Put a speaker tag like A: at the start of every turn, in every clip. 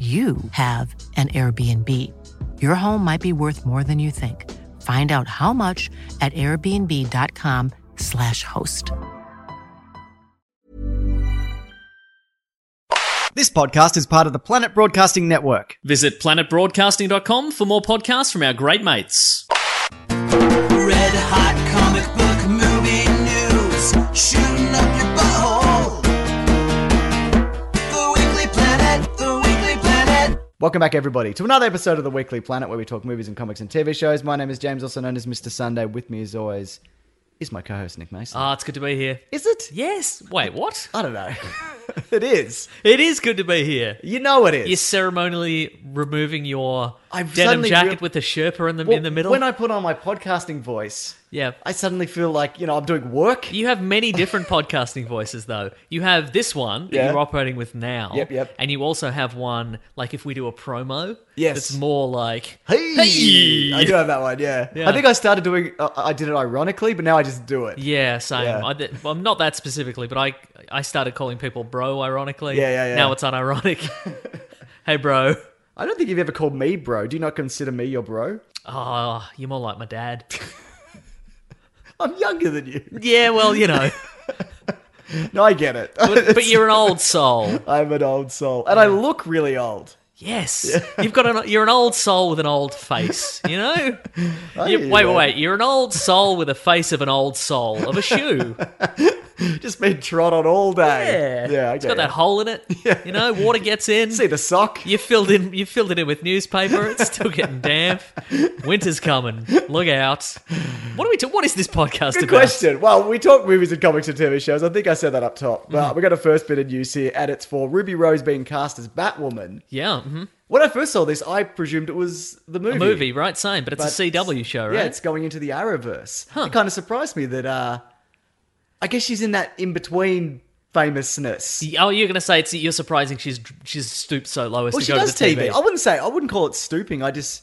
A: you have an Airbnb. Your home might be worth more than you think. Find out how much at airbnb.com/slash host.
B: This podcast is part of the Planet Broadcasting Network.
C: Visit planetbroadcasting.com for more podcasts from our great mates.
D: Red hot comic book movie news, shooting up your butthole. The Weekly Planet, The Weekly Planet.
B: Welcome back, everybody, to another episode of the Weekly Planet where we talk movies and comics and TV shows. My name is James, also known as Mr. Sunday. With me, as always, is my co host, Nick Mason.
C: Ah, it's good to be here.
B: is it?
C: Yes. Wait, what?
B: I don't know. it is.
C: It is good to be here.
B: You know it is.
C: You're ceremonially removing your
B: I've
C: denim
B: suddenly
C: jacket
B: real-
C: with the sherpa in the
B: Well,
C: in the middle.
B: When I put on my podcasting voice,
C: yeah.
B: I suddenly feel like, you know, I'm doing work.
C: You have many different podcasting voices, though. You have this one that
B: Yeah.
C: you're operating with now.
B: Yep, yep.
C: And you also have one, like if we do a promo,
B: Yes.
C: that's more like,
B: Hey!
C: Hey!
B: I do have that one, yeah.
C: Yeah.
B: I think I started doing, uh, I did it ironically, but now I just do it.
C: yeah, same.
B: Yeah.
C: I did- well, not that specifically, but I I started calling people bro, ironically.
B: Yeah, yeah, yeah.
C: Now it's unironic. hey, bro.
B: I don't think you've ever called me bro. Do you not consider me your bro?
C: Oh, you're more like my dad.
B: I'm younger than you.
C: yeah, well, you know.
B: No, I get it.
C: But, but you're an old soul.
B: I'm an old soul, and I look really old.
C: Yes, you've got an you're an old soul with an old face. You know, You-
B: hear
C: wait,
B: that.
C: wait, wait. You're an old soul with a face of an old soul of a shoe.
B: Just been trod on all day.
C: Yeah,
B: yeah, I
C: it's
B: get
C: got that
B: it.
C: hole in it. You know, water gets in.
B: See the sock?
C: You filled in. You filled it in with newspaper. It's still getting damp. Winter's coming. Look out. What are we? To, what is this podcast
B: Good
C: about?
B: question. Well, we talk movies and comics and TV shows. I think I said that up top.
C: Mm-hmm.
B: But we got a first bit of news here, and it's for Ruby Rose being cast as Batwoman.
C: Yeah, hmm
B: When I first saw this, I presumed it was the movie.
C: a movie, right? Same, but it's
B: But-
C: a CW show, right?
B: Yeah, it's going into the Arrowverse. It kind of surprised me that. uh I guess she's in that in between famousness.
C: Oh, you're gonna say it's you're surprising she's she's stooped so low as
B: Well,
C: to
B: she
C: go
B: does
C: to the
B: TV.
C: TV.
B: I wouldn't say I wouldn't call it stooping. I just,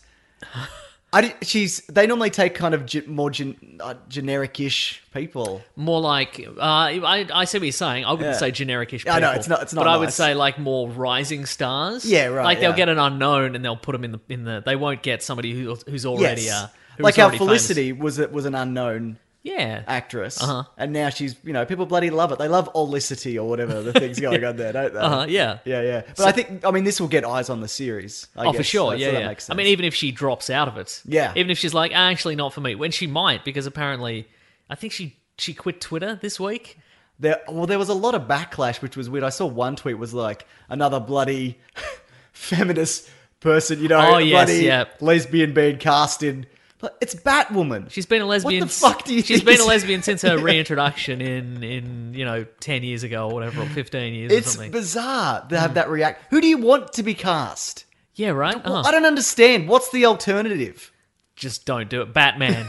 B: I di- she's they normally take kind of ge- more gen, uh, generic-ish people.
C: More like uh, I I see what you're saying. I wouldn't
B: Yeah.
C: say genericish.
B: Yeah, I
C: People,
B: know, it's not- it's not
C: But I would
B: nice.
C: say like more rising stars.
B: Yeah, right,
C: Like they'll
B: yeah.
C: get an unknown and they'll put them in the in the. They won't get somebody who, who's already uh, who's
B: like how
C: already famous.
B: Felicity was a, was an unknown
C: Yeah.
B: actress,
C: Uh-huh.
B: and now she's you know people bloody love it. They love Olicity or whatever the thing's going on there, don't they?
C: Uh-huh, yeah.
B: yeah, yeah. But I think I mean this will get eyes on the series. I
C: oh,
B: guess.
C: for sure.
B: That's-
C: yeah,
B: that
C: yeah.
B: makes
C: I
B: sense.
C: mean, even if she drops out of it.
B: Yeah.
C: Even if she's like, "Ah, actually, not for me. When she might, because apparently, I think she she quit Twitter this week.
B: There, well, there was a lot of backlash, which was weird. I saw one tweet was like another bloody feminist person, you know,
C: Oh, yes,
B: bloody
C: yeah.
B: lesbian being cast in. But it's Batwoman.
C: She's been a lesbian.
B: What the fuck do you
C: She's
B: think
C: been a
B: is-
C: lesbian since her reintroduction in in you know ten years ago or whatever, or fifteen years or
B: It's
C: something. Hmm.
B: bizarre to have that react. Who do you want to be cast?
C: yeah, right. Uh-huh.
B: I don't understand. What's the alternative?
C: Just don't do it, Batman.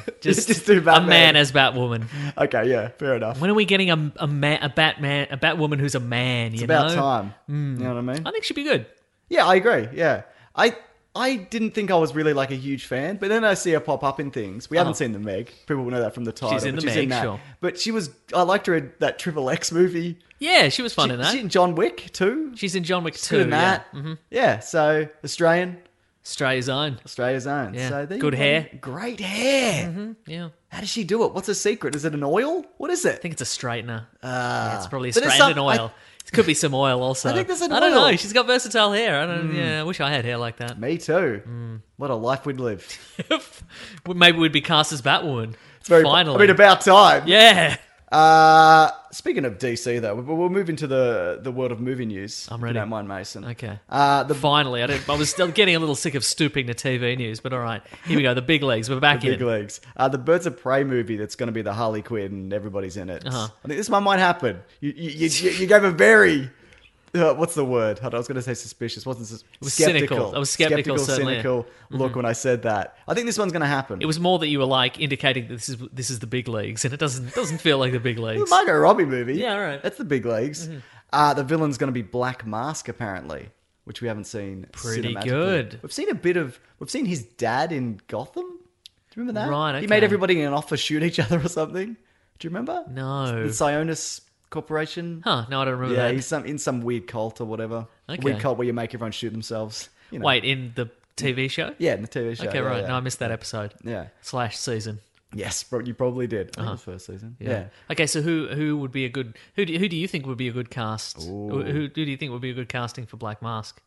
C: Just,
B: Just do
C: A
B: Batman.
C: man as Batwoman.
B: Okay, yeah, fair enough.
C: When are we getting a a, ma- a Batman a Batwoman who's a man?
B: it's
C: you
B: about
C: know? Hmm.
B: time. You know what I mean?
C: I think she'd be good.
B: Yeah, I agree. Yeah, I I didn't think I was really like a huge fan, but then I see her pop up in things. We haven't seen the Meg. People will know that from the title.
C: Uh-huh. in
B: but
C: the
B: she's in
C: Meg,
B: that.
C: sure.
B: But she was. I liked her in that Triple X movie.
C: Yeah, she was fun in that.
B: She's in John Wick too.
C: she's in John Wick
B: She's
C: too.
B: good in
C: yeah. Mm-hmm.
B: that. Yeah. So Australian.
C: Australia's own.
B: Australia's own.
C: Yeah.
B: So there you
C: Good
B: go.
C: hair. Mm-hmm.
B: Great hair.
C: Yeah.
B: How does she do it? What's her secret? Is it an oil? What is
C: I
B: it?
C: think it's a straightener.
B: Uh,
C: It's probably a
B: but
C: strand
B: it's
C: and
B: some- I-
C: oil. It could be some oil also.
B: I think there's an
C: I don't
B: oil. Hmm.
C: know. She's got versatile hair. I don't. Yeah. I wish I had hair like that.
B: me too.
C: Mm.
B: What a life we'd lived.
C: Maybe we'd be cast as Batwoman.
B: It's very,
C: Finally.
B: I mean, about time.
C: yeah.
B: Uh, speaking of DC, though, we'll, we'll move into the the world of movie news.
C: I'm
B: if
C: ready.
B: You don't mind, Mason.
C: Okay.
B: Uh, the
C: Um, Finally, I, don't, I was still getting a little sick of stooping to TV news, but all right, here we go. The big leagues, we're back in.
B: big leagues. Uh, the Birds of Prey movie that's going to be the Harley Quinn and everybody's in it.
C: Uh-huh.
B: I think this one might happen. You you, you, you- you gave a very uh, what's the word? I was going to say suspicious. Wasn't sus-
C: was
B: skeptical.
C: cynical. I was skeptical, certainly. Mm-hmm.
B: cynical. Look, when I said that, I think this one's going to happen.
C: It was more that you were like indicating that this is this is the big leagues, and it doesn't doesn't feel like the big
B: the
C: leagues.
B: Margot Robbie movie.
C: Yeah, all right. Mm-hmm.
B: That's the big leagues. Uh, the villain's going to be Black Mask, apparently, which we haven't seen.
C: Pretty
B: cinematically.
C: good.
B: We've seen a bit of. We've seen his dad in Gotham. Do you remember that?
C: Right,
B: He
C: okay.
B: made everybody in an office shoot each other or something. Do you remember?
C: No.
B: The Sionis Corporation.
C: Huh? No, I don't remember
B: Yeah,
C: that.
B: he's some in some weird cult or whatever.
C: Okay.
B: Weird cult where you make everyone shoot themselves. You know.
C: Wait, in the TV show?
B: Yeah, in the TV show.
C: Okay,
B: yeah,
C: right.
B: Yeah.
C: No, I missed that episode
B: yeah.
C: slash season.
B: Yes, bro, you probably did.
C: Uh-huh.
B: I think the first season. Yeah.
C: Okay, so who who would be a good who do, who do you think would be a good cast? Who, who do you think would be a good casting for Black Mask?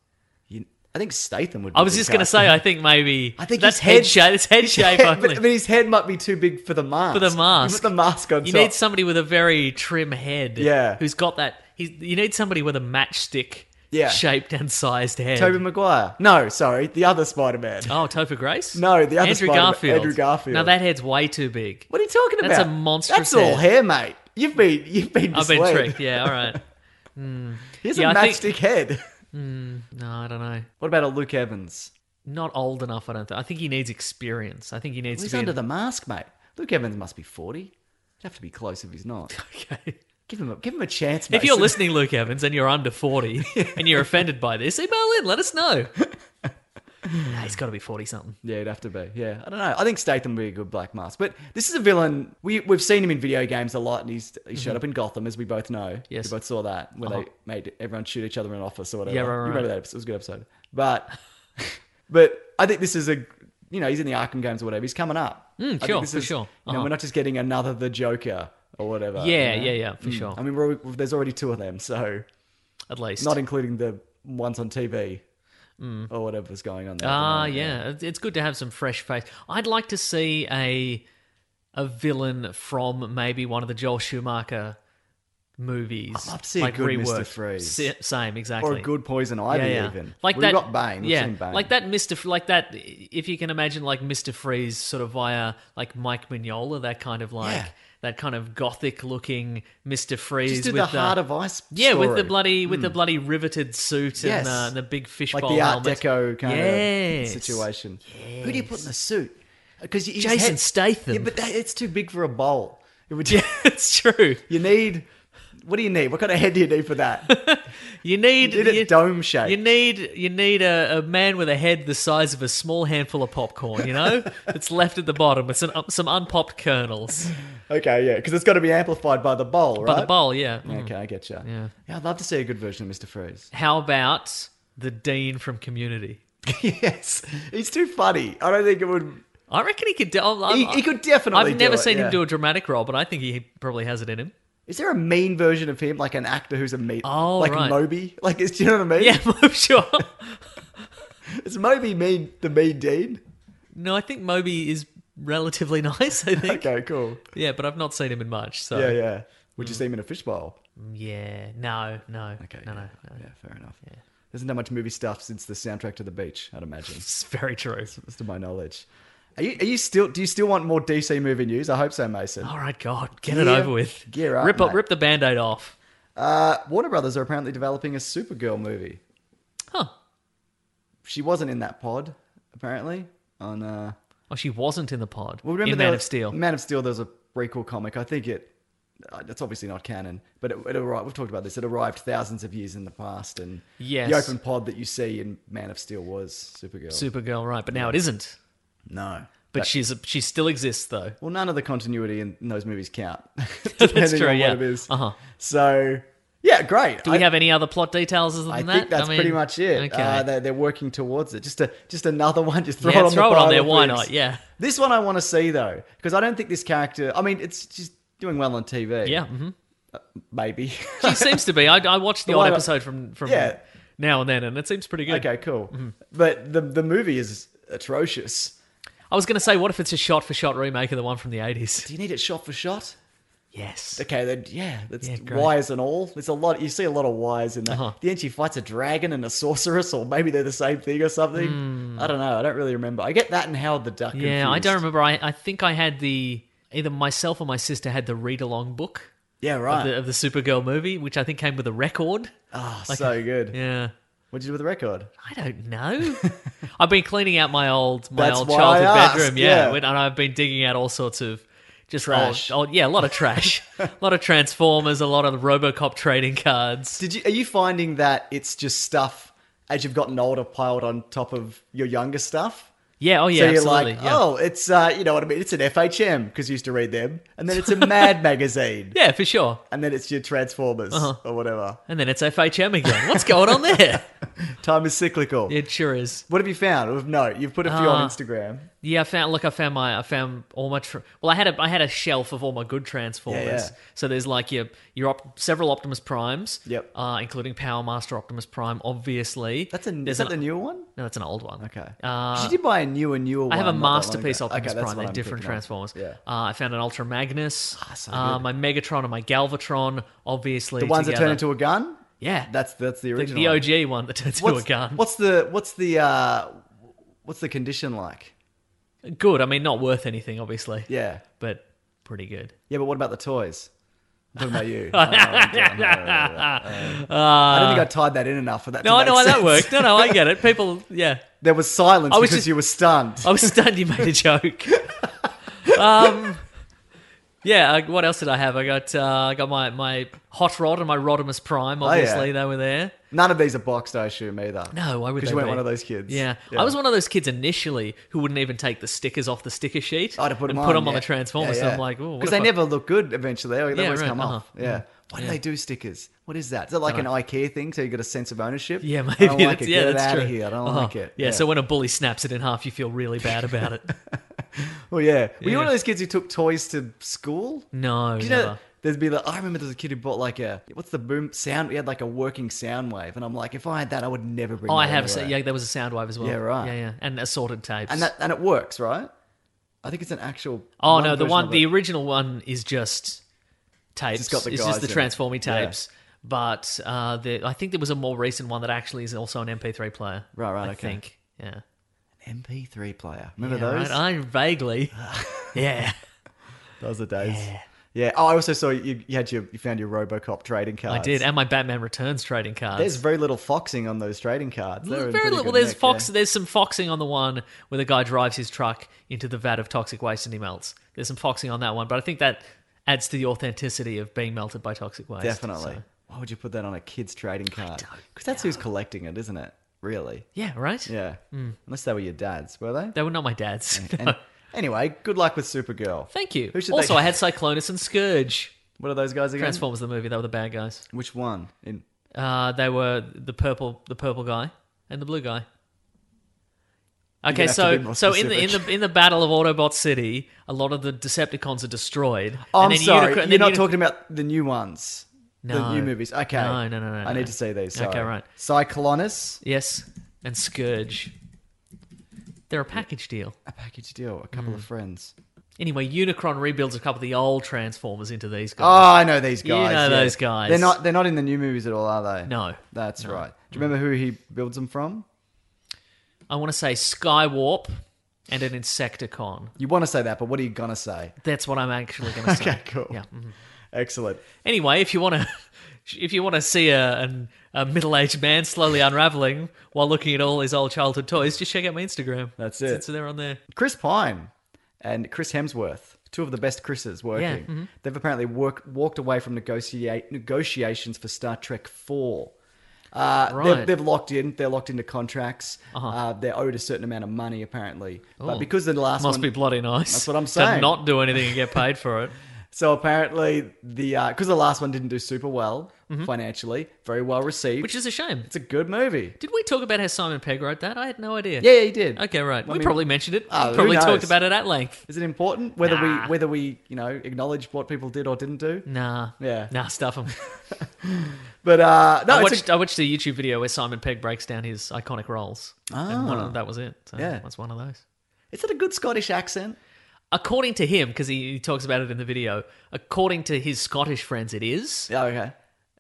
B: You- I think Statham would. Be
C: I was
B: good
C: just going to
B: casting.
C: say, I think maybe
B: I think
C: that's
B: his head-
C: head shape. It's head shape
B: Yeah,
C: only.
B: but, but his head might be too big for the mask.
C: For the
B: You
C: mask.
B: put the mask on
C: You
B: top.
C: need somebody with a very trim head.
B: Yeah.
C: Who's got that. He's, you need somebody with a matchstick
B: Yeah.
C: shaped and sized head.
B: Toby Maguire. No, sorry, the other Spider-Man.
C: oh, Topher Grace?
B: No, the other
C: Andrew
B: Spider-Man,
C: Garfield.
B: Andrew Garfield.
C: Now, that head's way too big.
B: What are you talking about?
C: That's a monstrous
B: That's all hair,
C: head.
B: mate. You've been you've been
C: I've been
B: misled.
C: tricked. Yeah, all right.
B: Here's
C: Yeah,
B: a
C: I think-
B: matchstick head.
C: No, I don't know.
B: What about a Luke Evans?
C: Not old enough, I don't think. I think he needs experience. I think he needs
B: He's
C: to be.
B: under
C: in-
B: the mask, mate. Luke Evans must be forty. You'd have to be close if he's not.
C: Okay.
B: Give him a give him a chance, mate.
C: If you're listening, Luke Evans, and you're under 40 and you're offended by this, email in, let us know. nah, he's got to be 40 something.
B: Yeah, it'd have to be. Yeah, I don't know. I think Statham would be a good Black Mask, but this is a villain. We we've seen him in video games a lot, and he's he showed up in Gotham, as we both know.
C: Mm-hmm. Yes. Uh-huh.
B: we both saw that when they made everyone shoot each other in an office or whatever.
C: Yeah, right, right,
B: you remember
C: right.
B: that episode? It was a good episode. But but I think this is a you know he's in the Arkham games or whatever. He's coming up. I think
C: Hmm, sure,
B: this
C: for
B: is-
C: sure.
B: You know,
C: Uh-huh.
B: we're not just getting another the Joker or whatever.
C: Yeah,
B: you know? Hmm.
C: yeah, yeah, for sure.
B: I mean, we're, al- there's already two of them, so
C: At least.
B: not including the ones on TV or whatever's going on there. at the
C: Hmm. Ah,
B: moment,
C: yeah. It- It's good to have some fresh face. I'd like to see a a villain from maybe one of the Joel Schumacher movies.
B: I'd love to see a good Mr. Freeze.
C: Si- Same, exactly.
B: or a good poison
C: Yeah,
B: ivy
C: yeah.
B: even.
C: Like
B: We've
C: that.
B: got Bane. We've
C: yeah,
B: seen Bane.
C: like that. Mister, F- like that. If you can imagine, like Mister Freeze, sort of via like Mike Mignola, that kind of like
B: Yeah.
C: that kind of gothic looking Mister Freeze
B: Just did
C: with
B: the Heart of Ice.
C: yeah, with the
B: story. Hmm.
C: bloody with the bloody riveted suit
B: Yes.
C: and, uh, and the big fishbowl
B: like the Art
C: helmet.
B: Deco kind
C: Yes.
B: of situation. Who do you put in the suit? Because
C: Jason Statham.
B: Yeah, but that, it's too big for a bowl. It would.
C: Yeah, it's true.
B: You need. What do you need? What kind of head do you need for that?
C: You need
B: You need it
C: you-
B: dome shape.
C: You need you need a, a man with a head the size of a small handful of popcorn. You know, that's left at the bottom with some some unpopped kernels
B: okay, yeah, because it's got to be amplified by the bowl, right?
C: by the bowl. Yeah. Mm.
B: Okay, I get you. Yeah. yeah, I'd love to see a good version of Mr. Freeze.
C: How about the dean from Community?
B: yes, he's too funny. I don't think it would.
C: I reckon he could. Do, I'm, I'm-
B: He, he could definitely.
C: I've never
B: do it,
C: seen
B: yeah.
C: him do a dramatic role, but I think he probably has it in him.
B: Is there a mean version of him, like an actor who's a meat,
C: Oh,
B: like
C: right.
B: Moby? Like, is, do you know what I mean?
C: Yeah, I'm sure.
B: Is Moby mean the mean dean?
C: No, I think Moby is relatively nice. I think.
B: Okay, cool.
C: Yeah, but I've not seen him in much. So
B: Yeah,
C: yeah,
B: yeah. Would
C: Hmm.
B: you see him in a fishbowl?
C: no, no,
B: Okay,
C: no,
B: yeah.
C: no. no.
B: yeah, fair enough. There's not much movie stuff since the soundtrack to the beach, I'd imagine.
C: It's very true.
B: That's to my knowledge. Are you, are you still? Do you still want more DC movie news? I hope so, Mason.
C: All right, God, get it
B: Gear-
C: over with.
B: gear up,
C: rip up,
B: mate.
C: rip the band-aid off.
B: Uh, Warner Brothers are apparently developing a Supergirl movie.
C: Huh?
B: She wasn't in that pod, apparently. On uh,
C: Oh, she wasn't in the pod.
B: Well, remember
C: in
B: there
C: Man
B: was-
C: of Steel.
B: Man of Steel, there's a prequel comic. I think it. uh, It's obviously not canon, but it, it arrived. We've talked about this. It arrived thousands of years in the past, and
C: Yes.
B: the open pod that you see in Man of Steel was Supergirl.
C: Supergirl, right? But now it isn't.
B: no,
C: But she's a, she still exists though.
B: well, none of the continuity in those movies count.
C: That's true.
B: on
C: yeah. Uh-huh.
B: What it is.
C: Uh huh.
B: So Yeah, great.
C: Do we
B: I-
C: have any other plot details other than
B: I
C: that?
B: think that's
C: mean,
B: pretty much it.
C: Okay.
B: Uh, they're, they're working towards it. Just a, just another one. Just throw
C: Yeah,
B: it on
C: throw
B: the
C: it on
B: pile
C: there,
B: of
C: why
B: things.
C: not? Yeah.
B: This one I want to see though, because I don't think this character. I mean, it's she's doing well on TV.
C: yeah. mhm.
B: maybe.
C: She seems to be. I, I watched the,
B: The
C: odd
B: one-
C: episode from from
B: Yeah.
C: now and then, and it seems pretty good.
B: okay, cool. But the the movie is atrocious.
C: I was going to say, what if it's a shot for shot remake of the one from the eighties?
B: Do you need it shot for shot?
C: Yes.
B: Okay, then yeah, that's
C: Yeah, great.
B: wires and all. There's a lot. You see a lot of wires in that.
C: Uh-huh.
B: The end, she fights a dragon and a sorceress, or maybe they're the same thing or something. I don't know. I don't really remember. I get that and Howard the Duck.
C: Yeah, I
B: confused.
C: don't remember. I, I think I had the either myself or my sister had the read along book
B: Yeah,
C: of, the,
B: right.
C: of the Supergirl movie, which I think came with a record.
B: Ah, so good.
C: Yeah.
B: What'd you do with the record?
C: I don't know. I've been cleaning out my old my
B: That's
C: old
B: why I
C: childhood
B: asked,
C: bedroom, yeah,
B: yeah.
C: and I've been digging out all sorts of just
B: Trash.
C: Old, old, yeah, a lot of trash, a lot of Transformers, a lot of RoboCop trading cards.
B: Did you are you finding that it's just stuff as you've gotten older piled on top of your younger stuff?
C: Yeah, oh yeah,
B: so you're
C: absolutely.
B: like,
C: yeah.
B: oh, it's uh, you know what I mean? It's an FHM because you used to read them, and then it's a Mad magazine,
C: yeah, for sure.
B: and then it's your Transformers
C: Uh-huh.
B: or whatever.
C: And then it's FHM again. What's going on there?
B: Time is cyclical.
C: it sure is.
B: What have you found? Of note, you've put a few
C: Uh,
B: on Instagram.
C: Yeah, I found. Look, I found my. I found all my. Tra- well, I had a. I had a shelf of all my good Transformers.
B: Yeah, yeah.
C: So there's like your your op- several Optimus Primes.
B: Yep.
C: Uh, including Power Master Optimus Prime, obviously.
B: That's a
C: There's
B: is that
C: an-
B: the newer one?
C: No, that's an old one.
B: Okay.
C: Uh,
B: she did buy a newer, newer one.
C: I have a
B: not that long
C: masterpiece
B: ago.
C: Optimus
B: that's
C: Prime.
B: what
C: They're
B: I'm
C: different
B: picking up.
C: Transformers.
B: Yeah. Ah,
C: Uh, I found an Ultra Magnus.
B: so
C: uh,
B: good.
C: my Megatron and my Galvatron, obviously.
B: The ones that
C: together.
B: turn into a gun.
C: yeah.
B: That's that's the
C: the,
B: original.
C: the
B: one.
C: OG one that turns into a
B: What's,
C: gun.
B: what's the what's the uh, what's the condition like?
C: Good. I mean, not worth anything, obviously.
B: Yeah,
C: But pretty good.
B: yeah, but what about the toys? I'm talking about you. Oh, I, don't know, I don't know, I don't know, I don't know. I don't think I tied that in enough for that.
C: Ah.
B: to
C: No, I know
B: make
C: how that
B: sense.
C: worked. No, no, I get it. People, yeah.
B: There was silence
C: was
B: because
C: just-
B: you were stunned.
C: I was stunned you made a joke. um, yeah, uh, what else did I have? I got uh, I got my, my Hot Rod and my Rodimus Prime,
B: Oh, yeah.
C: obviously, they were there.
B: None of these are boxed, I assume, either.
C: No, why would
B: Because
C: they
B: you weren't
C: be?
B: one of those kids.
C: Yeah. I was one of those kids initially who wouldn't even take the stickers off the sticker sheet
B: Oh, to put them
C: and
B: on,
C: put them on
B: yeah.
C: the Transformers.
B: Yeah,
C: So
B: yeah.
C: I'm like, oh,
B: because they never look good eventually. They they
C: Yeah,
B: always
C: right,
B: come off.
C: uh-huh.
B: Yeah. Why do they do stickers? What is that? Is that like an IKEA thing? So you get a sense of ownership?
C: Yeah,
B: I
C: maybe.
B: don't like
C: that's,
B: it.
C: Yeah,
B: get
C: that's
B: it out
C: true.
B: of here. I don't
C: Uh-huh.
B: like it.
C: Yeah, So when a bully snaps it in half, you feel really bad about it.
B: well, yeah. Were you
C: Yeah.
B: one of those kids who took toys to school?
C: No,
B: Do you
C: never.
B: know, there'd be like, I remember there was a kid who bought like a, what's the boom sound? We had like a working sound wave. And I'm like, if I had that, I would never bring
C: Oh, I
B: that
C: have.
B: anywhere.
C: So, yeah, there was a sound wave as well.
B: Yeah, right.
C: Yeah, yeah, and assorted tapes.
B: And that, and it works, right? I think it's an actual.
C: oh
B: one
C: no, the
B: version
C: one,
B: of
C: the
B: it.
C: original one is just tapes.
B: got the
C: it's just
B: guys
C: the
B: in it.
C: transforming
B: Yeah.
C: tapes. But uh, the, I think there was a more recent one that actually is also an MP3 player.
B: Right, right,
C: I
B: okay.
C: think. Yeah.
B: MP3 player. Remember
C: Yeah,
B: those?
C: right. I vaguely. yeah.
B: Those are days. Yeah. Oh, I also saw you, you had your you found your RoboCop trading cards.
C: I did, and my Batman Returns trading cards.
B: There's very little foxing on those trading cards. They're in
C: very
B: pretty
C: little. Well,
B: good
C: there's
B: nick,
C: fox.
B: yeah.
C: There's some foxing on the one where the guy drives his truck into the vat of toxic waste and he melts. There's some foxing on that one, but I think that adds to the authenticity of being melted by toxic waste.
B: Definitely.
C: So-
B: Why would you put that on a kid's trading card? Because that's who's collecting it, isn't it? Really?
C: yeah. Right.
B: Yeah.
C: Hmm.
B: Unless they were your dad's, were they?
C: They were not my dad's.
B: And anyway, good luck with Supergirl.
C: Thank you.
B: Who should
C: Also,
B: they-
C: I had Cyclonus and Scourge.
B: What are those guys again?
C: Transformers the movie. They were the bad guys.
B: Which one? In
C: Uh, they were the purple, the purple guy and the blue guy. Okay,
B: gonna have to be
C: so
B: more
C: so in the in
B: specific.
C: the in the battle of Autobot City, a lot of the Decepticons are destroyed.
B: Oh,
C: and
B: I'm
C: then
B: sorry.
C: Unicron- and
B: You're
C: then
B: not
C: Uni-
B: talking about the new ones.
C: No.
B: The new movies. Okay.
C: No, no, no, no,
B: I
C: no.
B: need to see these.
C: Okay,
B: sorry.
C: right.
B: Cyclonus,
C: Yes, and Scourge. They're a package deal.
B: a package deal, a couple
C: Hmm.
B: of friends.
C: Anyway, Unicron rebuilds a couple of the old Transformers into these guys.
B: Oh, I know these
C: You
B: guys.
C: know
B: yeah.
C: those guys.
B: They're not. They're not in the new movies at all, are they?
C: No. Mm.
B: That's right. Do you remember who he builds them from? Uh,
C: I want to say Skywarp and an Insecticon.
B: You want to say that, but what are you gonna say?
C: That's what I'm actually going to say.
B: Okay, cool.
C: Yeah. mm-hmm.
B: Excellent.
C: Anyway, if you want to, if you want to see a, an, a middle-aged man slowly unraveling while looking at all his old childhood toys, just check out my Instagram.
B: That's
C: It's-
B: it.
C: It's there on there.
B: Chris Pine and Chris Hemsworth, two of the best Chris's working.
C: Yeah, mhm.
B: They've apparently work, walked away from negotiate negotiations for Star Trek Four. Uh,
C: Right. Uh-huh.
B: they've, they've locked in. They're locked into contracts. uh they're owed a certain amount of money, apparently. But because the last
C: Must
B: one,
C: be bloody nice.
B: That's what I'm
C: To
B: saying.
C: not do anything and get paid for it.
B: So apparently the because the last one didn't do super well financially, very well received.
C: Mm-hmm. which is a shame.
B: it's a good movie.
C: Did we talk about how Simon Pegg wrote that? I had no idea.
B: Yeah, yeah, he did.
C: Okay, right.
B: I
C: we
B: mean,
C: probably mentioned it.
B: Ah,
C: We
B: who
C: probably talked
B: knows?
C: about it at length.
B: Is it important whether
C: Nah.
B: we whether we you know acknowledge what people did or didn't do?
C: Nah.
B: Yeah.
C: Nah, stuff him.
B: But uh, no,
C: I
B: it's a-
C: watched I watched a YouTube video where Simon Pegg breaks down his iconic roles. And one of, that was it. So
B: Ah. Yeah.
C: that's one of those.
B: is it a good Scottish accent?
C: According to him, because he, he talks about it in the video, according to his Scottish friends, it is.
B: Yeah, okay.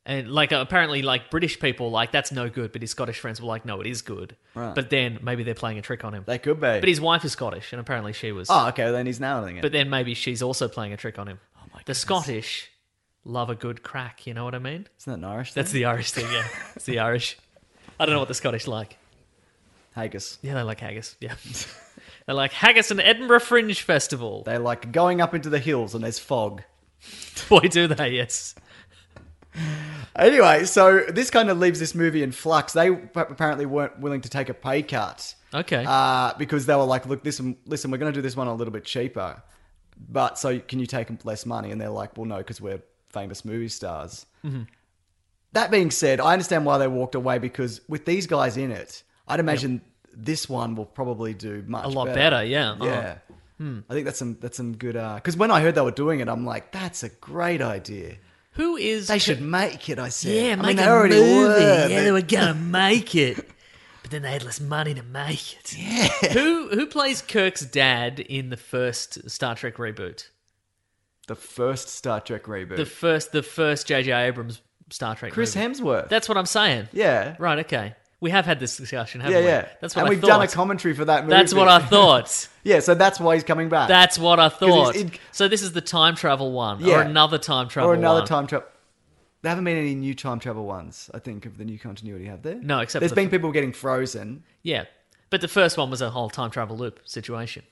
C: And like uh, apparently, like British people, like that's no good. But his Scottish friends were like, no, it is good.
B: Right.
C: But then maybe they're playing a trick on him.
B: They could be.
C: but his wife is Scottish, and apparently she was.
B: oh, okay. Then he's nailing it.
C: But then maybe she's also playing a trick on him. Oh my the Scottish love a good crack. You know what I mean?
B: Isn't that an Irish?
C: That's
B: thing?
C: the Irish thing. Yeah, it's the Irish. I don't know what the Scottish like.
B: haggis.
C: Yeah, they like haggis. Yeah, they like haggis and Edinburgh Fringe Festival.
B: They like going up into the hills and there's fog.
C: Boy, do they! Yes.
B: Anyway, so this kind of leaves this movie in flux. They p- apparently weren't willing to take a pay cut
C: Okay.
B: uh, because they were like, "Look, listen, listen, we're going to do this one a little bit cheaper, but so can you take less money?" And they're like, "Well, no, because we're famous movie stars."
C: Mm-hmm.
B: That being said, I understand why they walked away because with these guys in it, I'd imagine this one will probably do much
C: a lot better.
B: better.
C: yeah. Uh-huh.
B: Yeah. Oh. I think that's some that's some good because when I heard they were doing it, I'm like, that's a great idea.
C: Who is?
B: They should make it. I said,
C: Yeah,
B: I
C: make
B: mean, they
C: a
B: already
C: movie.
B: were,
C: yeah,
B: but-
C: they were gonna make it, but then they had less money to make it. Yeah. Who who plays Kirk's dad in the first Star Trek reboot?
B: the first Star Trek reboot.
C: The first the first J.J. Abrams Star Trek.
B: Chris
C: movie.
B: Hemsworth.
C: That's what I'm saying.
B: yeah,
C: Right. Okay. We have had this discussion, haven't
B: yeah,
C: we?
B: yeah.
C: That's what
B: and
C: I
B: we've
C: thought.
B: done a commentary for that movie.
C: That's what I thought.
B: yeah, so that's why he's coming back.
C: That's what I thought.
B: in-
C: So this is the time travel one, or
B: Yeah.
C: another time travel,
B: or another
C: one.
B: time travel. There haven't been any new time travel ones, I think, of the new continuity, have there?
C: No, except
B: there's
C: for the-
B: been people getting frozen.
C: Yeah, but the first one was a whole time travel loop situation.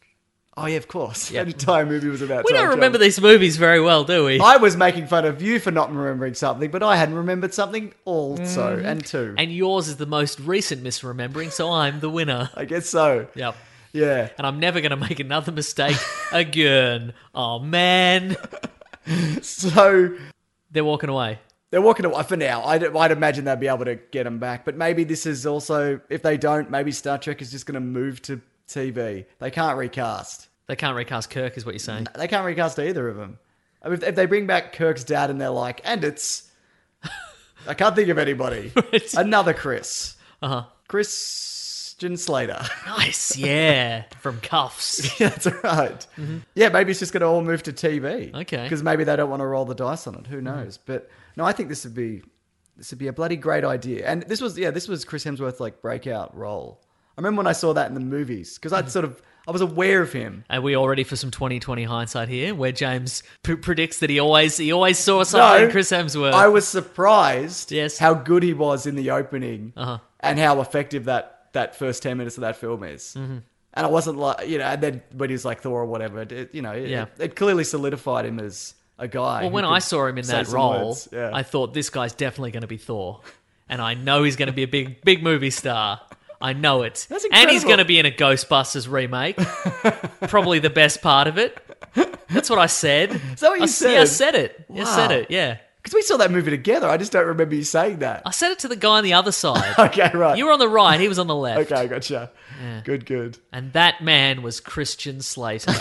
B: Oh yeah, of course. That entire movie was about.
C: We
B: time
C: don't remember
B: travel.
C: these movies very well, do we?
B: I was making fun of you for not remembering something, but I hadn't remembered something also, and two.
C: and yours is the most recent misremembering, so I'm the winner.
B: I guess so.
C: Yep.
B: Yeah.
C: And I'm never going to make another mistake again. Oh, man.
B: So
C: They're walking away.
B: they're walking away for now. I'd, I'd imagine they'd be able to get them back. But maybe this is also, if they don't, maybe Star Trek is just going to move to TV. They can't recast.
C: They can't recast Kirk, is what you're saying.
B: They can't recast either of them. I mean, if, if they bring back Kirk's dad and they're like, and it's. I can't think of anybody. Another Chris. Uh huh. Christian Slater.
C: Nice. Yeah. From cuffs.
B: Yeah, That's right. Yeah, maybe it's just going to all move to TV.
C: Okay.
B: Because maybe they don't want to roll the dice on it. Who knows? But no, I think this would be this would be a bloody great idea. And this was yeah, this was Chris Hemsworth's like breakout role. I remember when I saw that in the movies because I'd sort of I was aware of him.
C: Are we all ready for some 2020 hindsight here, where James p- predicts that he always he always saw something in Chris Hemsworth?
B: I was surprised
C: Yes. Uh-huh.
B: how good he was in the opening and how effective that that first ten minutes of that film is. Mm-hmm. And I wasn't like you know, and then when he was like Thor or whatever, it- it, you know, it,
C: Yeah.
B: it, clearly solidified him as a guy.
C: well,
B: who
C: when
B: could
C: I saw him in
B: say
C: that
B: some
C: role,
B: words. yeah.
C: I thought this guy's definitely going to be Thor, and I know he's going to be a big big movie star. I know it,
B: That's
C: and he's
B: incredible.
C: going to be in a Ghostbusters remake. Probably the best part of it. That's what I said. Is
B: that what you
C: I, Yeah, I
B: said?
C: said it. I said
B: Wow.
C: it. Yeah,
B: because we saw that movie together. I just don't remember you saying that.
C: I said it to the guy on the other side.
B: Okay, right.
C: You were on the right. He was on the left.
B: okay, I gotcha. Good, good.
C: And that man was Christian Slater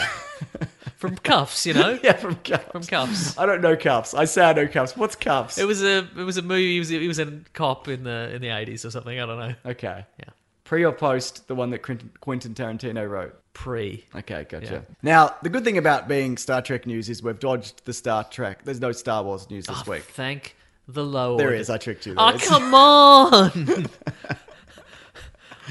C: from Cuffs, you know,
B: Yeah, from cups.
C: from Cuffs.
B: I don't know cups. I say I know cups. What's cups?
C: It was a it was a movie. He was he was a cop in the in the eighties or something. I don't know.
B: okay.
C: Yeah.
B: Pre or post the one that Quentin Quentin Tarantino wrote.
C: Pre.
B: Okay, gotcha. Now, the good thing about being Star Trek news is we've dodged the Star Trek. There's no Star Wars news this week.
C: Thank the Lord.
B: There is. I tricked you.
C: Oh
B: there is.
C: come on!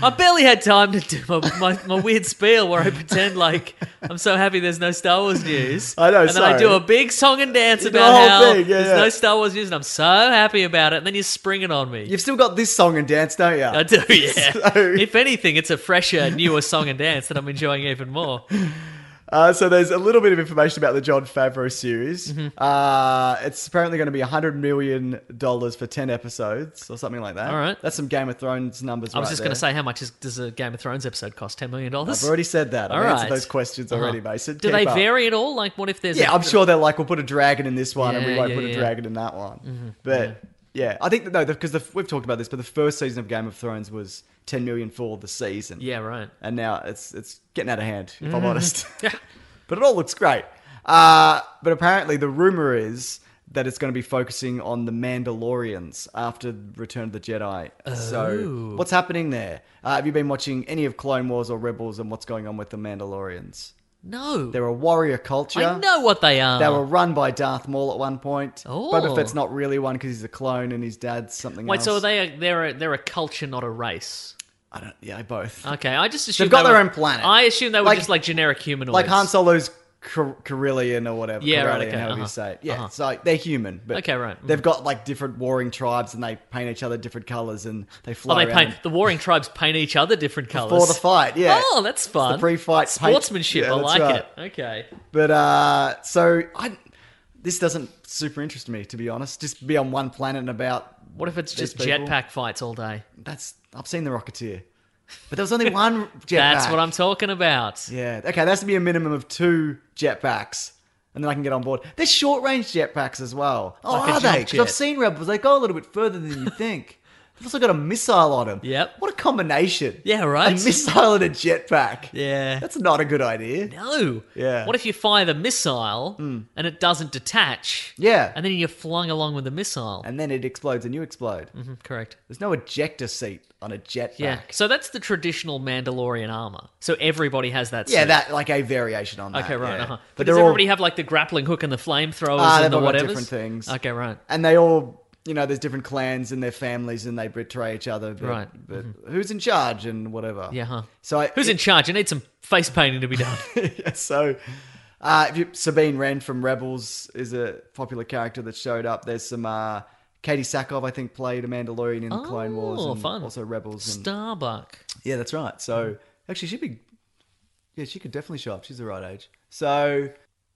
C: I barely had time to do my, my, my weird spiel where I pretend like I'm so happy there's no Star Wars news.
B: I know,
C: And then I
B: sorry.
C: do a big song and dance
B: You do
C: about
B: a whole
C: how
B: thing, yeah,
C: there's
B: yeah.
C: no Star Wars news, and I'm so happy about it. And then you spring it on me.
B: You've still got this song and dance, don't you?
C: I do, yeah.
B: So-
C: If anything, it's a fresher, newer song and dance that I'm enjoying even more.
B: Uh, so there's a little bit of information about the John Favreau series.
C: Mm-hmm.
B: Uh, it's apparently going to be $100 million for 10 episodes or something like that.
C: All right.
B: That's some Game of Thrones numbers
C: I was
B: right
C: just going
B: there.
C: to say, how much is, does a Game of Thrones episode cost? $10 million?
B: I've already said that. I've
C: All
B: answered
C: right.
B: those questions
C: Uh-huh.
B: already, mate. So
C: Do
B: keep
C: they
B: up.
C: vary at all? Like, what if there's.
B: Yeah,
C: a-
B: I'm sure they're like, we'll put a dragon in this one, and we
C: Yeah,
B: won't
C: yeah, Mm-hmm,
B: put a
C: yeah.
B: dragon in that one. But yeah. I think that no, because the, we've talked about this, but the first season of Game of Thrones was 10 million for the season.
C: Yeah, Mm-hmm. right.
B: and now it's it's getting out of hand. If I'm honest, but it all looks great. Uh, but apparently, the rumor is that it's going to be focusing on the Mandalorians after Return of the Jedi. So,
C: Oh.
B: what's happening there? Uh, have you been watching any of Clone Wars or Rebels, and what's going on with the Mandalorians?
C: No.
B: They're a warrior culture.
C: I know what they are.
B: They were run by Darth Maul at one point.
C: Uh-huh. Oh.
B: Boba Fett's not really one because he's a clone and his dad's something
C: Wait,
B: else.
C: so are they a, they're, a, they're a culture, not a race.
B: I don't. Yeah, both.
C: Okay, I just assumed.
B: got
C: they
B: their
C: were-
B: own planet.
C: I assume they were
B: Like-
C: just like generic humanoids.
B: like Han Solo's Car- Carillion or whatever.
C: Yeah, right,
B: Corellian,
C: okay,
B: However you
C: uh-huh,
B: say it. Yeah,
C: uh-huh.
B: it's like they're human. But
C: Okay, right, mhm.
B: They've got like different warring tribes and they paint each other different colors and they
C: Oh,
B: fly
C: they
B: around
C: paint the warring tribes paint each other different colors
B: before the fight. Yeah.
C: Oh, that's fun.
B: the pre-fight paint-
C: sportsmanship.
B: Yeah,
C: I
B: that's
C: like
B: right.
C: it. Okay.
B: But uh, so I, this doesn't super interest me to be honest. Just be on one planet and about
C: What if it's
B: These
C: just
B: people.
C: jetpack fights all day?
B: that's. I've seen the Rocketeer, but there was only one jetpack.
C: That's what I'm talking about.
B: Yeah. Okay, there has to be a minimum of two jetpacks. And then I can get on board. They're short range jetpacks as well. Oh,
C: Like a
B: are they?
C: jump
B: Because I've
C: jet.
B: seen Rebels. They go a little bit further than you think. They've also got a missile on them.
C: Yep.
B: What a combination.
C: Yeah, right.
B: A missile and a jetpack.
C: Yeah.
B: That's not a good idea.
C: No.
B: Yeah. Hmm.
C: What if you fire the missile and it doesn't detach?
B: Yeah.
C: And then you're flung along with the missile.
B: And then it explodes and you explode.
C: Mhm, correct.
B: There's no ejector seat on a jetpack.
C: Yeah. So that's the traditional Mandalorian armor. So everybody has that.
B: Yeah,
C: suit.
B: that like a variation on that.
C: Okay, right.
B: yeah.
C: Uh-huh. But,
B: But
C: does
B: they're all
C: everybody have like the grappling hook and the flamethrowers
B: Ah,
C: and
B: they've
C: the
B: all got
C: whatevers?
B: different things. Uh,
C: Okay, right.
B: and they all you know there's different clans and their families and they betray each other but,
C: Right. Mm-hmm.
B: but who's in charge and whatever
C: Yeah, huh.
B: so I,
C: Who's in charge? I need some face painting to be done.
B: so uh, if you, sabine wren from rebels is a popular character that showed up there's some uh, katie sackhoff i think played a mandalorian in clone wars
C: Oh,
B: and
C: fun.
B: also rebels and,
C: Starbuck.
B: yeah that's right so actually she'd be yeah she could definitely show up she's the right age so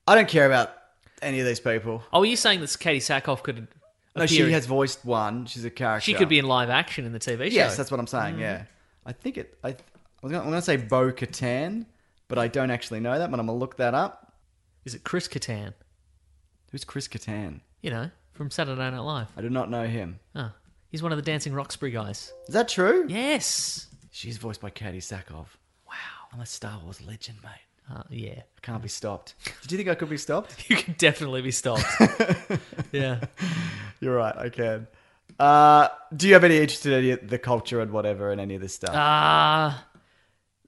B: i don't care about any of these people
C: Oh, are you saying that Katie Sackhoff could?
B: no
C: appear in-
B: she has voiced one she's a character
C: She could be in live action in the TV show. Mm-hmm.
B: Yes, that's what I'm saying. Yeah, I think it. I, th- I was gonna, I'm going to say Bo Katan, but I don't actually know that. But I'm going to look that up.
C: Is it Chris Kattan?
B: Who's Chris Katan?
C: You know, from Saturday Night Live.
B: I do not know him.
C: Oh, he's one of the Dancing Roxbury guys.
B: Is that true?
C: Yes.
B: She's voiced by Katie Sackhoff. Wow, I'm a Star Wars legend, mate.
C: Uh, yeah.
B: I can't be stopped. Did you think I could be stopped?
C: You can definitely be stopped. yeah.
B: You're right. I can. Uh, do you have any interest in any of the culture and whatever and any of this stuff?
C: Uh,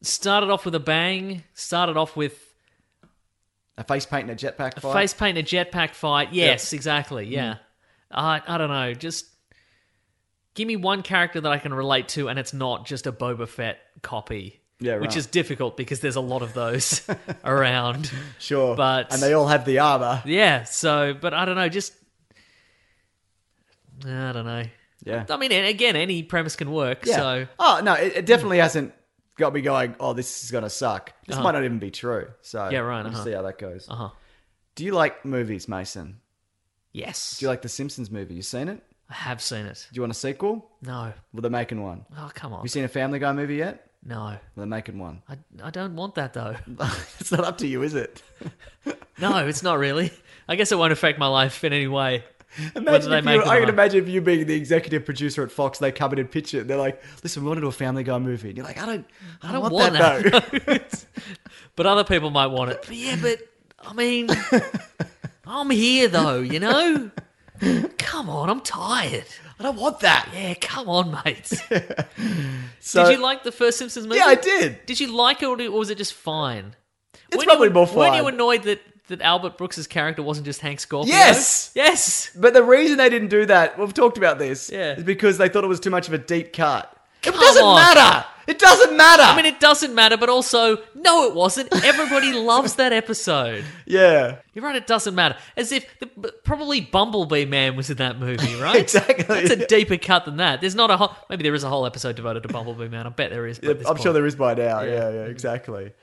C: started off with a bang. Started off with
B: a face paint and a jetpack
C: A
B: fight.
C: face paint and a jetpack fight. Yes, exactly. Yeah.
B: Mm-hmm.
C: I I don't know. Just give me one character that I can relate to, and it's not just a Boba Fett copy.
B: Yeah,
C: Which
B: right.
C: is difficult because there's a lot of those around.
B: sure,
C: but-
B: and they all have the armor.
C: Yeah. So, but I don't know. Just I don't know.
B: Yeah.
C: I mean, and again, any premise can work.
B: Yeah.
C: So Hmm.
B: Oh no, it, it definitely hasn't got me going. Oh, this is gonna suck. This might not even be true. So
C: Uh-huh. Yeah, right,
B: We'll
C: uh-huh.
B: see how that goes.
C: Uh-huh.
B: Do you like movies, Mason?
C: yes,
B: Do you like the Simpsons movie? You seen it? Do
C: I have seen it.
B: you want a sequel?
C: No.
B: Well, they're making one. Have
C: Oh come on.
B: you seen a Family Guy movie yet?
C: No.
B: Well, they're making one.
C: I, I don't want that though.
B: it's not up to you, is it?
C: No, it's not really. I guess it won't affect my life in any way. Whether
B: Imagine
C: they
B: if
C: make
B: you,
C: them
B: I
C: or
B: can
C: not.
B: imagine if you being the executive producer at Fox, they come in and pitch it. And they're like, "Listen, we want to do a Family Guy movie." And you're like, "I don't, I don't, want, that." though.
C: but other people might want it. But yeah, but I mean, I'm here though, you know? Come on, I'm tired.
B: I don't want that.
C: Yeah, come on, mate.
B: So-
C: did you like the first Simpsons movie?
B: Yeah, I did.
C: Did you like it or or was it just fine? It's
B: probably
C: you,
B: more
C: Weren't you
B: fine.
C: annoyed that, that Albert Brooks's character wasn't just Hank Scorpio?
B: Yes!
C: Yes!
B: But the reason they didn't do that, we've talked about this,
C: Yeah.
B: is because they thought it was too much of a deep cut. It
C: Come
B: doesn't
C: on.
B: matter. It doesn't matter.
C: I mean, it doesn't matter, but also, no, it wasn't. Everybody loves that episode.
B: yeah,
C: You're right, it doesn't matter. As if the, b- probably Bumblebee Man was in that movie, right?
B: Exactly.
C: That's a deeper cut than that. There's not a whole. Maybe there is a whole episode devoted to Bumblebee Man. I bet there is.
B: I'm sure there is by now. Yeah, yeah, exactly.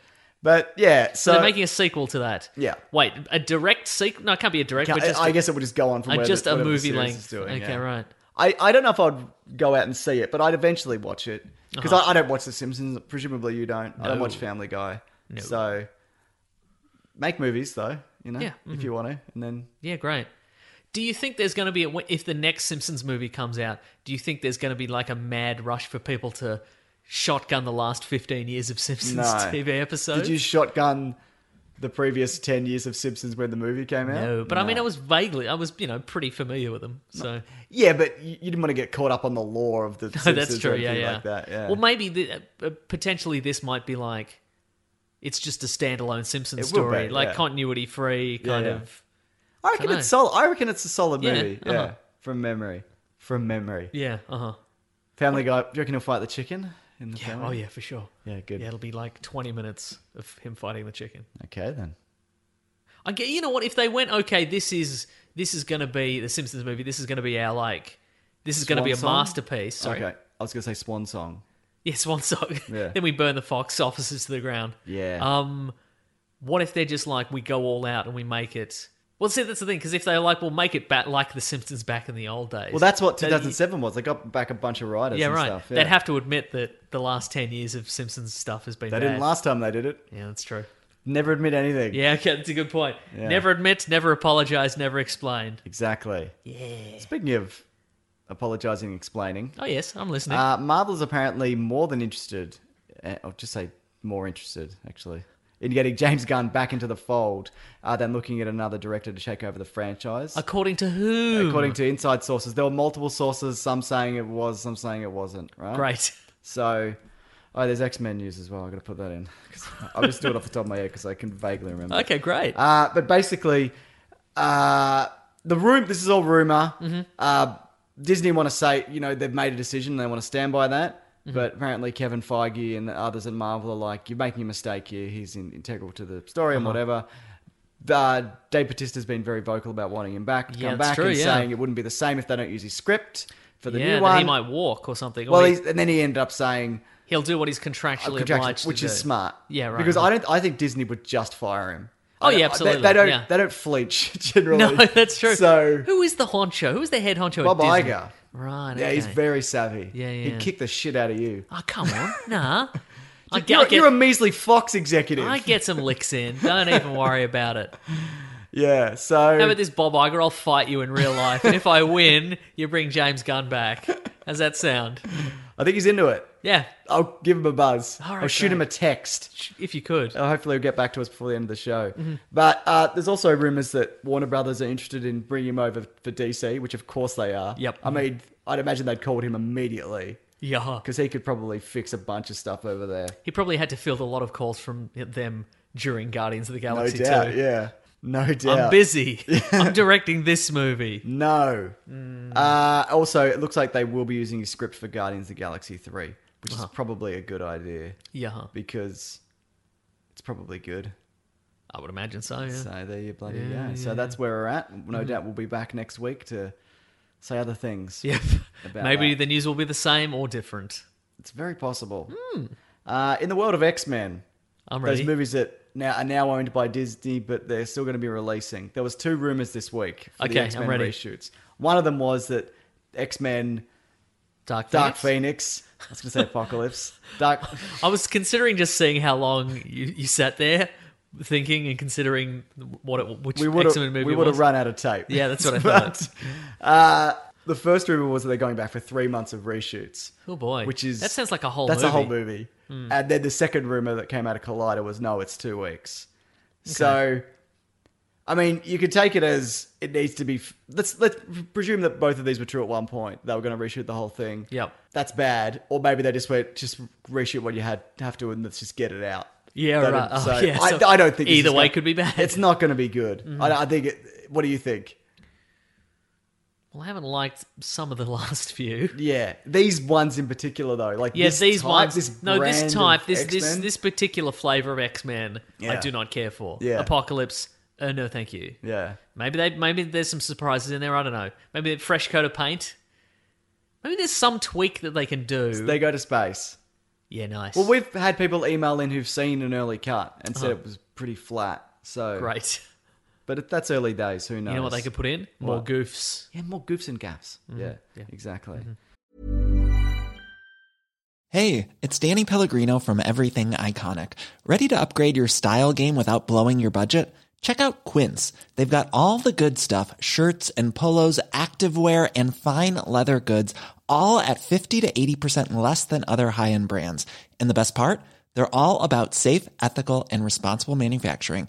B: But yeah, so
C: So they're making a sequel to that.
B: uh, Yeah.
C: Wait, a direct sequel? No, it can't be a direct.
B: Ca-
C: but just
B: I
C: a-
B: guess it would just go on from
C: a-
B: where
C: just
B: the,
C: a
B: whatever the
C: movie
B: series
C: length.
B: is doing,
C: okay,
B: yeah.
C: right.
B: I, I don't know if I'd go out and see it, but I'd eventually watch it because I, I don't watch The Simpsons. Presumably you don't. I don't
C: Uh-huh. No.
B: watch Family Guy.
C: No.
B: So make movies though, you know,
C: Yeah, mm-hmm.
B: if you want to, and then
C: Yeah, great. Do you think there's going to be a, if the next Simpsons movie comes out? Do you think there's going to be like a mad rush for people to shotgun the last 15 years of Simpsons
B: No.
C: TV episodes?
B: did you shotgun the previous ten years of Simpsons when the movie came out? Mm.
C: no, Oh, but I mean, I was vaguely, I was you know pretty familiar with them. So
B: Yeah, but you, you didn't want to get caught up on the lore of the
C: no,
B: Simpsons
C: that's true.
B: or
C: Yeah,
B: anything
C: yeah.
B: like that. Yeah.
C: Well, maybe the, uh, uh, potentially this might be like it's just a standalone Simpsons
B: It will
C: story,
B: be,
C: like
B: yeah.
C: continuity free kind
B: yeah.
C: of.
B: I reckon
C: dunno.
B: it's solid. I reckon it's a solid
C: Yeah,
B: movie. Yeah,
C: uh-huh.
B: from memory. From memory.
C: Yeah. Uh huh.
B: Family Guy. Do you reckon he'll fight the chicken in the
C: Yeah.
B: family?
C: Oh yeah, for sure.
B: Yeah, good.
C: Yeah, it'll be like 20 minutes of him fighting the chicken.
B: Okay then.
C: I get you know what if they went okay this is this is going to be the Simpsons movie this is going to be our like this is going to be a
B: Swan song?
C: masterpiece sorry
B: Okay. I was gonna say Swan Song.
C: yeah Swan Song
B: Yeah.
C: then we burn the Fox officers to the ground
B: Yeah.
C: um what if they're just like we go all out and we make it well see that's the thing because if they're like we'll make it back like the Simpsons back in the old days
B: well, that's what
C: They'd-
B: 2007 was. They got back a bunch of writers.
C: yeah
B: and
C: right
B: Stuff.
C: they'd have to admit that the last 10 years of Simpsons stuff has been
B: They
C: bad.
B: didn't last time they did it.
C: yeah that's true
B: Never admit anything.
C: yeah okay that's a good point
B: Yeah.
C: never admit never apologize never explain
B: Exactly. Yeah. Speaking of apologizing, and explaining.
C: oh yes I'm listening
B: Uh, Marvel's apparently more than interested, eh, I'll just say more interested, actually, in getting James Gunn back into the fold uh, than looking at another director to take over the franchise.
C: according to who
B: According to inside sources, there were multiple sources, some saying it was, some saying it wasn't, right?
C: Great.
B: So, oh, there's X Men news as well. I've got to put that in. 'Cause I'll just do it off the top of my head because I can vaguely remember.
C: Okay, great.
B: Uh, but basically, uh, the room. This is all rumor.
C: Mm-hmm.
B: Uh, Disney want to say, you know, they've made a decision. They want to stand by that.
C: Mm-hmm.
B: But apparently, Kevin Feige and the others at Marvel are like, "You're making a mistake here. He's in, integral to the story
C: Uh-huh.
B: and whatever." Uh, Dave Bautista's been very vocal about wanting him back, to
C: Yeah,
B: come
C: that's
B: back,
C: true,
B: and
C: yeah.
B: saying it wouldn't be the same if they don't use his script for the
C: yeah,
B: new
C: then
B: one.
C: he might walk or something.
B: well,
C: Well, he,
B: he's, and then he ended up saying
C: will do what he's contractually
B: contractual-
C: obliged to
B: which is
C: do.
B: smart.
C: Yeah, right,
B: Because
C: right.
B: I don't. I think Disney would just fire him.
C: Oh,
B: I don't-
C: yeah,
B: they-
C: absolutely,
B: They, don't.
C: yeah.
B: They don't flinch generally.
C: No, that's true.
B: So
C: who is the honcho? Who's the head honcho?
B: Bob
C: at Disney?
B: Iger.
C: Right.
B: yeah, he's
C: okay.
B: very savvy.
C: Yeah, yeah.
B: He'd kick the shit out of you.
C: Oh, come on, nah. I get,
B: You're,
C: I get,
B: you're a measly Fox executive.
C: I get some licks in. Don't even worry about it.
B: yeah. So
C: How about this, Bob Iger? I'll fight you in real life, and if I win, you bring James Gunn back. How's that sound?
B: I think he's into it.
C: Yeah,
B: I'll give him a buzz.
C: All right,
B: I'll shoot him a
C: great.
B: text.
C: if you could.
B: Uh, hopefully he'll get back to us before the end of the show.
C: Mm-hmm.
B: But uh, there's also rumors that Warner Brothers are interested in bringing him over for DC, which of course they are.
C: Yep.
B: I mean, I'd imagine they'd called him immediately.
C: Yeah,
B: because he could probably fix a bunch of stuff over there.
C: he probably had to field a lot of calls from them during Guardians of the
B: No
C: Galaxy
B: doubt,
C: too.
B: yeah, no doubt.
C: I'm busy. I'm directing this movie.
B: No.
C: Mm.
B: Uh, also, it looks like they will be using his script for Guardians of the Galaxy Three, which is probably a good idea
C: Yeah,
B: because it's probably good.
C: I would imagine so. Yeah.
B: So there you bloody go. so that's where we're at. No
C: Mm-hmm.
B: doubt we'll be back next week to say other things.
C: Yep.
B: About
C: Maybe
B: that.
C: the news will be the same or different.
B: It's very possible.
C: Mm.
B: Uh, in the world of X Men,
C: I'm
B: those
C: ready.
B: movies that now are now owned by Disney, but they're still going to be releasing. There was two rumors this week for
C: Okay,
B: the
C: I'm
B: X-Men
C: ready.
B: reshoots. One of them was that X-Men
C: Dark Phoenix.
B: Dark Phoenix. I was going to say Apocalypse. Dark.
C: I was considering just seeing how long you, you sat there thinking and considering what it, which
B: We would have
C: X-Men movie
B: we would
C: was.
B: have run out of tape.
C: Yeah, that's what I
B: But,
C: thought.
B: uh, the first rumor was that they're going back for three months of reshoots.
C: Oh boy.
B: which is
C: That sounds like a whole
B: That's
C: movie. Hmm.
B: a whole movie. And then the second rumor that came out of Collider was no, it's two weeks. So, I mean, you could take it as it needs to be. f- Let's let's presume that both of these were true at one point. They were going to reshoot the whole thing.
C: Yep.
B: that's bad. Or maybe they just went just reshoot what you had have to, and let's just get it out.
C: Yeah,
B: That-
C: right. Oh,
B: so
C: yeah,
B: I,
C: so
B: I don't think this
C: either
B: is
C: way
B: gonna-
C: could be bad. Mm-hmm.
B: It's not going to be good. I, I think. It, what do you think?
C: Well, I haven't liked some of the last few.
B: Yeah, these ones in particular though, like
C: Yeah,
B: this
C: these
B: type,
C: ones.
B: This
C: no,
B: brand of
C: this type, this this
B: X-Men.
C: this particular flavor of X Men, I
B: Yeah.
C: do not care for.
B: Yeah.
C: Apocalypse. Uh, no, thank you.
B: Yeah,
C: Maybe they maybe there's some surprises in there. I don't know. Maybe a fresh coat of paint. Maybe there's some tweak that they can do.
B: they go to space.
C: Yeah, nice.
B: Well, we've had people email in who've seen an early cut and said it was pretty flat. So
C: Uh-huh. great.
B: but if that's early days. Who knows?
C: You know what they could put in? More
B: What?
C: goofs.
B: Yeah, more goofs and gaffs. Yeah,
C: yeah. Mm-hmm.
B: exactly.
E: Hey, it's Danny Pellegrino from Everything Iconic. Ready to upgrade your style game without blowing your budget? Check out Quince. They've got all the good stuff shirts and polos, activewear, and fine leather goods, all at 50 to 80% less than other high end brands. And the best part? They're all about safe, ethical, and responsible manufacturing.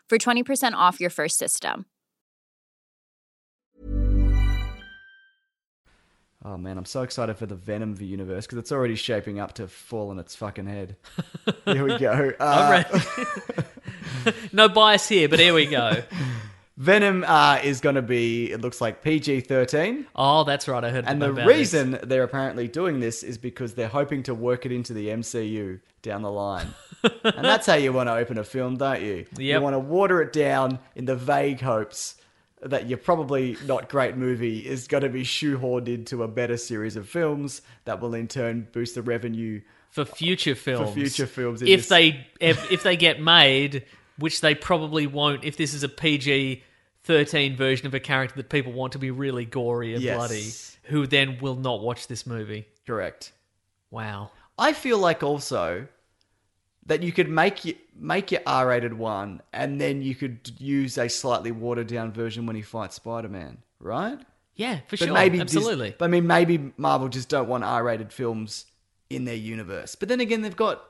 F: for 20% off your first system.
B: Oh man, I'm so excited for the Venom v universe because it's already shaping up to fall on its fucking head. Here we go. Uh,
C: I'm ready. no bias here, but here we go.
B: Venom uh, is going to be, it looks like PG 13.
C: Oh, that's right. I heard.
B: And the
C: about
B: reason they're apparently doing this is because they're hoping to work it into the MCU down the line. and that's how you want to open a film, don't you? You
C: Yep.
B: want to water it down in the vague hopes that your probably not great movie is going to be shoehorned into a better series of films that will in turn boost the revenue.
C: this. for future films.
B: future films, it
C: if
B: is-
C: they if, if they get made, which they probably won't, if this is a PG thirteen version of a character that people want to be really gory and
B: Yes.
C: bloody, who then will not watch this movie.
B: Correct.
C: Wow.
B: I feel like also that you could make y- make your R-rated one, and then you could use a slightly watered-down version when he fights Spider-Man, right?
C: Yeah, for sure.
B: Dis-
C: Absolutely.
B: but I mean, maybe Marvel just don't want R-rated films in their universe. But then again, they've got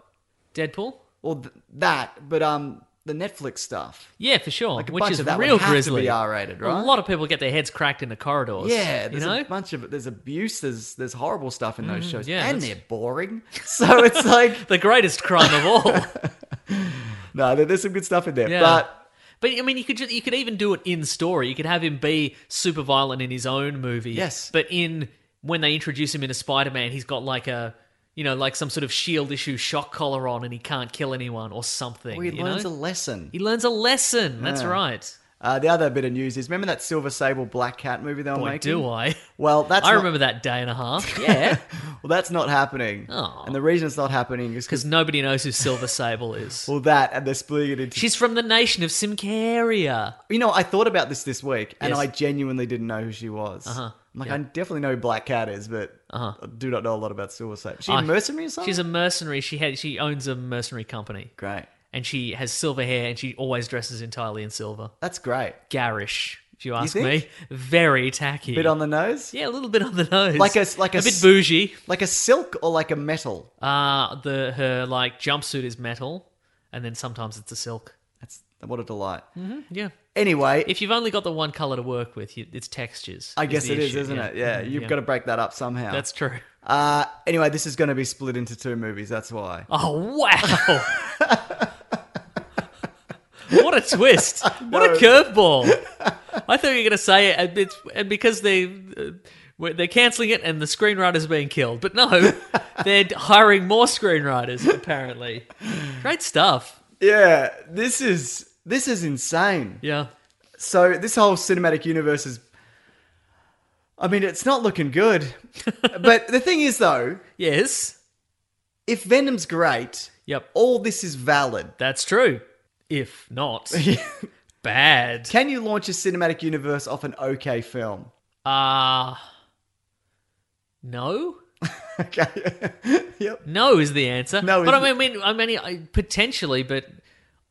C: Deadpool.
B: well th- that, but um, the Netflix stuff,
C: Yeah, for sure.
B: like a
C: Which
B: bunch
C: is
B: of that
C: real
B: would have to
C: grisly.
B: be R-rated, right?
C: A lot of people get their heads cracked in the corridors.
B: yeah,
C: you
B: there's
C: know. Mm,
B: a bunch of there's abuse, there's there's horrible stuff in those shows,
C: yeah,
B: and
C: that's-
B: they're boring. So it's like
C: the greatest crime of all.
B: no, there- there's some good stuff in there,
C: Yeah.
B: but
C: But I mean, you could ju- you could even do it in story. You could have him be super violent in his own movie.
B: Yes.
C: but in when they introduce him into Spider Man, he's got like a you know like some sort of shield issue shock collar on, and he can't kill anyone or something.
B: Well, he
C: you
B: learns
C: know?
B: a lesson.
C: he learns a lesson. That's right.
B: Uh, the other bit of news is remember that Silver Sable Black Cat movie they were
C: Boy,
B: making?
C: do I?
B: Well, that's
C: I
B: not-
C: remember that day and a half. Yeah,
B: Well, that's not happening.
C: Aw.
B: And the reason it's not happening is
C: because
B: because
C: nobody knows who Silver Sable is.
B: well that and they're splitting it into.
C: She's from the nation of Simcaria.
B: you know, I thought about this this week and
C: Yes.
B: I genuinely didn't know who she was.
C: Uh-huh.
B: I'm like, I definitely know who Black Cat is, but I do not know a lot about Suicide. Is she
C: Oh,
B: a mercenary or something?
C: She's a mercenary. She had she owns a mercenary company,
B: great.
C: and she has silver hair, and she always dresses entirely in silver.
B: That's great.
C: Garish, if you ask
B: think?
C: me. Very tacky.
B: Bit on the nose.
C: yeah, a little bit on the nose.
B: Like a- like a
C: bit
B: s-
C: bougie.
B: Like a silk or like a metal.
C: Uh the her like jumpsuit is metal, and then sometimes it's a silk.
B: That's what a delight.
C: Yeah.
B: Anyway,
C: Mm-hmm. If you've only got the one color to work with, you, it's textures.
B: I guess
C: the
B: it is,
C: issue,
B: isn't it? Yeah, you've
C: yeah.
B: got to break that up somehow.
C: That's true.
B: Uh, anyway, this is going to be split into two movies. That's why.
C: Oh wow! what a twist! What
B: No.
C: a curveball! I thought you were going to say it, and, it's, and because they uh, were- they're canceling it, and the screenwriter's being killed. But no, they're hiring more screenwriters. Apparently, great stuff.
B: Yeah, this is this is insane.
C: Yeah,
B: So this whole cinematic universe is. I mean, it's not looking good. but the thing is, though,
C: yes,
B: if Venom's great,
C: yep,
B: all this is valid.
C: that's true. If not, bad.
B: Can you launch a cinematic universe off an okay film?
C: Uh no.
B: Okay. yep.
C: No is the answer.
B: No
C: but
B: is
C: I mean, I mean, I, potentially, but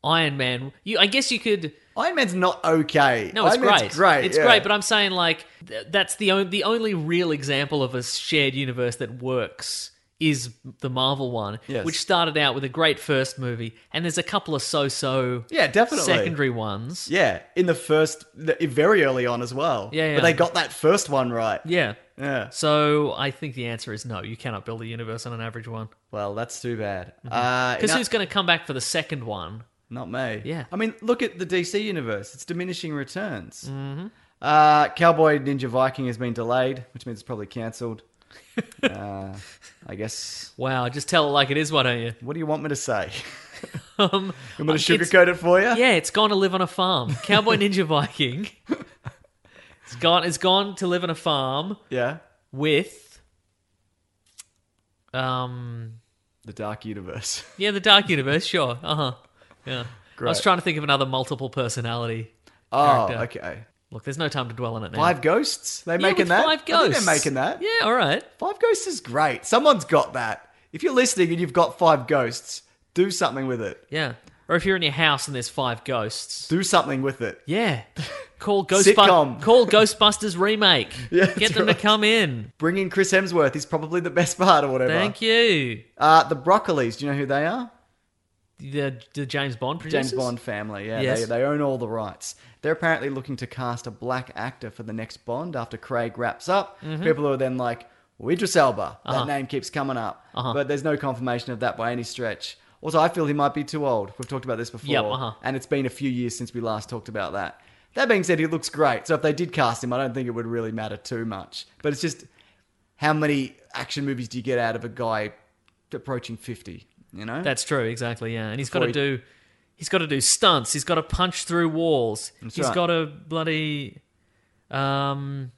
C: Iron Man. You, I guess you could.
B: Iron Man's not okay.
C: No, it's
B: Iron Man's
C: great.
B: great.
C: It's
B: yeah.
C: great. But I'm saying like th- that's the only the only real example of a shared universe that works is the Marvel one,
B: Yes.
C: which started out with a great first movie, and there's a couple of so-so
B: yeah, definitely.
C: secondary ones.
B: Yeah, in the first, the- very early on as well.
C: Yeah,
B: But
C: yeah.
B: they got that first one right.
C: Yeah.
B: Yeah.
C: So I think the answer is no. You cannot build a universe on an average one.
B: Well, that's too bad. Uh, no-
C: Because Mm-hmm. who's going to come back for the second one?
B: Not me.
C: Yeah.
B: I mean, look at the DC universe. It's diminishing returns. Mm-hmm. Uh, Cowboy Ninja Viking has been delayed, which means it's probably cancelled. uh, I guess.
C: Wow, just tell it like it is, why don't you?
B: What do you want me to say?
C: Um,
B: I'm going
C: it's-
B: to sugarcoat it for you.
C: Yeah, it's gone to live on a farm. Cowboy Ninja Viking. It's gone. It's gone to live on a farm
B: Yeah.
C: with, um,
B: The Dark Universe.
C: yeah, the Dark Universe. Sure. Uh huh. Yeah. I was
B: Great.
C: trying to think of another multiple personality.
B: Oh,
C: Character.
B: okay.
C: Look, there's no time to dwell on it now.
B: Five Ghosts. They
C: Yeah,
B: making
C: with
B: that.
C: Five
B: I think
C: ghosts.
B: they're making that.
C: Yeah. All right.
B: Five Ghosts is great. Someone's got that. If you're listening and you've got Five Ghosts, do something with it.
C: Yeah. Or if you're in your house and there's five ghosts.
B: Do something with it.
C: Yeah. Call Ghostbusters.
B: Sitcom.
C: Call Ghostbusters remake.
B: Yeah,
C: Get
B: that's
C: them
B: right.
C: to come in.
B: Bringing Chris Hemsworth is probably the best part or whatever.
C: Thank you.
B: Uh, the Broccolis, do you know who they are?
C: The, the James Bond
B: James
C: producers.
B: Bond family, yeah.
C: Yes.
B: They, they own all the rights. They're apparently looking to cast a black actor for the next Bond after Craig wraps up.
C: Mm-hmm.
B: People are then like, well, Idris Elba. That
C: Uh-huh.
B: name keeps coming up. But there's no confirmation of that by any stretch. Also, I feel he might be too old. We've talked about this before.
C: Yep, uh-huh.
B: And it's been a few years since we last talked about that. That being said, he looks great. So if they did cast him, I don't think it would really matter too much. But it's just how many action movies do you get out of a guy approaching 50? You know?
C: That's true, exactly. Yeah, and he's got
B: Before
C: to do, he's got to do stunts. He's got to punch through walls. He's
B: right.
C: got to bloody, um,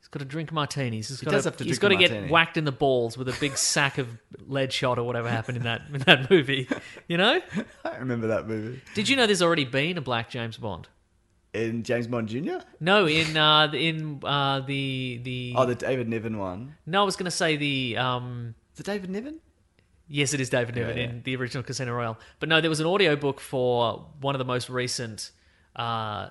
C: he's got to drink martinis. He's got
B: does have to
C: he's
B: drink
C: got to
B: a
C: get
B: martini.
C: whacked in the balls with a big sack of lead shot or whatever happened in that in that movie. You know?
B: I remember that movie.
C: Did you know there's already been a black James Bond?
B: In James Bond Jr.?
C: No, in uh, in uh, the the
B: Oh, the David Niven one.
C: no, I was going to say the um.
B: Is it David Niven?
C: Yes, it is David Niven
B: yeah.
C: in the original Casino Royale. But no, there was an audiobook for one of the most recent uh,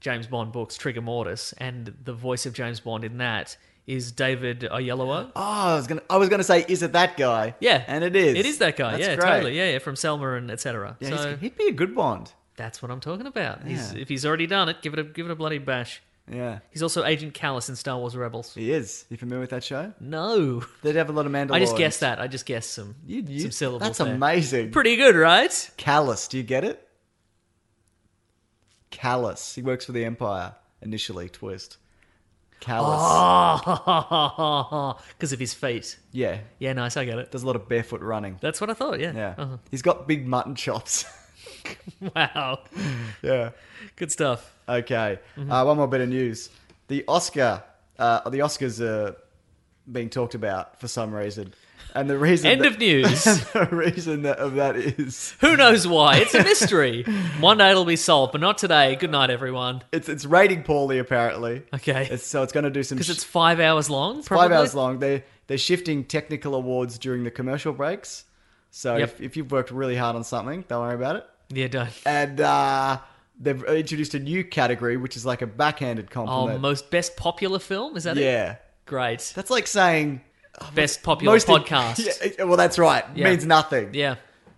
C: James Bond books, Trigger Mortis, and the voice of James Bond in that is David Oyelowo.
B: Oh, I was gonna. I was gonna say, is it that guy?
C: Yeah,
B: and it is.
C: It is that guy.
B: That's
C: yeah,
B: great.
C: totally. Yeah, yeah, from Selma and etc.
B: Yeah,
C: so
B: he's- he'd be a good Bond.
C: that's what I'm talking about. He's,
B: Yeah.
C: if he's already done it, give it a give it a bloody bash.
B: Yeah,
C: He's also Agent Callus in Star Wars Rebels.
B: he is. You familiar with that show?
C: No,
B: They'd have a lot of Mandalorians.
C: I just guessed that. I just guessed some
B: You, you,
C: some syllables.
B: That's
C: there.
B: amazing.
C: Pretty good, right?
B: Callus, do you get it? Callus. He works for the Empire initially. Twist. Callus.
C: Ah. Oh, because of his feet.
B: Yeah,
C: Yeah, nice. I get it.
B: does a lot of barefoot running.
C: That's what I thought. Yeah.
B: Yeah,
C: Uh-huh.
B: he's got big mutton chops.
C: Wow.
B: yeah.
C: Good stuff.
B: Okay.
C: Mm-hmm.
B: Uh, one more bit of news. The Oscar, uh, the Oscars are being talked about for some reason. And the reason
C: End
B: that-
C: of news.
B: the reason that, of that is
C: Who knows why? It's a mystery. One day it'll be solved, but not today. Good night, everyone.
B: it's it's rating poorly apparently.
C: Okay.
B: It's, so it's going to do some
C: Because
B: sh-
C: it's five hours long.
B: five
C: probably?
B: hours long. They they're shifting technical awards during the commercial breaks. So
C: Yep.
B: if, if you've worked really hard on something, don't worry about it.
C: Yeah, done.
B: And uh, they've introduced a new category, which is like a backhanded
C: Oh,
B: compliment.
C: most best popular film? Is that it?
B: yeah,
C: Great.
B: that's like saying
C: best popular
B: most
C: podcast. yeah.
B: Yeah, well, that's right.
C: Yeah.
B: Means nothing. Do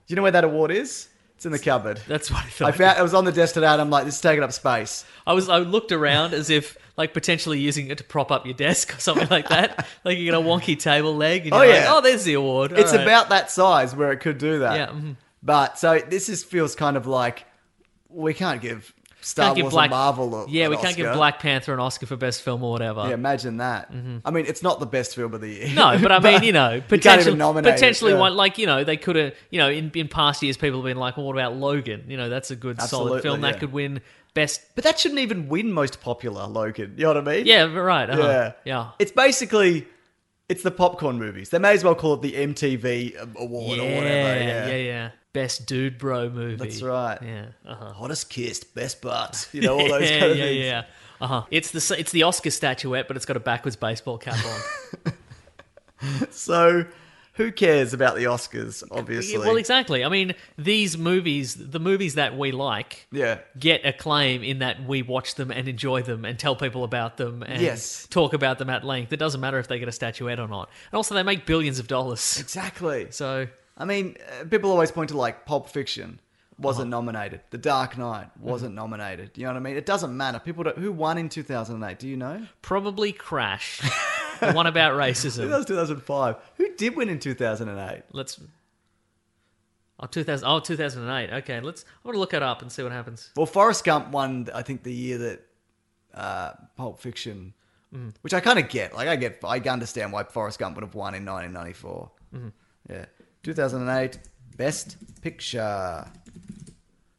B: you know where that award is? It's in the cupboard.
C: That's what I
B: I
C: thought. I,
B: found it was on the desk today, and I'm like, this is taking up space.
C: was I looked around as if like potentially using it to prop up your desk or something like that. like you get a wonky table leg and
B: Oh,
C: you're
B: yeah.
C: like, oh, there's the award. All
B: it's
C: right.
B: about that size where it could do that.
C: Yeah, mhm.
B: But so this is feels kind of like we can't give Star
C: Can't give
B: Wars
C: Black-
B: a Marvel. A,
C: Yeah,
B: an
C: we can't give
B: Oscar.
C: Black Panther an Oscar for best film or whatever.
B: Yeah, imagine that. I mean, it's not the best film of the year.
C: No, but I mean, you know,
B: you can't even
C: potentially,
B: nominate it,
C: potentially
B: yeah.
C: one like you know they could have you know in, in past years people have been like, well, what about Logan? You know, that's a good
B: Absolutely,
C: solid film
B: yeah.
C: that could win best.
B: But that shouldn't even win most popular, Logan. You know what I mean?
C: Yeah, right. Uh-huh.
B: Yeah.
C: yeah.
B: It's basically it's the popcorn movies. They may as well call it the MTV um, award
C: yeah,
B: or whatever. Yeah.
C: yeah, yeah. Best dude bro movie.
B: That's right.
C: Yeah. Uh-huh.
B: Hottest kissed, best butts, you know, all those
C: yeah,
B: kind of
C: yeah,
B: things.
C: yeah. Uh-huh. It's the s- it's the Oscar statuette, but it's got a backwards baseball cap on.
B: So who cares about the Oscars, obviously?
C: Yeah, well, exactly. I mean, these movies, the movies that we like,
B: Yeah.
C: get acclaim in that we watch them and enjoy them and tell people about them and
B: Yes.
C: talk about them at length. It doesn't matter if they get a statuette or not. And also, they make billions of dollars.
B: Exactly.
C: So,
B: I mean, uh, people always point to like Pulp Fiction wasn't
C: Uh-huh.
B: nominated, The Dark Knight
C: Mm-hmm.
B: wasn't nominated. You know what I mean? It doesn't matter. People don't, who won in 2008, do you know?
C: probably Crash, the one about
B: That
C: racism.
B: was 2005. Who did win in 2008?
C: Let's. Oh, 2000, oh, 2008. Okay, let's. I want to look it up and see what happens.
B: Well, Forrest Gump won, I think, the year that uh, Pulp Fiction,
C: Mm-hmm.
B: which I kind of get. Like, I get, I understand why Forrest Gump would have won in 1994.
C: Mm-hmm.
B: Yeah, 2008 Best Picture.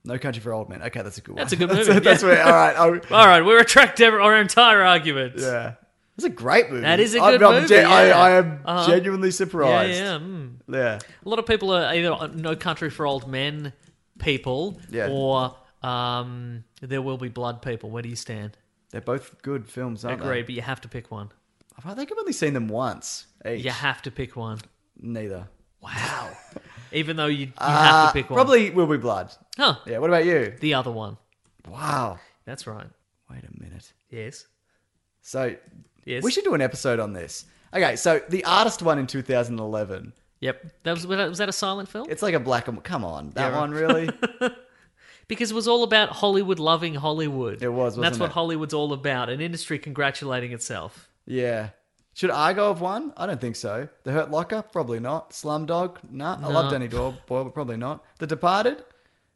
B: No Country for Old Men. Okay, that's a good one.
C: That's a good
B: that's,
C: movie,
B: that's
C: yeah.
B: where. All right. I'll-
C: All right, we retract ev- our entire arguments.
B: yeah. That's a great movie.
C: That is a good movie,
B: gen- I,
C: yeah.
B: I am
C: Uh-huh.
B: genuinely
C: yeah,
B: surprised.
C: yeah. Mm.
B: Yeah.
C: A lot of people are either No Country for Old Men people
B: Yeah.
C: or um, There Will Be Blood people. Where do you stand?
B: They're both good films, aren't
C: Agreed, but you have to pick one.
B: they? I think I've only seen them once. Each.
C: You have to pick one.
B: Neither.
C: Wow. Even though you, you have to
B: Uh,
C: pick one.
B: Probably Will Be Blood.
C: Huh.
B: Yeah. What about you?
C: The other one.
B: Wow.
C: That's right.
B: Wait a minute.
C: Yes.
B: So
C: Yes.
B: we should do an episode on this. Okay, so the artist one in 2011.
C: Yep. That was, was that- was that a silent film?
B: It's like a black and come on, that
C: Yeah, right.
B: one really.
C: Because it was all about Hollywood loving Hollywood.
B: It was,
C: And that's
B: wasn't
C: what
B: it?
C: Hollywood's all about an industry congratulating itself.
B: yeah. Should Argo have won? I don't think so. The Hurt Locker, probably not. Slumdog, nah. I love Danny Doyle, boy, but probably not. The Departed,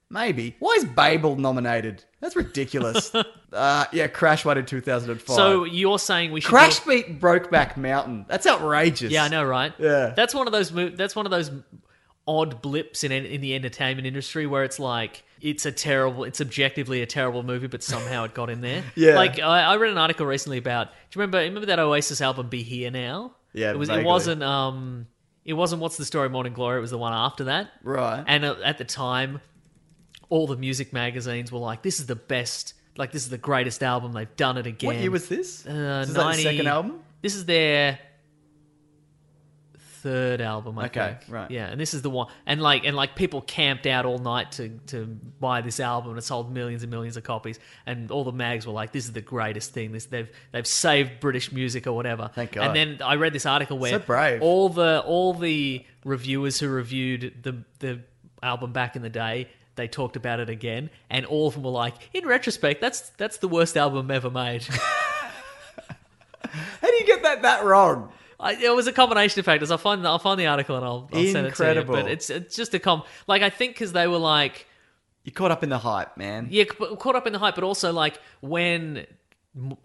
B: maybe. Why is Babel nominated? That's ridiculous. uh, yeah, Crash won in 2005.
C: So you're saying we should.
B: Crash
C: do-
B: beat Brokeback Mountain. That's outrageous.
C: Yeah, I know, right?
B: Yeah.
C: that's one of those. Mo- that's one of those odd blips in in the entertainment industry where it's like it's a terrible, it's objectively a terrible movie, but somehow it got in there.
B: Yeah.
C: like I, I read an article recently about. Do you remember? Remember that Oasis album, "Be Here Now"?
B: Yeah,
C: it was.
B: vaguely.
C: It wasn't. Um, it wasn't. What's the story? Morning Glory. It was the one after that.
B: Right.
C: And uh, at the time, all the music magazines were like, "This is the best." Like this is the greatest album they've done it again.
B: What year was this?
C: Uh,
B: this is
C: 90,
B: like the second album?
C: This is their third album, I
B: Okay,
C: think.
B: right.
C: Yeah, and this is the one, and like, and like, people camped out all night to to buy this album, and it sold millions and millions of copies. And all the mags were like, "This is the greatest thing. This they've they've saved British music or whatever."
B: Thank God.
C: And then I read this article where
B: So brave.
C: all the all the reviewers who reviewed the the album back in the day. They talked about it again, and all of them were like, "In retrospect, that's that's the worst album ever made."
B: How do you get that that wrong?
C: I, it was a combination of factors. I'll find the, I'll find the article and I'll, I'll send it to you.
B: Incredible.
C: But it's it's just a com like I think because they were like
B: You caught up in the hype, man.
C: yeah ca- caught up in the hype, but also like when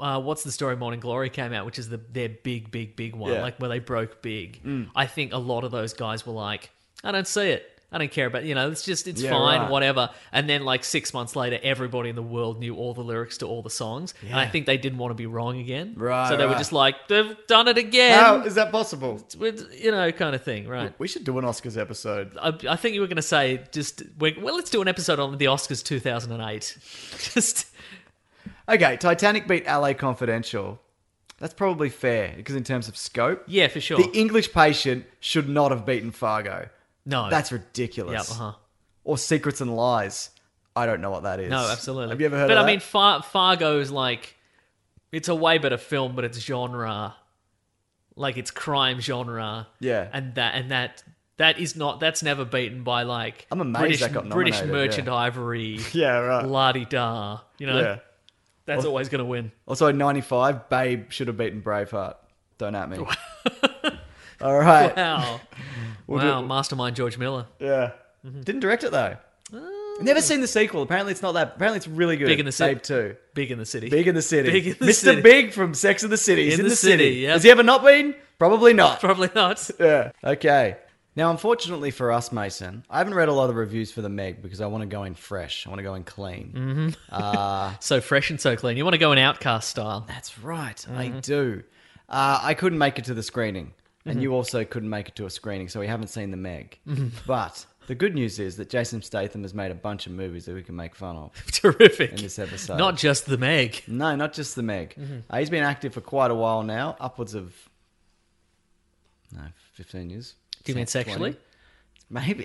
C: uh, what's the story Morning Glory came out, which is the their big big big one,
B: Yeah. Mm.
C: like where they broke big. I think a lot of those guys were like, I don't see it. I I don't care about you know. It's just it's
B: Yeah,
C: fine,
B: right.
C: whatever. And then like six months later, everybody in the world knew all the lyrics to all the songs, and I think they didn't want to be wrong again.
B: Right,
C: So they were
B: right.
C: just like, they've done it again.
B: How is that possible?
C: With- you know, kind of thing, right?
B: We should do an Oscars episode.
C: I, I think you were going to say just we well, let's do an episode on the Oscars 2008. just
B: Okay, Titanic beat LA Confidential. That's probably fair because in terms of scope,
C: yeah, for sure.
B: the English Patient should not have beaten Fargo.
C: no,
B: That's
C: Oh. yeah,
B: ridiculous.
C: uh-huh.
B: Or Secrets and Lies. I don't know what that is.
C: no, absolutely.
B: Have you ever heard
C: But
B: of
C: I
B: that?
C: mean, Far- Fargo is like it's a way better film, but it's genre, like it's crime genre.
B: Yeah.
C: and that and that that is not that's never beaten by like
B: I'm amazed
C: British,
B: that got
C: British
B: nominated,
C: merchant
B: yeah.
C: ivory.
B: yeah, right.
C: La di da, you know
B: Yeah.
C: that's always going to win.
B: Also, in 95, Oh, Babe should have beaten Braveheart. Don't at me. All right.
C: Wow, wow, mastermind George Miller,
B: Yeah.
C: Mm-hmm.
B: Didn't direct it, though. Never seen the sequel. Apparently, it's not that. Apparently, it's really good.
C: Oh. Big in the City.
B: Babe 2.
C: big in the city,
B: Big in the City.
C: Big in the
B: Mr.
C: City.
B: Big from Sex and the City. is in, the, City.
C: yep.
B: Has he ever not been? Probably not.
C: Probably not.
B: Yeah. Okay. Now, unfortunately for us, Mason, I haven't read a lot of reviews for the Meg because I want to go in fresh. I want to go in clean.
C: Mm-hmm. So fresh and so clean. You want to go in outcast style.
B: That's right. I
C: Mm-hmm.
B: do. Uh, I couldn't make it to the screening, and
C: Mm-hmm.
B: you also couldn't make it to a screening, so we haven't seen the Meg. But the good news is that Jason Statham has made a bunch of movies that we can make fun of.
C: Terrific.
B: In this episode.
C: Not just the Meg.
B: No, not just the Meg.
C: Mm-hmm.
B: Uh, he's been active for quite a while now, upwards of no, fifteen years.
C: Do you mean sexually?
B: 20. Maybe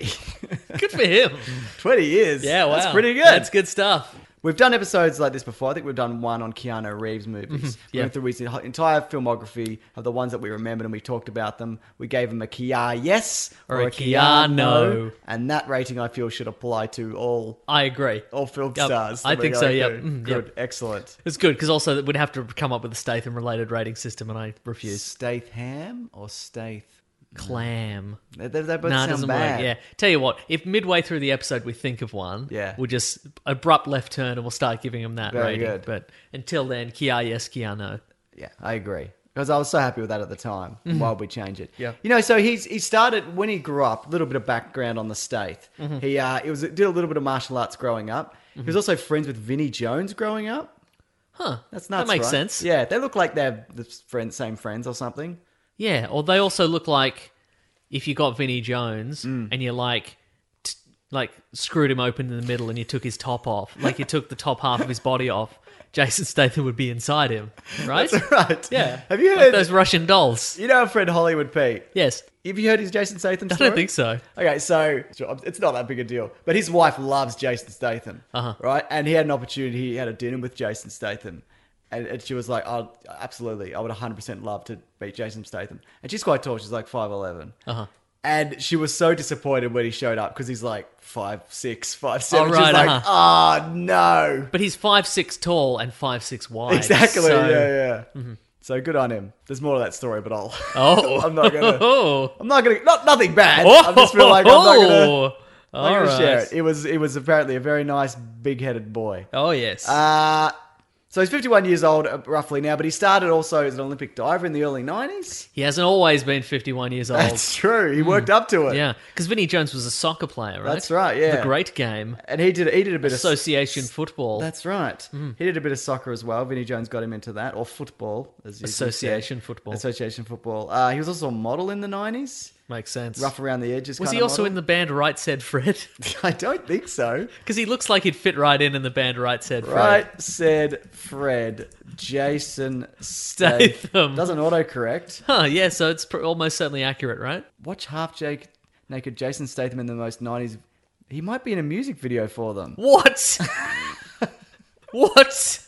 C: Good for him.
B: twenty years.
C: Yeah, wow.
B: that's pretty good.
C: That's good stuff.
B: We've done episodes like this before. I think we've done one on Keanu Reeves movies. We
C: Mm-hmm. Yeah.
B: went through his en- entire filmography of the ones that we remembered and we talked about them. We gave him a Kia yes or,
C: a
B: a
C: Kia
B: Kia
C: no.
B: no. And that rating I feel should apply to all
C: I agree.
B: all film
C: Yep.
B: stars.
C: I
B: that
C: think
B: we
C: so,
B: go
C: yep.
B: through.
C: Mm,
B: Good.
C: yep.
B: Excellent.
C: It's good because also we'd have to come up with a Statham related rating system, and I refuse.
B: Statham or Stath?
C: Clam.
B: They, they, they both
C: Nah, it
B: sound
C: doesn't
B: bad.
C: work. Yeah. Tell you what, if midway through the episode we think of one,
B: Yeah.
C: we'll just abrupt left turn and we'll start giving him that
B: Very
C: rating.
B: good.
C: But until then, Kia yes, Kia no.
B: Yeah, I agree. Because I was so happy with that at the time. Why would we change it?
C: Mm-hmm. Yeah.
B: You know, so he's he started when he grew up. A little bit of background on the state.
C: Mm-hmm.
B: He uh, it was did a little bit of martial arts growing up. He was also friends with Vinnie Jones growing up.
C: Huh.
B: That's nuts.
C: That makes
B: right?
C: sense.
B: Yeah, they look like they're the friends, same friends or something.
C: Yeah, or they also look like if you got Vinnie Jones
B: Mm.
C: and you like t- like screwed him open in the middle and you took his top off, like you took the top half of his body off, Jason Statham would be inside him, right?
B: Right.
C: Yeah.
B: Have you
C: Like
B: heard?
C: those Russian dolls?
B: you know, friend Hollywood Pete.
C: Yes.
B: Have you heard his Jason Statham
C: I
B: story?
C: don't think so.
B: Okay, so it's not that big a deal, but his wife loves Jason Statham, uh-huh. right? And he had an opportunity. He had a dinner with Jason Statham, and, and she was like, "Oh, absolutely, I would 100 percent love to meet Jason Statham." And she's quite tall; she's like five eleven. Uh-huh. And she was so disappointed when he showed up because he's like five six, five seven.
C: Oh, right,
B: she's like, "Oh no!"
C: But he's five six tall and five six wide.
B: Exactly.
C: so- Mm-hmm.
B: Yeah, yeah. So good on him. There's more of that story, but I'll.
C: Oh.
B: I'm not gonna.
C: Oh.
B: I'm not gonna. Not nothing bad. I just feel like I'm not gonna. I'm not
C: All
B: gonna
C: right.
B: share it. It was it was apparently a very nice, big-headed boy.
C: Oh yes.
B: Uh, so he's 51 years old uh, roughly now, but he started also as an Olympic diver in the early 90s.
C: he hasn't always been fifty-one years old.
B: That's true. He worked up to it.
C: Yeah, because Vinnie Jones was a soccer player, right?
B: That's right, yeah.
C: the great game,
B: And he did he did a bit
C: association
B: of
C: football,
B: That's right. He did a bit of soccer as well. Vinnie Jones got him into that, or football, as you
C: Association
B: said.
C: football.
B: Association football. Uh, he was also a model in the 90s,
C: makes sense.
B: rough around the edges.
C: was he also in the band Right Said Fred?
B: the? I don't think so.
C: Because he looks like he'd fit right in in the band Right Said Fred.
B: Right, said Fred. Jason
C: Statham.
B: Statham. Doesn't autocorrect.
C: Huh, yeah, so it's pr- almost certainly accurate, right?
B: Watch half Jake naked Jason Statham in the most 90s. He might be in a music video for them.
C: What? what?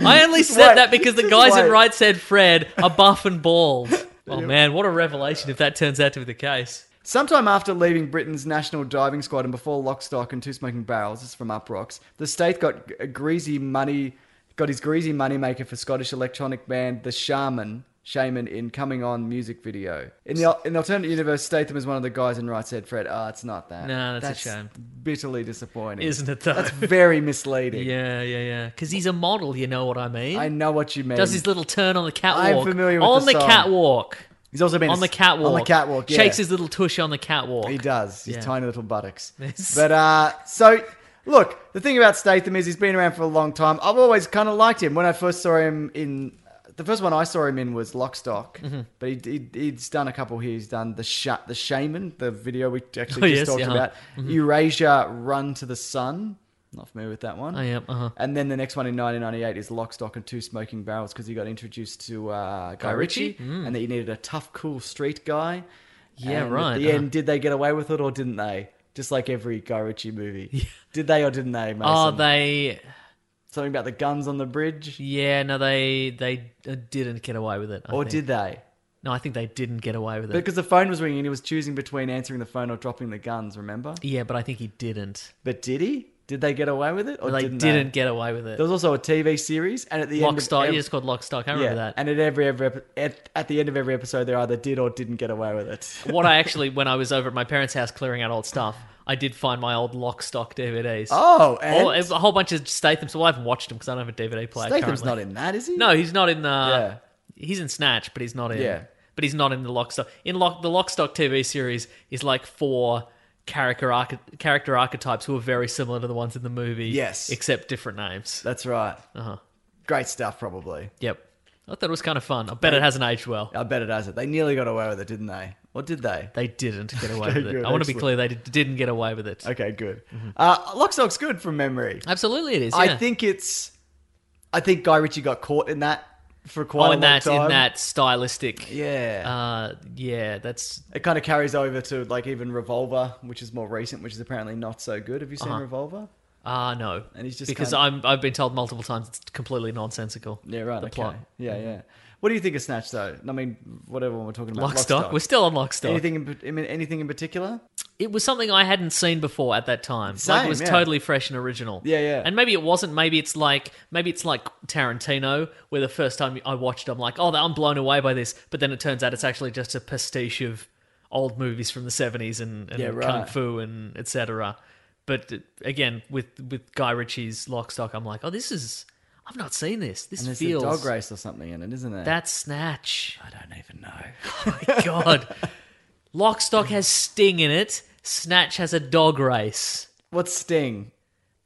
C: I only said
B: wait,
C: that because the
B: just
C: guys in
B: wait.
C: Right Said Fred are buff and bald. Oh man, what a revelation if that turns out to be the case.
B: Sometime after leaving Britain's national diving squad and before Lock, Stock, and Two Smoking Barrels, this is from Up Rocks, the state got a greasy money, got his greasy moneymaker for Scottish electronic band The Shaman, Shaman in Coming On music video. In the in the alternate universe, Statham is one of the guys in Right Said Fred. Ah, it's not that.
C: No, that's a shame.
B: Bitterly disappointing,
C: Isn't it, though?
B: That's very misleading.
C: Yeah, yeah, yeah. Because he's a model, you know what I mean?
B: I know what you mean.
C: Does his little turn on the catwalk.
B: I'm familiar with
C: On
B: the
C: the
B: song.
C: catwalk.
B: He's also been
C: on the catwalk.
B: On the catwalk, yeah.
C: Shakes his little tush on the catwalk.
B: He does. His
C: Yeah.
B: tiny little buttocks.
C: Yes.
B: But uh, so look, the thing about Statham is he's been around for a long time. I've always kind of liked him. When I first saw him in the first one I saw him in was Lockstock,
C: Mm-hmm.
B: but he, he he's done a couple here. He's done the Sha the Shaman, the video we actually
C: Oh,
B: just
C: yes,
B: talked
C: yeah.
B: about. Eurasia Run to the Sun. Not familiar with that one.
C: I am. Uh-huh.
B: And then the next one in 1998 is Lock, Stock, and Two Smoking Barrels because he got introduced to uh, Guy
C: Ritchie? Mm.
B: Ritchie, and that you needed a tough, cool street guy.
C: Yeah,
B: And
C: right,
B: At the
C: uh.
B: end, did they get away with it or didn't they? Just like every Guy Ritchie movie, did they or didn't they? Mason?
C: Oh, they.
B: something about the guns on the bridge,
C: Yeah, no, they they uh, didn't get away with it. I
B: or
C: think.
B: did they?
C: no? I think they didn't get away with it.
B: Because the phone was ringing, and he was choosing between answering the phone or dropping the guns. Remember?
C: yeah, but I think he didn't.
B: But did he? Did they get away with it or
C: They
B: didn't?
C: didn't,
B: they?
C: get away with it.
B: There was also a TV series, and at the end, of
C: Lockstock.
B: ev-
C: It is called Lockstock. I remember that.
B: And at every, every epi- at, at the end of every episode, they either did or didn't get away with it.
C: what I actually, when I was over at my parents' house clearing out old stuff, I did find my old Lockstock DVDs.
B: Oh,
C: All-
B: and
C: a whole bunch of Statham. So I haven't watched them because I don't have a DVD player.
B: Statham's
C: currently.
B: not in that, is he?
C: No, he's not in the.
B: Yeah.
C: He's in Snatch, but he's not in.
B: Yeah.
C: But he's not in the Lockstock. In Lock, the Lockstock TV series is like four character arch, character archetypes who are very similar to the ones in the movie.
B: Yes.
C: except different names.
B: That's right.
C: Uh-huh.
B: Great stuff, probably.
C: Yep. I thought it was kind of fun. I bet it hasn't aged well.
B: I bet it hasn't. They nearly got away with it, didn't they? Or did they?
C: They didn't get away
B: Okay,
C: with it.
B: good,
C: I want to be
B: excellent.
C: clear, they d- didn't get away with it.
B: Okay, good. Uh, Lockstock's good from memory.
C: Absolutely, it is.
B: I
C: yeah.
B: think it's. I think Guy Ritchie got caught in that for quite
C: Oh,
B: a long
C: in that
B: time.
C: in that stylistic.
B: Yeah.
C: Uh, yeah, that's
B: it kind of carries over to like even Revolver, which is more recent, which is apparently not so good. Have you
C: Uh-huh.
B: seen Revolver?
C: ah no.
B: And he's just
C: because
B: kind
C: I'm I've been told multiple times it's completely nonsensical.
B: Yeah, right.
C: The
B: okay.
C: plot. Mm-hmm.
B: Yeah, yeah. What do you think of Snatch though? I mean, whatever one we're talking about.
C: Lockstock. We're still on Lockstock.
B: Anything in, I mean, anything in particular?
C: It was something I hadn't seen before at that time. like
B: Same,
C: it was
B: yeah.
C: totally fresh and original.
B: Yeah, yeah.
C: And maybe it wasn't. Maybe it's like maybe it's like Tarantino, where the first time I watched, it, I'm like, oh, I'm blown away by this. But then it turns out it's actually just a pastiche of old movies from the 70s and, and
B: Yeah, right.
C: kung fu and etc. But uh, again, with with Guy Ritchie's Lockstock, I'm like, oh, this is. I've not seen this. This
B: And there's
C: feels
B: a dog race or something in it, isn't there?
C: that's snatch.
B: I don't even know.
C: My God. Lockstock has Sting in it. Snatch has a dog race.
B: What's Sting?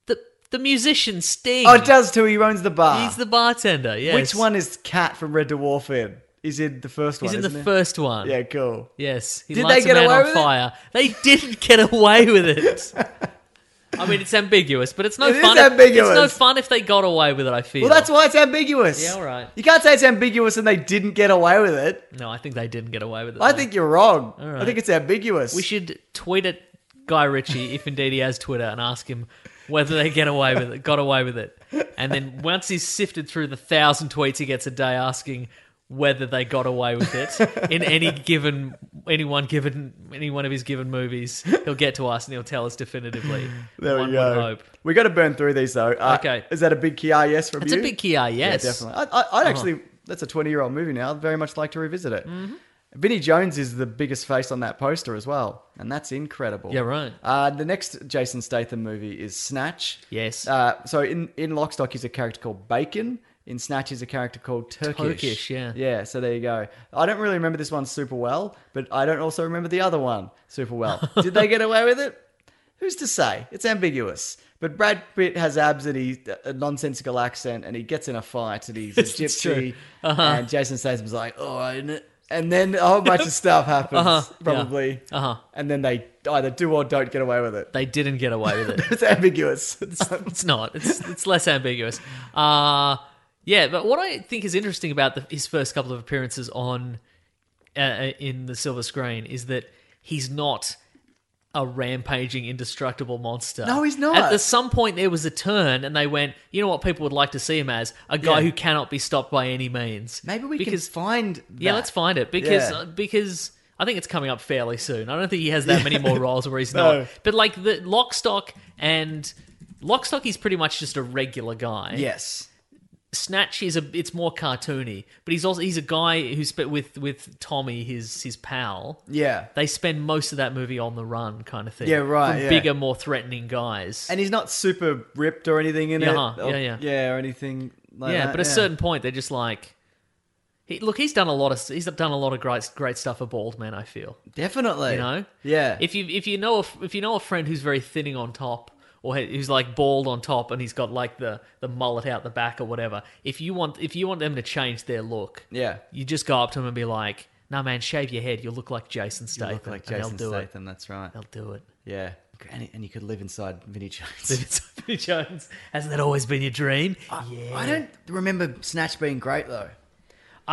C: The the musician Sting.
B: Oh, it does too. He owns the bar.
C: He's the bartender. Yes.
B: Which one is Cat from Red Dwarf in? He's in the first
C: He's
B: one.
C: in the
B: isn't he?
C: first one.
B: Yeah, cool.
C: Yes. He
B: Did
C: lights
B: they get
C: a man
B: away
C: on
B: with it?
C: fire. They didn't get away with it. I mean, it's ambiguous, but it's no
B: It is
C: fun. if-
B: ambiguous.
C: It's no fun if they got away with it. I feel.
B: Well, that's why it's ambiguous.
C: Yeah, all right.
B: You can't say it's ambiguous and they didn't get away with it.
C: No, I think they didn't get away with it.
B: I
C: though.
B: think you're wrong. I
C: right.
B: think it's ambiguous.
C: We should tweet at Guy Ritchie if indeed he has Twitter and ask him whether they get away with it, got away with it. And then once he's sifted through the thousand tweets he gets a day asking whether they got away with it in any given any one given any one of his given movies, he'll get to us and he'll tell us definitively.
B: There
C: one
B: we go.
C: would hope.
B: We got to burn through these though. Uh,
C: Okay.
B: Is that a big Kia yes from
C: That's
B: you?
C: a big Kia, yes. Uh-huh.
B: Yeah, definitely. I, I, I'd actually, that's a 20 year old movie now. I'd very much like to revisit it.
C: Mm-hmm.
B: Vinnie Jones is the biggest face on that poster as well, and that's incredible.
C: Yeah, right.
B: Uh, the next Jason Statham movie is Snatch.
C: Yes.
B: Uh, so in, in Lockstock, he's a character called Bacon. In Snatch, he's a character called Turkish.
C: Turkish, yeah.
B: Yeah, so there you go. I don't really remember this one super well, but I don't also remember the other one super well. Did they get away with it? Who's to say? It's ambiguous. But Brad Pitt has abs and he a nonsensical accent, and he gets in a fight, and he's a
C: Yes, it's
B: gypsy.
C: true. Uh-huh.
B: And Jason Statham's like, oh, isn't it?" and then a whole bunch of stuff happens,
C: Uh-huh, yeah.
B: probably.
C: Uh-huh.
B: And then they either do or don't get away with it.
C: They didn't get away with it.
B: It's ambiguous.
C: it's not. It's it's less ambiguous. Uh yeah, but what I think is interesting about the, his first couple of appearances on uh, in the silver screen is that he's not a rampaging indestructible monster.
B: No, he's not.
C: At the, some point there was a turn and they went, you know what people would like to see him as? A guy
B: Yeah.
C: who cannot be stopped by any means.
B: Maybe we
C: because,
B: can find. That.
C: Yeah, let's find it because uh,
B: Yeah.
C: because I think it's coming up fairly soon. I don't think he has that many more roles where he's
B: No.
C: not. But like the Lockstock and Lockstock, he's pretty much just a regular guy.
B: Yes.
C: Snatch is a it's more cartoony, but he's also he's a guy who spent with with Tommy his his pal.
B: Yeah.
C: They spend most of that movie on the run, kind of thing.
B: Yeah, right,
C: From
B: yeah.
C: Bigger, more threatening guys.
B: And he's not super ripped or anything in
C: Yeah, uh-huh.
B: it. Or,
C: Yeah, yeah.
B: or anything like
C: yeah,
B: that,
C: but at a certain point, they're just like, He, look, he's done a lot of he's done a lot of great great stuff for bald men. I feel
B: Definitely.
C: You know?
B: Yeah.
C: if you if you know a, f- if you know a friend who's very thinning on top or he- who's like bald on top and he's got like the the mullet out the back or whatever. If you want if you want them to change their look,
B: yeah.
C: you just go up to them and be like, "No, man, shave your head. You look like Jason
B: You
C: Statham."
B: look like
C: and
B: Jason
C: they'll do
B: Statham. That's right.
C: it. They'll do it.
B: Yeah. And, and you could live inside Vinnie Jones.
C: It's Vinnie Jones. Hasn't that always been your dream?
B: I don't remember Snatch being great though.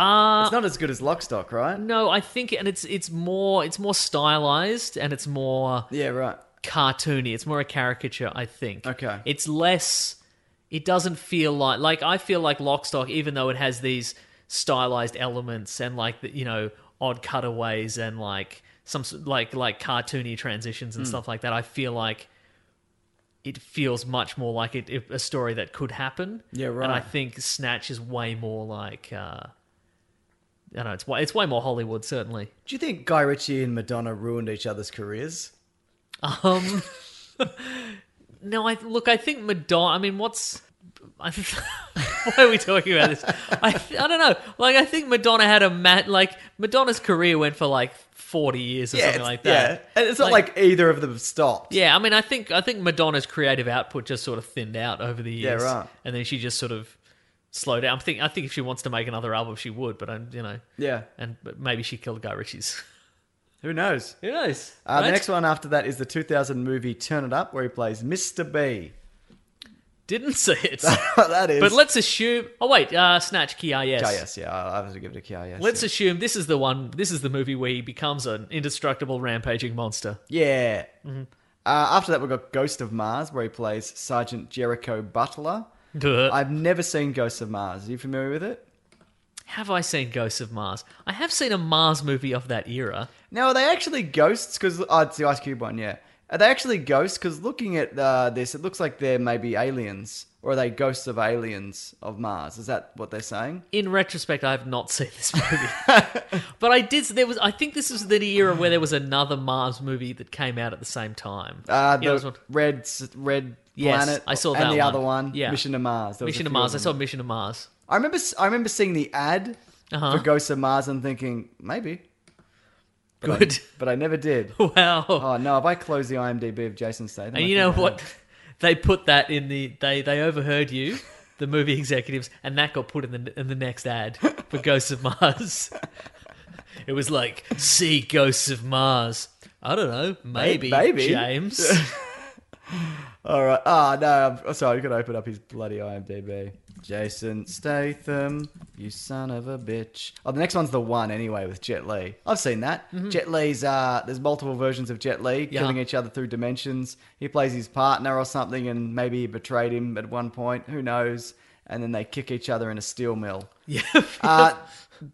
C: Uh
B: It's not as good as Lockstock, right?
C: no, I think, and it's it's more it's more stylized and it's more
B: Yeah, right.
C: cartoony. It's more a caricature, I think.
B: Okay.
C: It's less. It doesn't feel like like I feel like Lockstock, even though it has these stylized elements and like the, you know odd cutaways and like some s- like like cartoony transitions
B: Hmm.
C: and stuff like that. I feel like it feels much more like it, it, a story that could happen.
B: Yeah, right.
C: And I think Snatch is way more like. Uh, I don't know it's way it's way more Hollywood certainly.
B: Do you think Guy Ritchie and Madonna ruined each other's careers?
C: Um, no, I look. I think Madonna. I mean, what's I, why are we talking about this? I I don't know. Like, I think Madonna had a mat. Like, Madonna's career went for like forty years or something
B: it's-
C: like that.
B: Yeah. And it's not like, either of them stopped.
C: Yeah, I mean, I think I think Madonna's creative output just sort of thinned out over the
B: Yeah,
C: years,
B: right.
C: and then she just sort of slowed down. I think I think if she wants to make another album, she would. But I'm, you know,
B: Yeah.
C: and but maybe she killed Guy Ritchie's.
B: Who knows?
C: Who knows?
B: Uh, The next one after that is the 2000 movie Turn It Up, where he plays Mr. B.
C: Didn't see it.
B: that is.
C: But let's assume. Oh wait, uh, Snatch Key. Yes.
B: KS, yeah. I I have to give it a KS.
C: Let's
B: yeah.
C: assume this is the one. This is the movie where he becomes an indestructible rampaging monster.
B: Yeah. Uh, after that, we've got Ghost of Mars, where he plays Sergeant Jericho Butler.
C: Duh.
B: I've never seen Ghost of Mars. Are you familiar with it?
C: have I seen Ghosts of Mars? I have seen a Mars movie of that era.
B: Now, are they actually ghosts? Because oh, it's the Ice Cube one, yeah. Are they actually ghosts? Because looking at uh, this, it looks like they're maybe aliens, or are they ghosts of aliens of Mars? Is that what they're saying?
C: In retrospect, I have not seen this movie, but I did. There was. I think this was the era where there was another Mars movie that came out at the same time.
B: Uh,
C: Yeah, there was
B: the
C: one-
B: red s- red
C: Yes,
B: planet.
C: I saw
B: and
C: that
B: the
C: one.
B: other one,
C: Yeah.
B: Mission to Mars. There was a
C: Mission to
B: few of
C: Mars. I saw
B: them.
C: Mission to Mars.
B: I remember. s- I remember seeing the ad
C: Uh-huh.
B: for Ghosts of Mars and thinking maybe, but
C: Good.
B: I, but I never did.
C: wow.
B: Oh no! If I close the IMDb of Jason Statham,
C: And
B: I
C: you
B: think
C: know
B: I
C: what?
B: have-
C: They put that in the they they overheard you, the movie executives, and that got put in the in the next ad for Ghosts of Mars. It was like see Ghosts of Mars. I don't know, maybe,
B: maybe.
C: James.
B: All right. Ah no! I'm sorry. I could open up his bloody IMDb. Jason Statham, you son of a bitch. Oh, the next one's the one anyway with Jet Li. I've seen that. Jet Li's uh, there's multiple versions of Jet Li
C: Yeah.
B: killing each other through dimensions. He plays his partner or something, and maybe he betrayed him at one point. Who knows? And then they kick each other in a steel mill.
C: yeah,
B: Uh,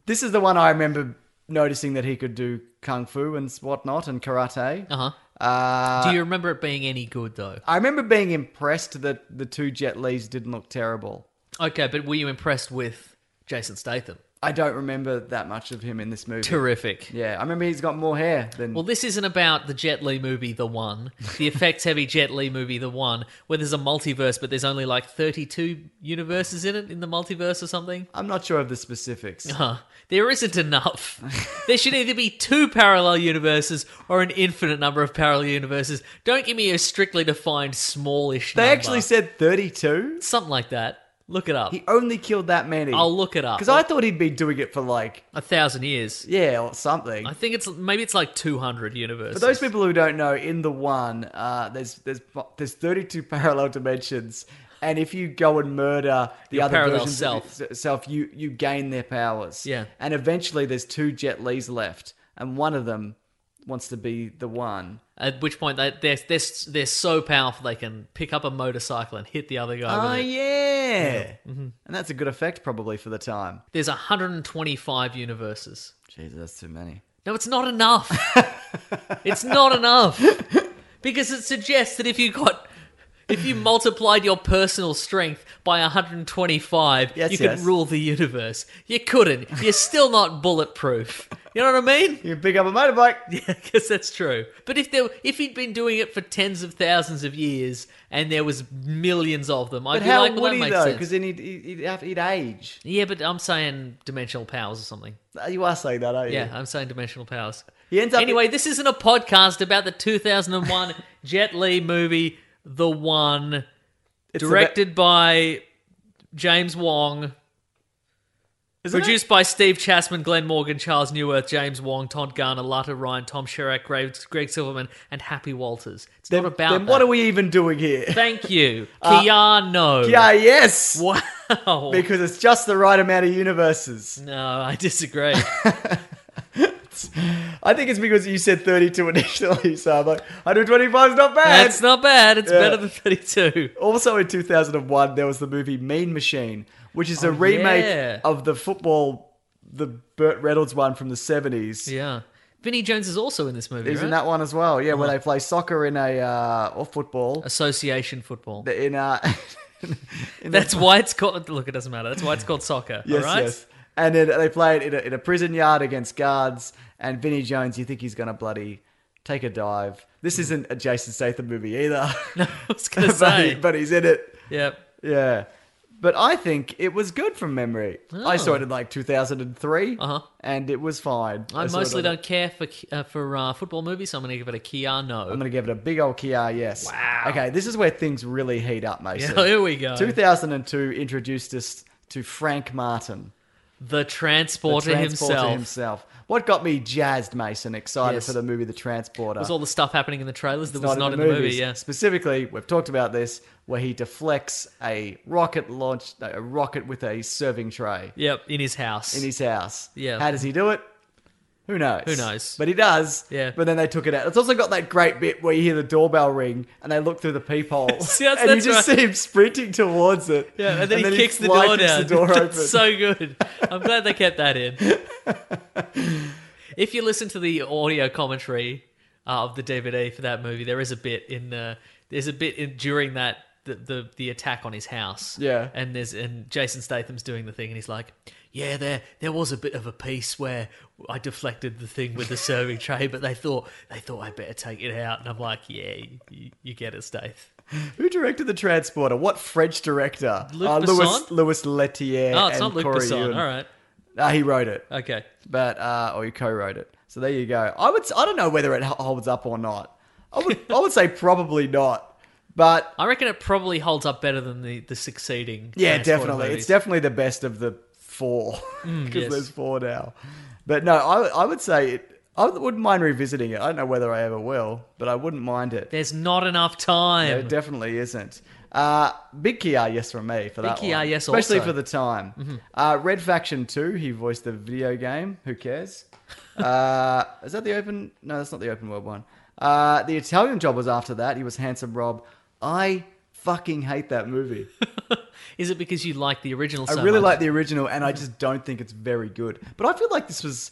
B: this is the one I remember noticing that he could do kung fu and whatnot and karate.
C: uh-huh.
B: Uh,
C: Do you remember it being any good though?
B: I remember being impressed that the two Jet Lees didn't look terrible.
C: Okay, but were you impressed with Jason Statham?
B: I don't remember that much of him in this movie.
C: Terrific.
B: Yeah, I remember he's got more hair than.
C: Well, this isn't about the Jet Li movie, the one, the effects heavy Jet Li movie, the one, where there's a multiverse, but there's only like 32 universes in it, in the multiverse or something.
B: I'm not sure of the specifics.
C: Huh. There isn't enough. there should either be two parallel universes or an infinite number of parallel universes. Don't give me a strictly defined smallish
B: They
C: number.
B: actually said 32.
C: something like that. Look it up.
B: He only killed that many.
C: I'll look it up.
B: Because I thought he'd be doing it for like,
C: a thousand years.
B: yeah, or something.
C: I think it's maybe it's like 200
B: For
C: universes.
B: those people who don't know, in the one, uh, there's there's there's 32 parallel dimensions, and if you go and murder the
C: Your
B: other
C: parallel
B: versions
C: self.
B: of yourself, you you gain their powers.
C: Yeah.
B: and eventually there's two Jet Lees left, and one of them wants to be the one.
C: At which point they, they're, they're they're so powerful they can pick up a motorcycle and hit the other guy.
B: Oh
C: with it.
B: yeah, and that's a good effect probably for the time.
C: There's 125 universes.
B: Jesus, that's too many.
C: No, it's not enough. it's not enough because it suggests that if you got if you multiplied your personal strength by 125,
B: Yes,
C: you could
B: yes.
C: rule the universe. You couldn't. You're still not bulletproof. You know what I mean?
B: You can pick up a motorbike.
C: Yeah, because that's true. But if there, if he'd been doing it for tens of thousands of years and there was millions of them, I'd
B: But
C: be
B: how
C: like, well,
B: would
C: that
B: he
C: makes
B: though?
C: sense.
B: Because then he'd, he'd, he'd have, he'd age.
C: Yeah, but I'm saying dimensional powers or something.
B: You are saying that, aren't you?
C: Yeah, I'm saying dimensional powers.
B: He ends up
C: anyway, this isn't a podcast about the 2001 Jet Li movie, The One,
B: It's about-
C: directed by James Wong,
B: Isn't it?
C: produced by Steve Chasman, Glenn Morgan, Charles Newirth, James Wong, Todd Garner, Lata Ryan, Tom Sherrack, Greg, Greg Silverman, and Happy Walters. It's
B: Then,
C: not about
B: then what
C: that.
B: are we even doing here?
C: Thank you, Keanu.
B: yeah, yes.
C: Wow.
B: Uh, Because it's just the right amount of universes.
C: no, I disagree.
B: I think it's because you said 32 initially, so I'm like, 125 is not bad.
C: That's not bad. It's
B: Yeah.
C: better than 32.
B: also in 2001, there was the movie Mean Machine, which is a remake
C: Oh, yeah.
B: of the football, the Burt Reynolds one from the 70s.
C: Yeah. Vinnie Jones is also in this movie,
B: He's
C: right?
B: in that one as well. Yeah, where they play soccer in a, uh, or football,
C: Association football.
B: in uh, a... in
C: That's why it's called. Look, it doesn't matter. That's why it's called soccer.
B: Yes,
C: all right?
B: yes. And then they play it in a, in a prison yard against guards. And Vinnie Jones, you think he's going to bloody take a dive. This isn't a Jason Statham movie either.
C: No, I was gonna
B: but,
C: say.
B: he- but he's in it.
C: yep.
B: Yeah. But I think it was good from memory. I saw it in like 2003,
C: Ah. Uh-huh.
B: and it was fine.
C: I,
B: saw it
C: mostly
B: on-
C: don't care for uh, for uh, football movies, so I'm going to give it a Keanu.
B: I'm going to give it a big old Kia, yes. Wow. Okay, this is where things really heat up, Mason.
C: Yeah, here we go.
B: 2002 introduced us to Frank Martin.
C: the transporter,
B: the transporter
C: himself.
B: himself. What got me jazzed, Mason, excited
C: Yes.
B: for the movie The Transporter?
C: Was all the stuff happening in the trailers that
B: It's
C: was not, in the movie?
B: movies.
C: Yeah.
B: Specifically, we've talked about this where he deflects a rocket launch, a rocket with a serving tray
C: Yep. In his house.
B: in his house.
C: Yeah.
B: How does he do it? Who knows?
C: Who knows?
B: But he does.
C: Yeah.
B: But then they took it out. It's also got that great bit where you hear the doorbell ring and they look through the peephole.
C: Yes,
B: and you
C: that's
B: just
C: right.
B: see him sprinting towards it.
C: yeah, and then he kicks the
B: fly
C: door
B: kicks
C: down.
B: The door open.
C: That's so good. I'm glad they kept that in. if you listen to the audio commentary uh, of the DVD for that movie, there is a bit in the there's a bit in, during that the, the the attack on his house.
B: Yeah.
C: and there's and Jason Statham's doing the thing, and he's like, "Yeah, there there was a bit of a piece where I deflected the thing with the serving tray, but they thought they thought I better take it out." And I'm like, "Yeah, you, you get it, Statham."
B: Who directed The Transporter? What French director?
C: Luc
B: Uh, Louis,
C: Besson?
B: Louis Leterrier.
C: Oh, it's
B: and
C: not Luke
B: Corey
C: Besson.
B: Ewan.
C: All right,
B: Uh, he wrote it,
C: okay.
B: but uh, or he co-wrote it. So there you go. I would. s- I don't know whether it h- holds up or not. I would. I would say probably not. But
C: I reckon it probably holds up better than the, the succeeding.
B: yeah,
C: Transporter
B: definitely.
C: movies. Mm,
B: It's definitely the best of the four because
C: yes.
B: there's four now. But no, I, I would say it. I wouldn't mind revisiting it. I don't know whether I ever will, but I wouldn't mind it.
C: There's not enough
B: No,
C: time.
B: it definitely isn't. Uh, big Kia, yes from me for that
C: Kia,
B: one.
C: yes
B: Especially
C: also. Mm-hmm.
B: for the time. Uh, Red Faction 2, he voiced the video game. Who cares? uh, is that the open? No, that's not the open world one. Uh, the Italian Job was after that. He was Handsome Rob. I fucking hate that movie.
C: Is it because you like the original?
B: I
C: so
B: really
C: much?
B: like the original, and I just don't think it's very good. But I feel like this was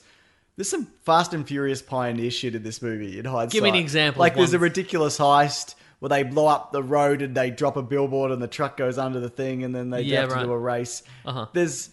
B: there's some Fast and Furious pioneer shit in this movie. In hindsight,
C: Give me an example of
B: Like there's
C: one.
B: a ridiculous heist where they blow up the road and they drop a billboard, and the truck goes under the thing, and then they
C: Yeah,
B: have to
C: right.
B: do a race.
C: Uh-huh.
B: There's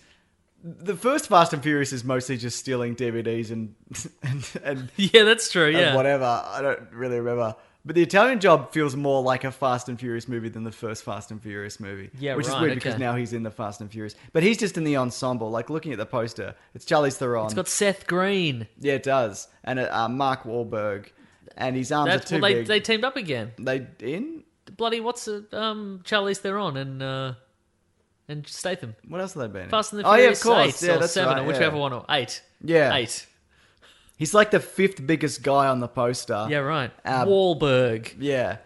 B: the first Fast and Furious is mostly just stealing DVDs and and, and
C: Yeah, that's true.
B: and
C: Yeah,
B: whatever. I don't really remember. But the Italian Job feels more like a Fast and Furious movie than the first Fast and Furious movie.
C: Yeah,
B: which is
C: right,
B: weird because
C: okay.
B: now he's in the Fast and Furious, but he's just in the ensemble. Like looking at the poster, it's Charlize Theron.
C: it's got Seth Green.
B: yeah, it does, and uh, uh, Mark Wahlberg, and his arms
C: That's
B: are too
C: well, they
B: big.
C: they teamed up again.
B: they in
C: Bloody what's uh, um Charlize Theron and uh, and Statham.
B: what else have they been? in?
C: Fast and the
B: oh yeah, of
C: Furious
B: course.
C: eight
B: yeah,
C: or
B: that's
C: seven
B: right,
C: or
B: yeah.
C: whichever one or eight.
B: Yeah.
C: eight.
B: He's like the fifth biggest guy on the poster.
C: Yeah, right.
B: Um,
C: Wahlberg,
B: Yeah.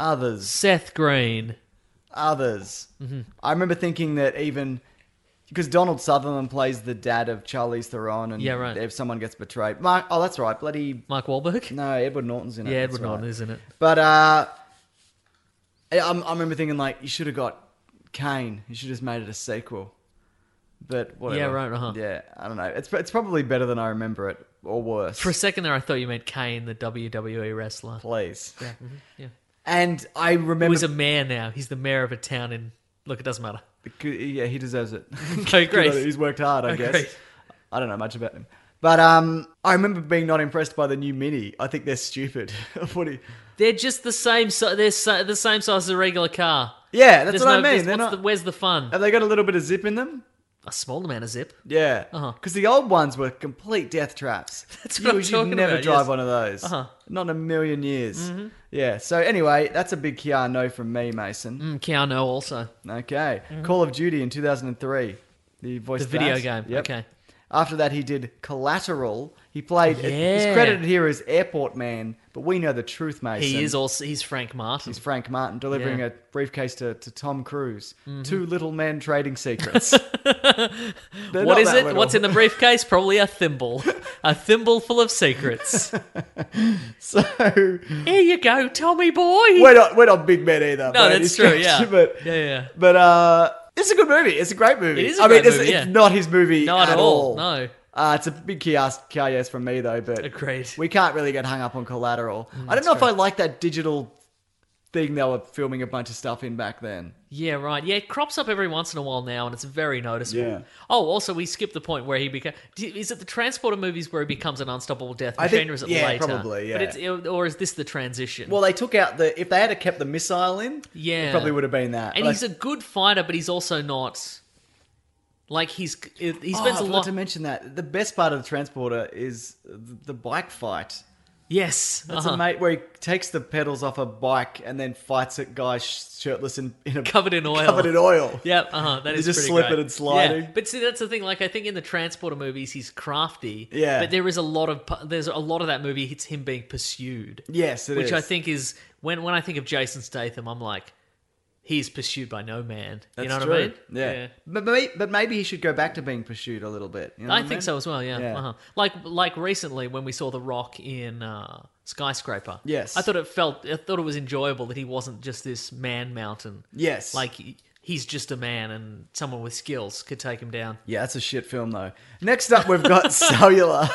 B: Others.
C: Seth Green.
B: others.
C: Mm-hmm.
B: I remember thinking that even because Donald Sutherland plays the dad of Charlie's Theron, and
C: Yeah, right.
B: if someone gets betrayed, Mark. Oh, that's right. Bloody
C: Mark Wahlberg.
B: no, Edward Norton's in it.
C: yeah,
B: Mm, that's
C: Edward Norton,
B: right.
C: isn't it?
B: But uh, I, I'm- I remember thinking like you should have got Kane. You should have just made it a sequel. But whatever.
C: right, uh-huh.
B: Yeah, I don't know. It's it's probably better than I remember it, or worse.
C: For a second there, I thought you meant Kane, the WWE wrestler.
B: Please.
C: yeah.
B: And I remember.
C: Who is a mayor now? He's the mayor of a town in. Look, it doesn't matter.
B: Yeah, he deserves it.
C: Okay,
B: Good
C: great.
B: on him. He's worked hard, I
C: Okay,
B: guess.
C: great.
B: I don't know much about him. But um, I remember being not impressed by the new Mini. I think they're stupid. what do you-
C: They're just the same. So they're si- the same size as a regular car.
B: yeah, that's
C: There's
B: what
C: no-
B: I mean.
C: there's-
B: They're
C: what's
B: not.
C: the- where's the fun?
B: have they got a little bit of zip in them?
C: A small amount of zip.
B: Yeah, because
C: Uh-huh.
B: the old ones were complete death traps.
C: That's
B: you,
C: what I'm
B: you'd
C: talking
B: never
C: about,
B: drive
C: yes.
B: one of those.
C: Uh-huh. Mm-hmm.
B: Not in a million years. Yeah. So anyway, that's a big Kia no from me, Mason.
C: Mm, Keanu also
B: Okay. Call of Duty in 2003. The voice
C: Mm-hmm. the
B: of
C: video
B: that.
C: game.
B: Yep.
C: Okay.
B: After that, he did Collateral. He played. He's
C: Yeah.
B: credited here as Airport Man, but we know the truth, Mason.
C: He is also he's Frank Martin.
B: He's Frank Martin delivering
C: Yeah. Mm-hmm.
B: a briefcase to, to Tom Cruise. Two little men trading secrets. They're
C: What
B: not
C: is
B: that
C: it?
B: little.
C: What's in the briefcase? Probably a thimble. a thimble full of secrets.
B: So
C: Here you go, Tommy boy.
B: we're not we're not big men either.
C: no,
B: by any
C: that's true.
B: stretch,
C: Yeah.
B: but
C: yeah, yeah.
B: but uh, it's a good movie. It's a great movie.
C: It is a
B: I mean,
C: great
B: it's,
C: movie,
B: it's
C: yeah.
B: not his movie
C: Not
B: at
C: at all, no.
B: Uh, it's a big chaos, chaos from me though. But
C: Agreed. Mm,
B: we can't really get hung up on Collateral. I don't know if I like that digital thing they were filming a bunch of stuff in back then.
C: Yeah, right. Yeah, it crops up every once in a while now, and it's very noticeable.
B: Yeah.
C: Oh, also, we skipped the point where he became. Is it the transporter movies where he becomes an unstoppable death
B: I
C: machine,
B: think-
C: or is it
B: yeah,
C: later?
B: probably,
C: But
B: yeah.
C: it's, or is this the transition?
B: Well, they took out the if they had kept the missile in, it
C: Yeah.
B: probably would have been that.
C: and
B: But I-
C: he's a good fighter, but he's also not. Like he's he
B: Oh,
C: spends
B: I
C: a
B: forgot
C: lot.
B: to mention that the best part of the transporter is the the bike fight.
C: yes,
B: That's
C: uh-huh.
B: a mate where he takes the pedals off a bike and then fights a guy sh- shirtless in, in a
C: Covered in oil.
B: Covered in oil.
C: Yep, uh-huh, that
B: You
C: is
B: just
C: pretty
B: slip
C: great.
B: it and slide
C: Yeah.
B: it.
C: But see, that's the thing. Like, I think in the transporter movies, he's crafty.
B: Yeah.
C: but there is a lot of pu- there's a lot of that movie. It's him being pursued.
B: Yes, it is.
C: which I think is when when I think of Jason Statham, I'm like, he's pursued by no man.
B: That's
C: you know
B: true.
C: what I mean?
B: Yeah. But, maybe, but maybe he should go back to being pursued a little bit. you know
C: I
B: what mean?
C: think so as well. Yeah,
B: Yeah.
C: Uh-huh. like like recently when we saw The Rock in uh, Skyscraper.
B: Yes.
C: I thought it felt I thought it was enjoyable that he wasn't just this man mountain.
B: Yes.
C: like he- he's just a man, and someone with skills could take him down.
B: Yeah, that's a shit film though. Next up, we've got Cellular.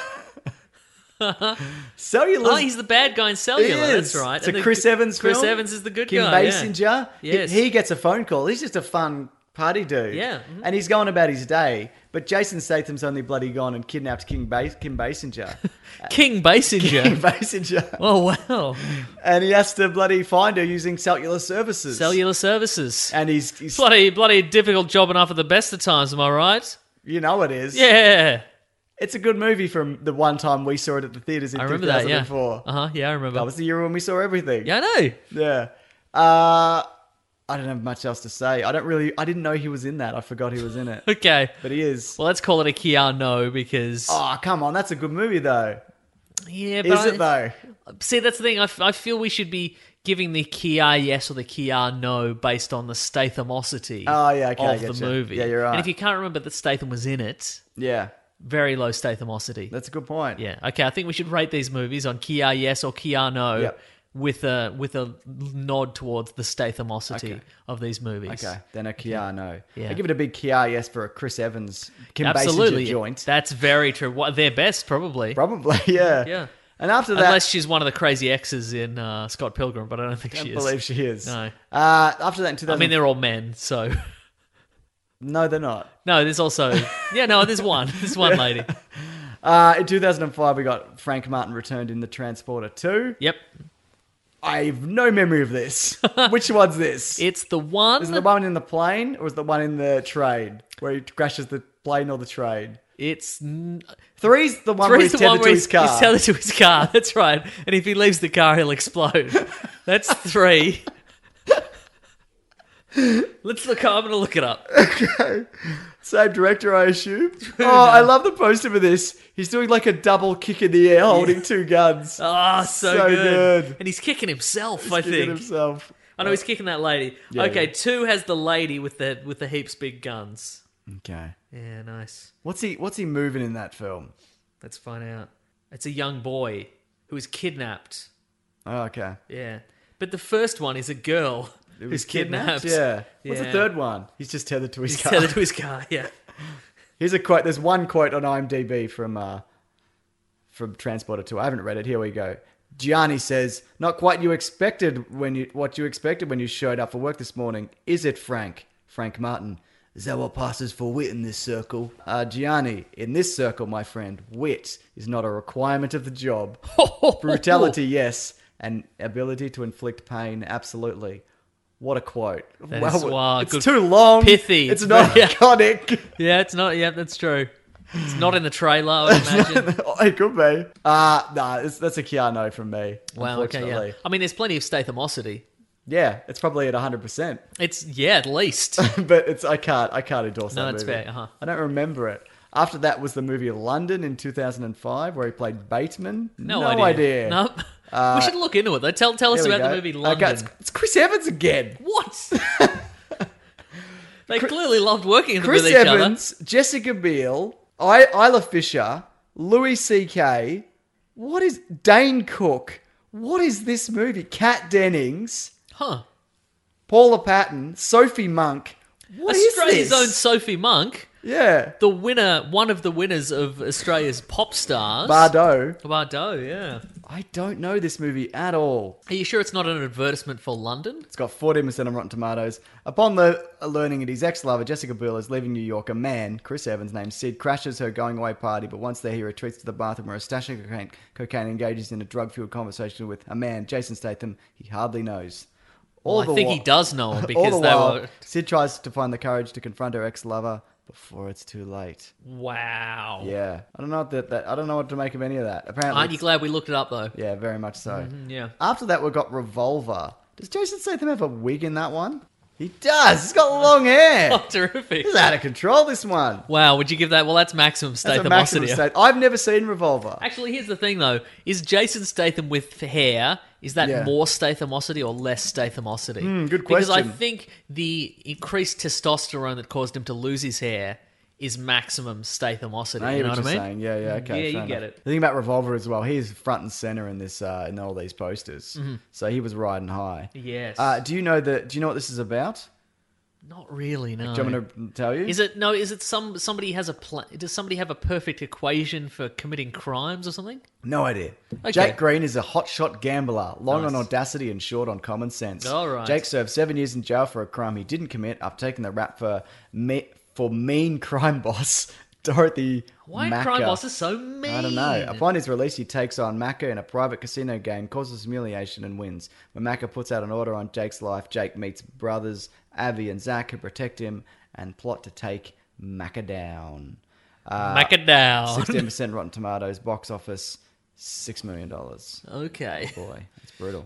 B: Cellular.
C: Oh, he's the bad guy in Cellular. That's right.
B: It's
C: And
B: a
C: the-
B: Chris Evans
C: Chris
B: film.
C: Evans is the good
B: Kim
C: guy. yeah.
B: Basinger. He-
C: Yes.
B: He, gets a phone call. He's just a fun party dude.
C: Yeah, mhm.
B: And he's going about his day. But Jason Statham's only bloody gone and kidnapped King Bas- Kim Basinger.
C: King Basinger.
B: Kim Basinger.
C: oh wow,
B: And he has to bloody find her using cellular services.
C: Cellular Services.
B: And he's, he's
C: Bloody, bloody difficult job enough at the best of times, am I right?
B: you know it is.
C: Yeah.
B: It's a good movie from the one time we saw it at the theaters in
C: I remember that, yeah.
B: 2004.
C: Uh huh, yeah, I remember.
B: That was the year when we saw everything.
C: yeah, I know.
B: Yeah. Uh, I don't have much else to say. I don't really. I didn't know he was in that. I forgot he was in it.
C: Okay.
B: But he is.
C: Well, let's call it a Keanu because.
B: Oh, come on. That's a good movie, though.
C: yeah, but
B: Is
C: I-
B: it, though?
C: See, that's the thing. I, f- I feel we should be giving the Kia yes or the Kia no based on the Stathamosity
B: Oh, yeah, okay, I
C: of the
B: getcha.
C: movie.
B: Yeah, you're right.
C: And if you can't remember that Statham was in it,
B: Yeah.
C: very low Stathamosity.
B: That's a good point.
C: Yeah. Okay. I think we should rate these movies on Kia yes or Kia no
B: Yep.
C: with a with a nod towards the stathamosity
B: Okay.
C: of these movies.
B: Okay. Then a Kia, no.
C: Yeah.
B: I give it a big Kia, yes, for a Chris Evans, Kim
C: Absolutely.
B: Basinger joint.
C: That's very true. What their best probably.
B: Probably, yeah.
C: Yeah.
B: And after that,
C: Unless she's one of the crazy exes in uh, Scott Pilgrim, but I don't think
B: I
C: she
B: don't
C: is.
B: believe she is.
C: No.
B: Uh, after that, in
C: I
B: 2000.
C: mean, they're all men, so
B: no, they're not.
C: no. There's also yeah, no. There's one. There's one lady.
B: Uh, in 2005, we got Frank Martin returned in The Transporter 2.
C: Yep.
B: I have no memory of this. Which one's this?
C: It's the one.
B: Is it the one in the plane or is it the one in the train where he crashes the plane or the train?
C: it's n-
B: Three's the one where
C: Three's
B: he's
C: the
B: tethered
C: one
B: to
C: where
B: his
C: he's,
B: car.
C: he's tethered to his car. That's right. And if he leaves the car, he'll explode. That's three. Let's look. I'm gonna look it up.
B: Same director, I assume. Oh, I love the poster for this. He's doing like a double kick in the air, holding two guns,
C: Ah, so,
B: So
C: good.
B: good.
C: And he's kicking himself. I
B: kicking
C: think.
B: himself.
C: I know he's kicking that lady.
B: Yeah,
C: okay,
B: yeah.
C: two has the lady with the with the heaps big guns.
B: Okay,
C: Yeah, nice.
B: what's he? What's he moving in that film?
C: Let's find out. It's a young boy who is kidnapped.
B: Oh, okay,
C: Yeah, but the first one is a girl
B: It
C: who's
B: was kidnapped.
C: kidnapped.
B: Yeah. What's the
C: Yeah.
B: third one? He's just tethered to his
C: He's
B: car.
C: tethered to his car. Yeah.
B: Here's a quote. There's one quote on IMDb from uh, from Transporter 2. I haven't read it. Here we go. Gianni says, "Not quite you expected when you what you expected when you showed up for work this morning, is it, Frank? Frank Martin? Is that what passes for wit in this circle? Uh, Gianni, in this circle, my friend, wit is not a requirement of the job. Brutality, yes, and ability to inflict pain, absolutely. What a quote!
C: That is, wow,
B: it's
C: good-
B: too long.
C: pithy.
B: It's not
C: Yeah.
B: iconic.
C: Yeah, it's not. Yeah, that's true. It's not in the trailer. I would imagine.
B: it could be. Uh, nah, it's, that's a Keanu from me.
C: wow. Okay. Yeah.
B: unfortunately.
C: I mean, there's plenty of stathamosity.
B: Yeah, it's probably at 100%.
C: It's yeah, at least.
B: but it's I can't I can't endorse
C: No,
B: that
C: that's
B: movie.
C: fair, uh-huh.
B: I don't remember it. After that was the movie London in 2005 where he played Bateman.
C: No,
B: idea. Uh,
C: Nope. we should look into it though. Tell tell
B: Here
C: us
B: we
C: about the
B: go.
C: movie
B: Okay,
C: London.
B: it's, it's Chris Evans again.
C: What? they clearly loved working
B: Chris
C: with each
B: Evans, Jessica Biel, I, Isla Fisher, Louis C.K. What is Dane Cook? What is this movie? Kat Dennings,
C: other. Huh.
B: Paula Patton, Sophie Monk. What is
C: Australia's
B: this?
C: own Sophie Monk,
B: yeah,
C: the winner, one of the winners of Australia's pop stars.
B: Bardot.
C: Bardo, yeah.
B: I don't know this movie at all.
C: Are you sure it's not an advertisement for London?
B: It's got 14% on Rotten Tomatoes. Upon the learning that his ex-lover, Jessica Biel, is leaving New York, a man, Chris Evans, named Sid, crashes her going-away party, but once there, he retreats to the bathroom where a stash of cocaine, cocaine engages in a drug-fueled conversation with a man, Jason Statham, he hardly knows. All
C: Well, I
B: the
C: think
B: whi-
C: he does know him
B: All the
C: because they
B: while,
C: were.
B: Sid tries to find the courage to confront her ex-lover before it's too late.
C: Wow.
B: Yeah. I don't know what that, that I don't know what to make of any of that. Apparently.
C: Aren't you glad Mm-hmm. we looked it up though?
B: yeah, very much so.
C: Yeah.
B: After that, we got Revolver. Does Jason Statham have a wig in that one? He does. He's got long hair.
C: Oh, terrific.
B: He's out of control. This one.
C: Wow, would you give that? Well, that's maximum
B: That's a
C: Statham
B: maximum state. I've never seen Revolver.
C: Actually, here's the thing though: is Jason Statham with hair? Is that
B: Yeah. Hmm,
C: more Stathamosity or less Stathamosity?
B: good
C: Because I
B: question.
C: think the increased testosterone that caused him to lose his hair is maximum Stathamosity.
B: I
C: you
B: hear
C: know
B: what
C: what I
B: you're
C: mean?
B: saying. Yeah, yeah, okay.
C: Yeah,
B: fair
C: you get
B: enough.
C: it.
B: The thing about Revolver as well, he's front and center in this uh, in all these posters. So he was riding high.
C: Mm-hmm. Yes.
B: Uh, do you know the Do you know what this is about?
C: Not really. No.
B: Do you want me to tell you?
C: Is it no? Is it some somebody has a pla- does somebody have a perfect equation for committing crimes or something?
B: No idea.
C: Okay.
B: Jack Green is a hotshot gambler, long on
C: Nice.
B: audacity and short on common sense.
C: All right.
B: Jake served seven years in jail for a crime he didn't commit after taking the rap for me- for mean crime boss Dorothy.
C: Why
B: Macker.
C: are crime bosses so mean?
B: I don't know. Upon his release, he takes on Macca in a private casino game, causes humiliation, and wins. When Macca puts out an order on Jake's life, Jake meets brothers Avi and Zach who protect him and plot to take Macca down.
C: Mack it down.
B: Sixteen percent Rotten Tomatoes, box office, six million dollars.
C: Okay.
B: Boy, that's brutal.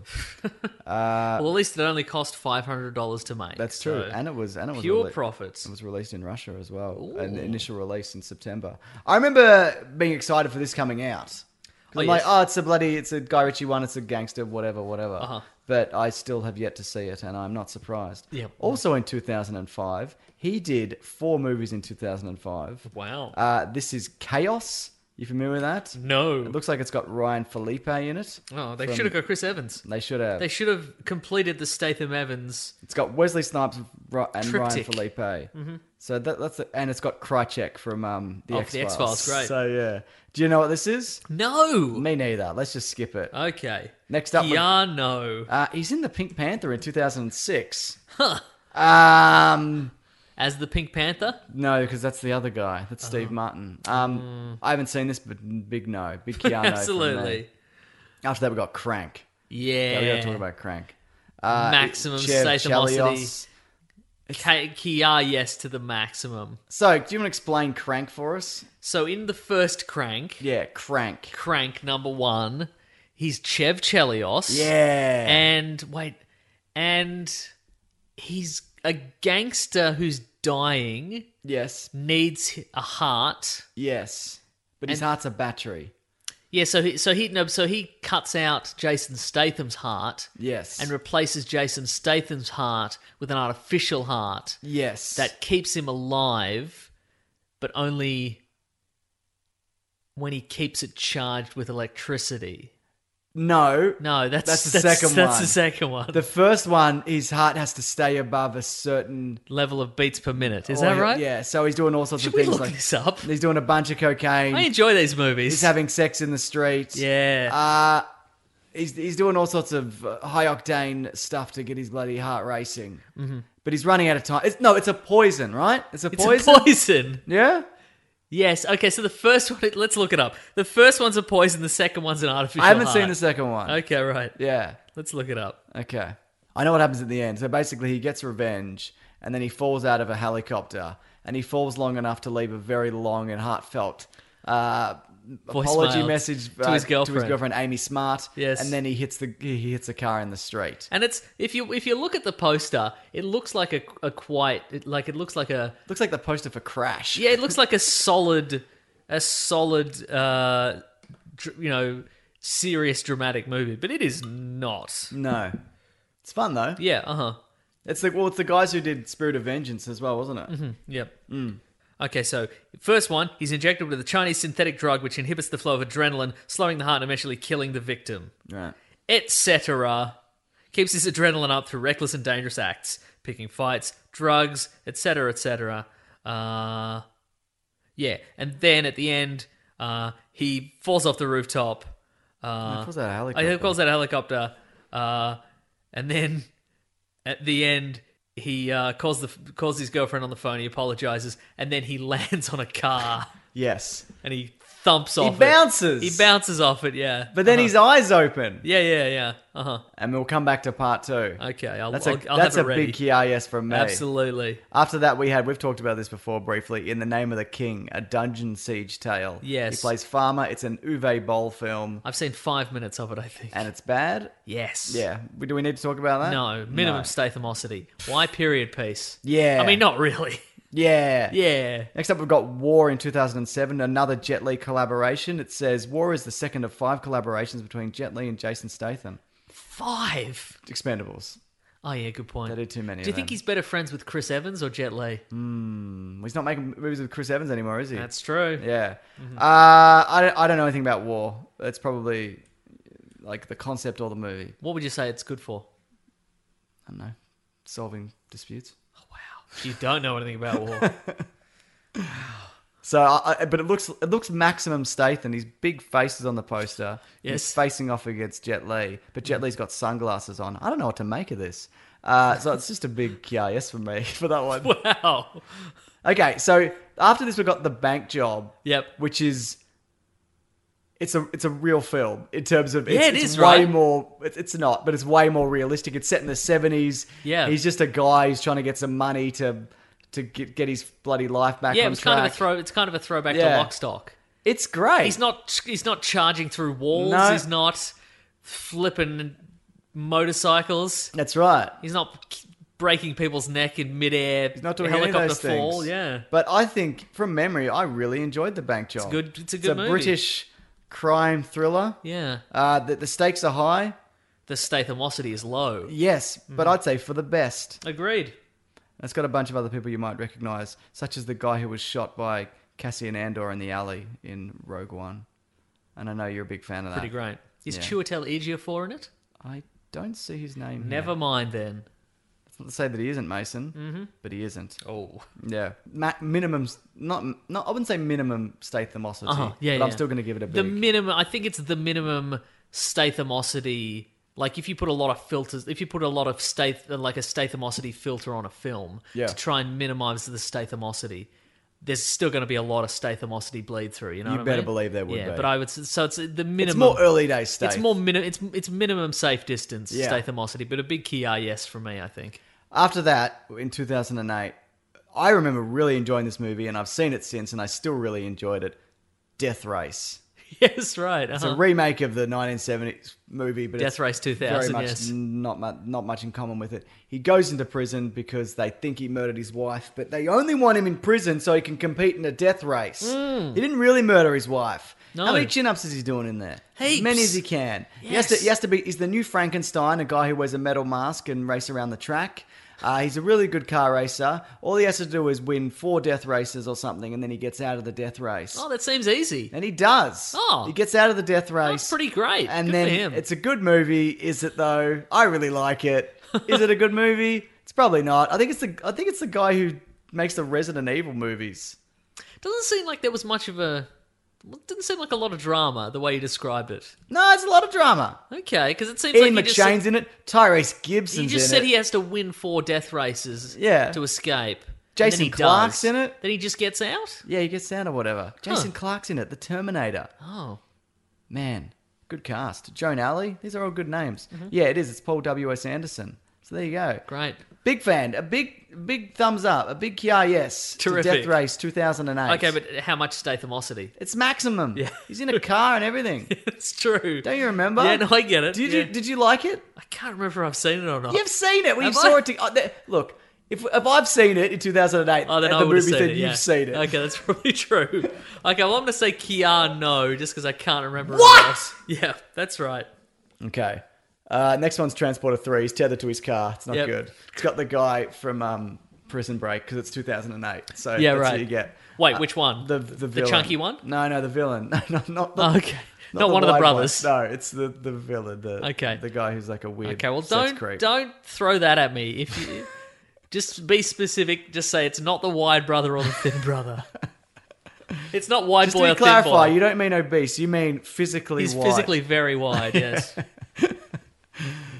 C: well, at least it only cost five hundred dollars to make.
B: Uh, That's true.
C: so
B: and it was and it was
C: pure
B: rele-
C: profits.
B: It was released in Russia as well. An initial release in September. I remember being excited for this coming out. 'Cause
C: Oh,
B: I'm like,
C: yes.
B: oh, it's a bloody, it's a Guy Ritchie one, it's a gangster, whatever, whatever.
C: Uh-huh.
B: But I still have yet to see it, and I'm not surprised.
C: Yep.
B: Also in 2005, he did four movies in 2005.
C: Wow.
B: Uh, this is Chaos. You familiar with that?
C: no.
B: It looks like it's got Ryan Felipe in it.
C: Mm-hmm. Oh, they
B: from-
C: should have got Chris Evans.
B: They should have.
C: They should have completed the Statham Evans.
B: It's got Wesley Snipes and Ri- and Ryan
C: Triptych. Mm-hmm.
B: Felipe. So that, that's it. and it's got Krychek from um, the
C: Oh,
B: X
C: the X-Files, great.
B: So yeah, do you know what this is?
C: No.
B: Me neither. Let's just skip it.
C: Uh. Okay.
B: Next up, we-
C: Keanu
B: Uh, he's in the Pink Panther in 2006. Huh. Um,
C: as the Pink Panther.
B: no, because that's the other guy. That's
C: Uh-huh.
B: Steve Martin. Um, I haven't seen this, but big no, big Keanu. from me.
C: Mm. Absolutely.
B: After that, we got Crank. Yeah, we got
C: Yeah.
B: to talk about Crank. Uh,
C: Maximum
B: Chev
C: Satamosity.
B: Chelios.
C: Ke- Keanu, yes, to the maximum.
B: So, do you want to explain Crank for us?
C: So in the first crank,
B: Yeah, Crank.
C: crank number one, he's Chev Chelios.
B: Yeah.
C: And wait, and he's a gangster who's dying,
B: yes.
C: needs a heart.
B: Yes. But his heart's a battery.
C: Yeah, so he so he no, so he cuts out Jason Statham's heart
B: Yes.
C: and replaces Jason Statham's heart with an artificial heart
B: yes.
C: that keeps him alive, but only when he keeps it charged with electricity.
B: no.
C: No, that's
B: That's the second
C: that's
B: one.
C: the second one.
B: The first one, his heart has to stay above a certain.
C: Level of beats per minute. Is
B: or
C: that
B: he'll-
C: right?
B: Oh, Yeah. So he's doing all sorts of
C: Should we
B: things
C: look
B: like
C: this up?
B: he's doing a bunch of cocaine.
C: I enjoy these movies.
B: he's having sex in the streets.
C: yeah.
B: Uh, he's he's doing all sorts of uh, high octane stuff to get his bloody heart racing. But he's running out of time. It's, no, it's a poison, right? It's a
C: Mm-hmm. It's
B: poison.
C: a poison.
B: yeah.
C: Yes. Okay. So the first one, let's look it up. The first one's a poison. The second one's an artificial.
B: I haven't
C: heart.
B: seen the second one.
C: Okay. Right.
B: Yeah.
C: Let's look it up.
B: Okay. I know what happens at the end. So basically, he gets revenge and then he falls out of a helicopter and he falls long enough to leave a very long and heartfelt uh, apology
C: Voicemail
B: message
C: to
B: uh,
C: his
B: to
C: girlfriend.
B: his girlfriend Amy Smart.
C: Yes.
B: And then he hits the he hits a car in the street.
C: And it's if you if you look at the poster, it looks like a a quite it, like it looks like a
B: Looks like the poster for Crash.
C: yeah it looks like a solid a solid uh dr- you know serious dramatic movie, but it is not.
B: No. It's fun though.
C: Yeah. Uh huh.
B: It's the well, it's the guys who did Spirit of Vengeance as well, wasn't it?
C: Yep. Okay, so first one, he's injected with a Chinese synthetic drug which inhibits the flow of adrenaline, slowing the heart and eventually killing the victim.
B: Right.
C: Etc. Keeps his adrenaline up through reckless and dangerous acts, picking fights, drugs, etc., etc. Uh, yeah, and then at the end, uh, he falls off the rooftop. Uh,
B: What's that a
C: I
B: helicopter?
C: think he calls that a helicopter. Uh, and then at the end, he uh, calls the calls his girlfriend on the phone. He apologizes, and then he lands on a car
B: Yes.
C: and he thumps off. it.
B: bounces.
C: He bounces off it. Yeah. Uh-huh.
B: But then his eyes open,
C: yeah, yeah, yeah. Uh huh.
B: and we'll come back to part two.
C: Okay, I'll,
B: that's
C: I'll,
B: a
C: I'll
B: that's
C: have
B: a
C: it ready.
B: big key yes from me.
C: Absolutely.
B: After that, we had we've talked about this before briefly. In the Name of the King, a dungeon siege tale.
C: Yes.
B: he plays farmer. It's an Uwe Boll film,
C: I've seen five minutes of it. I think.
B: and it's bad.
C: yes.
B: Yeah, We- do we need to talk about that?
C: No minimum stathemosity. Why period piece?
B: Yeah.
C: I mean, not really.
B: Yeah.
C: Yeah.
B: Next up, we've got War in 2007, another Jet Li collaboration. It says War is the second of five collaborations between Jet Li and Jason Statham.
C: Five.
B: Expendables.
C: Oh yeah, good point.
B: They did too many.
C: Do you
B: of
C: think
B: them. Mm.
C: he's better friends with Chris Evans or Jet Li?
B: he's not making movies with Chris Evans anymore, is he?
C: That's Mm-hmm. true.
B: Yeah. Uh, I, don't, I don't know anything about War. That's probably like the concept or the movie.
C: What would you say it's good for?
B: I don't know. Solving disputes.
C: Wow, you don't know anything about war.
B: So, I, I- but it looks it looks maximum Statham. His big face is on the poster.
C: Yes.
B: He's facing off against Jet Li, but Jet Li's got sunglasses on. I don't know what to make of this. Uh, so it's just a big yes for me for that one.
C: wow.
B: Okay, so after this, we got the bank job.
C: Yep.
B: Which is. It's a it's a real film in terms of it's,
C: Yeah, it
B: it's
C: is,
B: way
C: right?
B: more it- it's not but it's way more realistic. It's set in the seventies.
C: Yeah.
B: he's just a guy who's trying to get some money to to get, get his bloody life back.
C: Yeah,
B: on
C: it was kind of a
B: track.
C: throw. It's kind of a throwback
B: Yeah.
C: to Lockstock.
B: It's great.
C: He's not. He's not charging through walls.
B: No.
C: He's not flipping motorcycles.
B: That's right.
C: He's not breaking people's neck in midair.
B: He's not doing
C: helicopter
B: any of those
C: fall.
B: things.
C: Yeah,
B: But I think from memory, I really enjoyed the bank job.
C: good- it's a
B: It's
C: good
B: a
C: movie.
B: British crime thriller.
C: yeah.
B: Uh, the, the stakes are high.
C: The stathemosity is low.
B: Yes, but
C: Mm-hmm.
B: I'd say for the best.
C: Agreed.
B: It's got a bunch of other people you might recognize, such as the guy who was shot by Cassian Andor in the alley in Rogue One. And I know you're a big fan of that.
C: Pretty great. Is
B: yeah.
C: Chiwetel Ejiofor in it?
B: I don't see his name.
C: Never
B: Here.
C: mind then.
B: It's not to say that he isn't Mason, mm-hmm. but he isn't.
C: Oh.
B: Yeah. Ma- minimum, not, not. I wouldn't say minimum stathemosity.
C: Uh-huh. Yeah,
B: but I'm
C: yeah.
B: still going to give it a big.
C: the minimum i think it's the minimum stathemosity like if you put a lot of filters if you put a lot of stath like a stathemosity filter on a film
B: Yeah.
C: to try and minimize the stathemosity there's still going to be a lot of stathemosity bleed through you know
B: You
C: what I
B: better
C: mean?
B: believe there would
C: yeah
B: be.
C: but i would s- so it's the minimum
B: it's more early day stath.
C: it's more minimum it's it's minimum safe distance
B: Yeah.
C: stathemosity but a big key are yes for me i think
B: After that, in 2008, I remember really enjoying this movie, and I've seen it since, and I still really enjoyed it. Death Race.
C: yes right
B: It's a
C: uh-huh.
B: remake of the 1970s movie, but
C: Death
B: it's
C: Race 2000,
B: Very much
C: yes.
B: not much, not much in common with it. He goes into prison because they think he murdered his wife, but they only want him in prison so he can compete in a death race. He didn't really murder his wife. How
C: Hmm. No.
B: many chin ups is he doing in there? As many
C: Heaps.
B: as he can. He, has to,
C: Yes.
B: he has to be. He's the new Frankenstein, a guy who wears a metal mask and race around the track. Uh, he's a really good car racer. All he has to do is win four death races or something, and then he gets out of the death race.
C: oh that seems easy
B: And he does.
C: Oh.
B: He gets out of the death race.
C: that's pretty great
B: And
C: Good
B: then
C: for him.
B: it's a good movie, is it though? I really like it. Is it a good movie? It's probably not. I think it's the I think it's the guy who makes the Resident Evil movies.
C: Doesn't seem like there was much of a well, it didn't seem like a lot of drama the way you described it.
B: No, it's a lot of drama.
C: Okay, because it seems
B: Ian
C: like you just
B: McShane's in it. Tyrese Gibson's
C: He just
B: in
C: said
B: it.
C: he has to win four death races
B: Yeah.
C: to escape. And
B: Jason
C: then he
B: Clarke's
C: does.
B: in it.
C: Then he just gets out?
B: yeah, he gets down or whatever. Jason Clark's in it. The Terminator.
C: Oh.
B: Man, good cast. Joan Alley. These are all good names.
C: Mm-hmm.
B: Yeah, it is. It's Paul W. S. Anderson. So there you go.
C: Great.
B: Big fan. A big, big thumbs up. A big yeah, yes. To
C: Terrific.
B: Death Race 2008.
C: Okay, but how much Stathemosity?
B: it's maximum. He's in a car and everything.
C: It's true.
B: Don't you remember?
C: Yeah, no, I get it.
B: Did
C: Yeah.
B: you did you like it?
C: I can't remember if I've seen it or not.
B: You've seen it. We
C: Have
B: saw
C: I?
B: it. To, oh, there- look, if if I've seen it in 2008
C: Oh, then
B: at
C: I
B: the
C: would have
B: movie
C: seen
B: theater,
C: it.
B: you've
C: yeah.
B: seen it.
C: Okay, that's probably true. okay, well, I'm going to say Keanu just because I can't remember.
B: What?
C: anyone else. Yeah, that's right.
B: Okay. Uh, next one's Transporter 3. He's tethered to his car. It's not
C: Yep.
B: good. It's got the guy from um, Prison Break because it's 2008. So
C: Yeah,
B: that's
C: right.
B: who you get. Uh,
C: Wait, which one?
B: The, the,
C: The
B: villain.
C: chunky one?
B: No, no, the villain. No, no, not the.
C: Oh, okay. Not one of the
B: white
C: brothers.
B: one. No, it's the, the villain. The,
C: Okay.
B: The guy who's like a weird.
C: Okay, well,
B: sex
C: don't
B: creep.
C: don't throw that at me. If you just be specific, just say it's not the wide brother or the thin brother. It's not wide
B: Just
C: boy
B: to
C: or
B: clarify,
C: thin boy.
B: you don't mean obese. You mean physically
C: He's
B: wide.
C: physically very wide. Yes.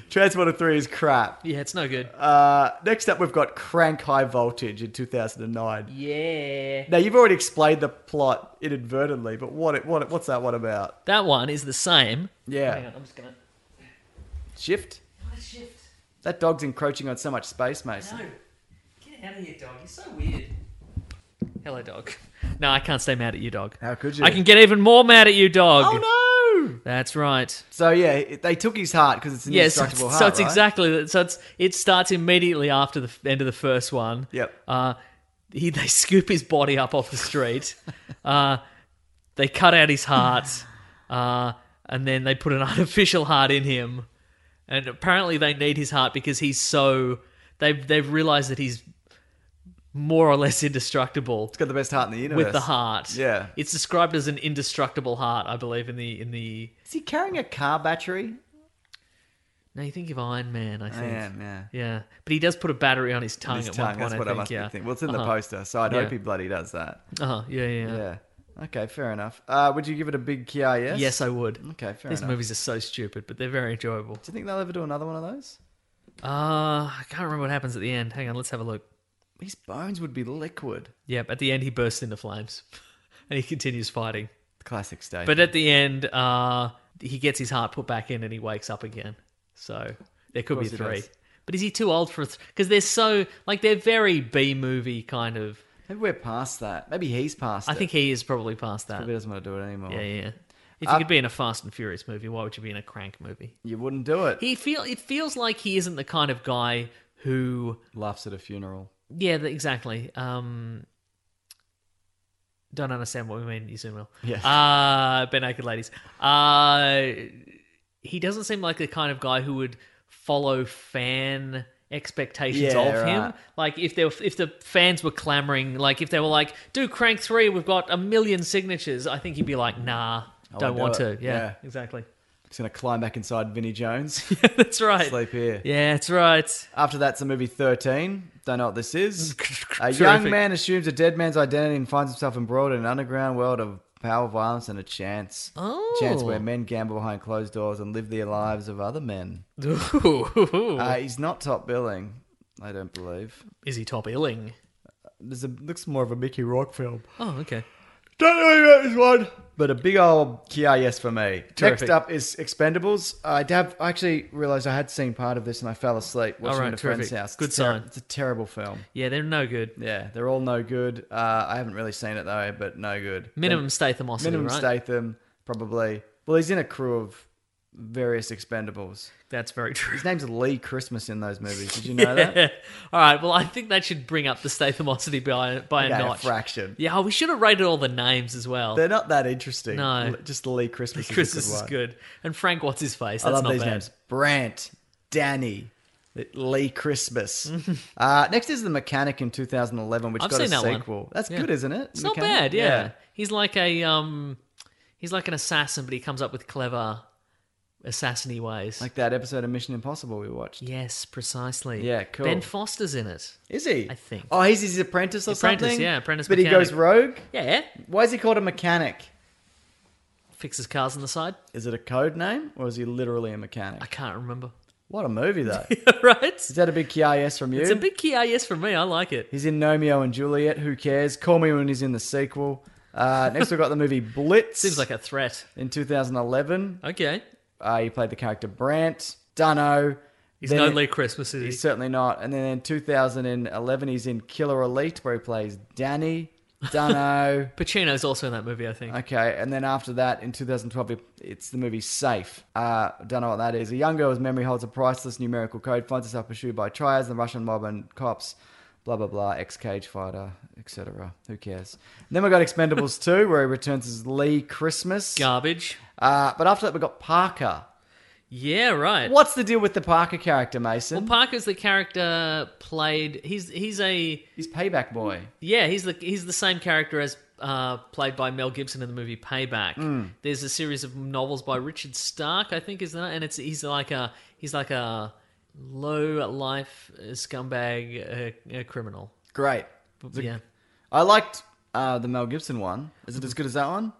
B: Transporter 3 is crap.
C: yeah, it's no good.
B: Uh, next up, we've got Crank High Voltage in 2009.
C: yeah.
B: Now you've already explained the plot inadvertently, but what it, what it- what's that one about?
C: That one is the same.
B: Yeah,
C: Hang on, I'm just gonna.
B: shift. That dog's encroaching on so much space, Mason.
C: No, get out of here, dog. You're so weird. Hello, dog. No, I can't stay mad at you, dog.
B: How could you?
C: I can get even more mad at you, dog.
B: Oh no!
C: That's right.
B: So yeah, it- they took his heart because it's an
C: Yes,
B: indestructible
C: so,
B: heart.
C: it's
B: right?
C: exactly so it's it starts immediately after the f- end of the first one.
B: Yep.
C: Uh, he they scoop his body up off the street. uh, they cut out his heart, uh, and then they put an artificial heart in him. And apparently, they need his heart because he's so they've they've realized that he's more or less indestructible
B: It's got the best heart in the universe.
C: with the heart.
B: Yeah.
C: it's described as an indestructible heart, I believe, in the in the.
B: Is he carrying a car battery?
C: Now you think of Iron Man, I think.
B: am, yeah.
C: Yeah, but he does put a battery on his tongue
B: His
C: at
B: tongue.
C: one point.
B: That's what I,
C: I think.
B: must
C: yeah.
B: be thinking. Well, it's in the
C: Uh-huh.
B: poster, so I'd
C: Yeah.
B: hope he bloody does that.
C: Uh-huh. Yeah, yeah, yeah.
B: Yeah. Okay, fair enough. Uh, would you give it a big KIS?
C: Yes, I would.
B: Okay, fair
C: These
B: enough.
C: movies are so stupid, but they're very enjoyable.
B: Do you think they'll ever do another one of those?
C: Uh, I can't remember what happens at the end. Hang on, let's have a look.
B: His bones would be liquid.
C: Yep, at the end he bursts into flames, and he continues fighting.
B: Classic stage.
C: But at the end, uh, he gets his heart put back in, and he wakes up again. So there could be
B: course he
C: three.
B: does.
C: But is he too old for? Because they're so like they're very B movie kind of.
B: Maybe we're past that. Maybe he's past
C: I
B: it.
C: think he is probably past that.
B: Probably doesn't want to do it anymore.
C: Yeah, yeah. If you could be in a Fast and Furious movie, why would you be in a Crank movie?
B: You wouldn't do it.
C: He feel it feels like he isn't the kind of guy who,
B: Laughs at a funeral.
C: yeah, th- exactly. Um, don't understand what we mean, you soon will.
B: Yeah.
C: Uh, Ben Aker ladies. Uh, he doesn't seem like the kind of guy who would follow fan expectations
B: Yeah,
C: of him.
B: right.
C: Like if they were, if the fans were clamoring, like if they were like, "Do Crank Three? We've got a million signatures." I think he'd be like, "Nah, don't
B: do
C: want
B: it."
C: to." Yeah,
B: Yeah.
C: exactly.
B: He's going to climb back inside Vinnie Jones.
C: That's right.
B: Sleep here.
C: Yeah, that's right.
B: After that's the movie 13. Don't know what this is. a young
C: Terrific.
B: man assumes a dead man's identity and finds himself embroildered in an underground world of power, violence, and a chance.
C: Oh.
B: Chance where men gamble behind closed doors and live the lives of other men.
C: Ooh.
B: Uh, he's not top billing, I don't believe.
C: Is he top illing?
B: There's a, looks more of a Mickey Rourke film.
C: Oh, okay.
B: Don't know about this one. But a big old Kia yes for me.
C: Terrific.
B: Next up is Expendables. I dab, I actually realised I had seen part of this and I fell asleep watching
C: right,
B: it at a
C: terrific.
B: friend's house.
C: Good
B: It's a ter-
C: sign.
B: It's a terrible film.
C: Yeah, they're no good.
B: Yeah, they're all no good. Uh, I haven't really seen it though, but no good.
C: Minimum Stathemosity,
B: Minimum
C: right?
B: Statham, probably. Well, he's in a crew of various Expendables.
C: That's very true.
B: His name's Lee Christmas in those movies. Did you know that?
C: Yeah. All right. Well, I think that should bring up the Stathemosity by by
B: Okay,
C: a
B: a
C: notch.
B: fraction.
C: Yeah, we should have rated all the names as well.
B: They're not that interesting.
C: No.
B: L- just Lee Christmas.
C: Chris
B: is a good
C: is
B: one.
C: good, and Frank. What's his face?
B: I
C: That's
B: love
C: not
B: these
C: bad.
B: names. Brant, Danny, Lee Christmas. uh, next is The Mechanic in 2011, which
C: I've
B: got
C: seen
B: a
C: that one.
B: sequel. That's
C: Yeah.
B: good, isn't it?
C: It's not bad. Yeah. he's like a um, he's like an assassin, but he comes up with clever assassiny ways.
B: Like that episode of Mission Impossible we watched.
C: yes, precisely.
B: Yeah, cool.
C: Ben Foster's in it.
B: Is he?
C: I think.
B: Oh, he's his apprentice or
C: Apprentice,
B: something?
C: yeah, apprentice
B: But he
C: mechanic.
B: goes rogue?
C: Yeah,
B: Why is he called a mechanic?
C: fixes cars on the side.
B: Is it a code name or is he literally a
C: I
B: mechanic?
C: can't remember.
B: What a movie, though.
C: right?
B: Is that a big Kia yes from you?
C: It's a big key ah, yes for me. I like it.
B: He's in Nomeo and Juliet. Who cares? Call me when he's in the sequel. Uh, next, we've got the movie Blitz.
C: Seems like a threat.
B: in 2011.
C: Okay.
B: Uh, he played the character Brant. Dunno.
C: He's
B: Then
C: no
B: it-
C: Lee Christmas, is he?
B: He's certainly not. And then in 2011, he's in Killer Elite, where he plays Danny. Dunno.
C: Pacino's also in that movie, I think.
B: Okay, and then after that, in 2012, it- it's the movie Safe. Uh, don't know what that is. A young girl's memory holds a priceless numerical code, finds herself pursued by triads, the Russian mob, and cops. Blah blah blah. Ex cage fighter, etc. Who cares? And then we got Expendables 2, where he returns as Lee Christmas.
C: Garbage.
B: Uh, but after that, we got Parker.
C: Yeah, right.
B: What's the deal with the Parker character, Mason?
C: Well, Parker's the character played. He's he's a
B: He's Payback Boy.
C: yeah. He's the he's the same character as uh, played by Mel Gibson in the movie Payback.
B: Hmm.
C: There's a series of novels by Richard Stark, I think, is that, and it's he's like a he's like a low life uh, scumbag uh, uh, criminal.
B: Great.
C: yeah,
B: I liked uh, the Mel Gibson one. Is it as good as that one?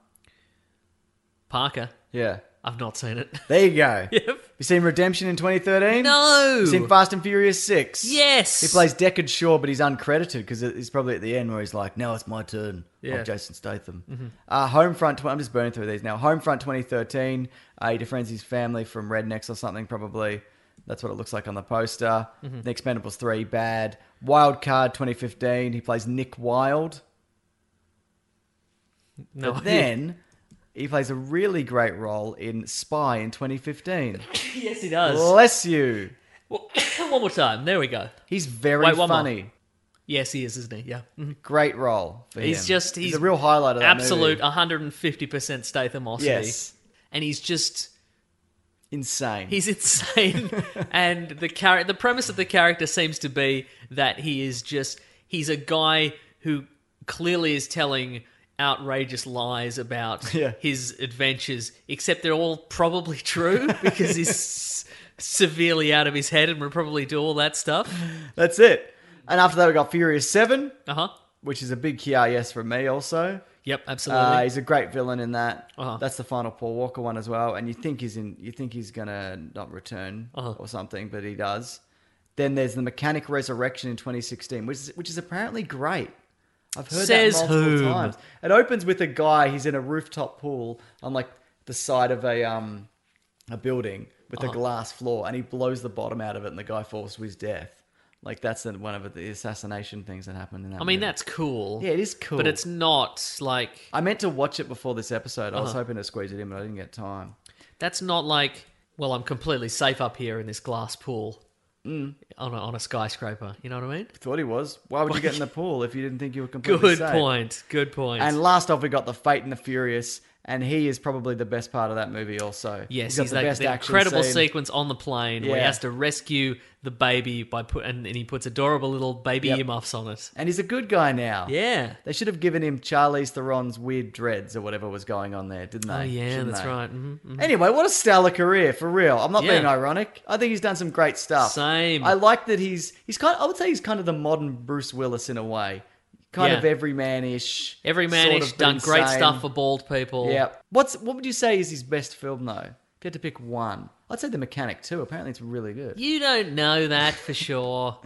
C: Parker.
B: Yeah.
C: I've not seen it.
B: There you go.
C: Yep.
B: You seen Redemption in 2013?
C: No.
B: You seen Fast and Furious 6?
C: Yes.
B: He plays Deckard Shaw, but he's uncredited because he's probably at the end where he's like, now it's my turn.
C: Yeah. Mm-hmm.
B: I'm Jason Statham. Uh, Homefront, tw- I'm just burning through these now. Homefront 2013. Uh, he defends his family from rednecks or something, probably. That's what it looks like on the poster.
C: Mm-hmm.
B: The Expendables 3, bad. Wild Card 2015. He plays Nick Wilde.
C: no.
B: But then he plays a really great role in Spy in 2015.
C: yes, he does.
B: Bless you.
C: Well, one more time. There we go.
B: He's very
C: Wait, one more.
B: funny.
C: Yes, he is, isn't he? Yeah. Mm-hmm.
B: Great role. For
C: He's
B: him.
C: just- he's
B: a real highlight of that
C: Absolute
B: movie.
C: 150% Statham Osity.
B: Yes,
C: And he's just
B: insane.
C: he's insane and the char- the premise of the character seems to be that he is just he's a guy who clearly is telling outrageous lies about
B: Yeah.
C: his adventures except they're all probably true because he's s- severely out of his head and would probably do all that stuff
B: That's it. And after that, we got Furious Seven,
C: uh-huh
B: which is a big key yes from me. Also,
C: yep absolutely
B: uh, he's a great villain in that.
C: Uh-huh.
B: That's the final Paul Walker one as well. And you think he's in, you think he's gonna not return
C: Uh-huh.
B: or something, but he does. Then there's the Mechanic Resurrection in 2016, which is which is apparently great. I've heard
C: Says
B: that multiple
C: whom?
B: times. It opens with a guy. He's in a rooftop pool on like the side of a um a building with
C: Uh-huh.
B: a glass floor, and he blows the bottom out of it, and the guy falls to his death. Like that's the- one of the assassination things that happened in that.
C: i
B: movie.
C: mean that's cool
B: yeah, it is cool,
C: but it's not like
B: I meant to watch it before this episode.
C: Uh-huh.
B: I was hoping to squeeze it in, but I didn't get time.
C: that's not like well i'm completely safe up here in this glass pool
B: Mm.
C: on, a, on a skyscraper you know what i mean
B: Thought he was. Why would you get in the pool if you didn't think you were completely
C: good
B: safe?
C: point good point
B: And last off, we got the Fate and the Furious, and he is probably the best part of that movie. Also,
C: yes
B: got
C: he's like the
B: action
C: incredible
B: scene.
C: sequence on the plane where he
B: Yeah.
C: has to rescue the baby by put and, and he puts adorable little baby
B: Yep.
C: earmuffs on it
B: and he's a good guy now.
C: yeah
B: They should have given him Charlie's Theron's weird dreads or whatever was going on there, didn't they?
C: oh yeah
B: Shouldn't
C: that's
B: they?
C: right mm-hmm.
B: Anyway, what a stellar career for real. I'm not
C: Yeah.
B: being ironic. I think he's done some great stuff.
C: Same.
B: Oh, I like that he's he's kind. I would say he's kind of the modern Bruce Willis in a way, kind
C: Yeah.
B: of everymanish.
C: every man
B: sort
C: has
B: of, but
C: done great
B: insane.
C: stuff for bald people
B: Yeah. What's what would you say is his best film though? If you had to pick one, I'd say The Mechanic too. Apparently, it's really good.
C: you don't know that for sure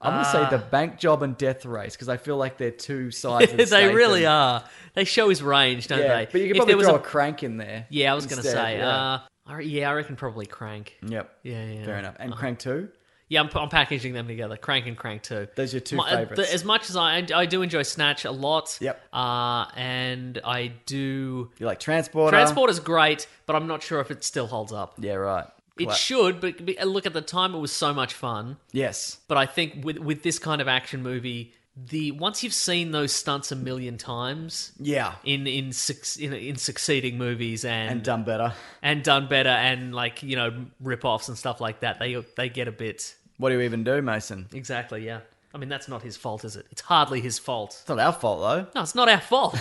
B: I'm gonna say The Bank Job and Death Race because I feel like they're two sides. of the
C: they
B: same
C: really
B: thing.
C: are they show his range don't
B: Yeah,
C: they
B: but you
C: If
B: could probably
C: there was
B: throw
C: a-
B: a, crank in there.
C: Yeah, I was going to
B: instead,
C: say.
B: yeah.
C: Uh, I re- yeah, I reckon probably Crank.
B: Yep.
C: Yeah, yeah. Uh-huh.
B: Fair enough. And Crank Two.
C: Yeah, I'm, I'm packaging them together. Crank and Crank too.
B: Those are your two
C: uh, th-
B: favourites.
C: As much as I, I do enjoy Snatch a lot.
B: Yep.
C: Uh, and I do.
B: You like Transporter?
C: Transport is great, but I'm not sure if it still holds up.
B: Yeah, right.
C: It
B: Cla-
C: should, but but look at the time, it was so much fun.
B: yes.
C: But I think with with this kind of action movie, the once you've seen those stunts a million times
B: Yeah.
C: in in suc- in, in succeeding movies
B: And done better.
C: and done better and like you know rip-offs and stuff like that they they get a bit
B: What do you even do, Mason? It's
C: exactly yeah i mean that's not his fault is it it's hardly his fault
B: not our fault though.
C: no it's not our fault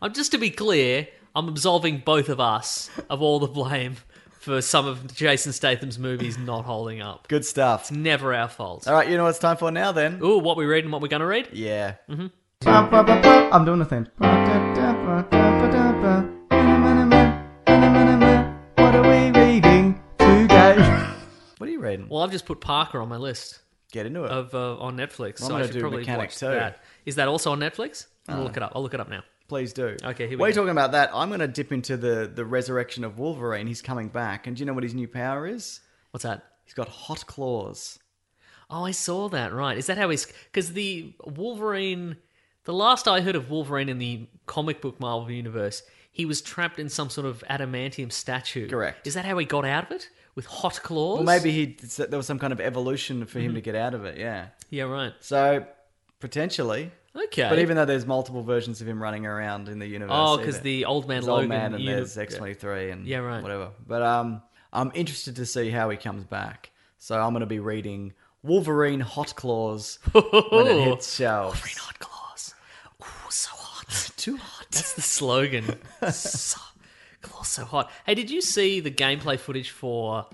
C: i'm just to be clear i'm absolving both of us of all the blame for some of jason statham's movies not holding up
B: Good stuff.
C: never our fault
B: All right, you know what it's time for now then.
C: ooh what we read and what we're
B: Mm-hmm.
C: gonna read
B: Yeah. I'm doing the thing. What are we reading today? What are you reading?
C: Well, I've just put Parker on my list
B: Get into it.
C: of uh, on Netflix,
B: I'm
C: so I
B: gonna
C: should
B: do
C: probably
B: Mechanic
C: watch
B: too.
C: that. Is that also on Netflix? I'll look it up. I'll look it up now.
B: Please do.
C: Okay, here we
B: While you're
C: go.
B: talking about that, I'm going to dip into the, the resurrection of Wolverine. He's coming back. And do you know what his new power is?
C: What's that?
B: He's got hot claws.
C: Oh, I saw that. Right. Is that how he's? Because the Wolverine, the last I heard of Wolverine in the comic book Marvel universe, he was trapped in some sort of adamantium statue.
B: Correct.
C: Is that how he got out of it with hot claws?
B: Well, maybe he there was some kind of evolution for
C: Mm-hmm.
B: him to get out of it. Yeah.
C: Yeah. Right.
B: So potentially,
C: Okay.
B: but even though there's multiple versions of him running around in the universe.
C: oh, because
B: either.
C: the old man
B: there's
C: Logan
B: old man and
C: uni-
B: there's X twenty three and
C: Yeah, right.
B: whatever. But um, I'm interested to see how he comes back. So I'm going to be reading Wolverine Hot Claws when it hits shelves.
C: Wolverine hot claws. Ooh, so hot.
B: Too hot.
C: That's the slogan. so, claws so hot. Hey, did you see the gameplay footage for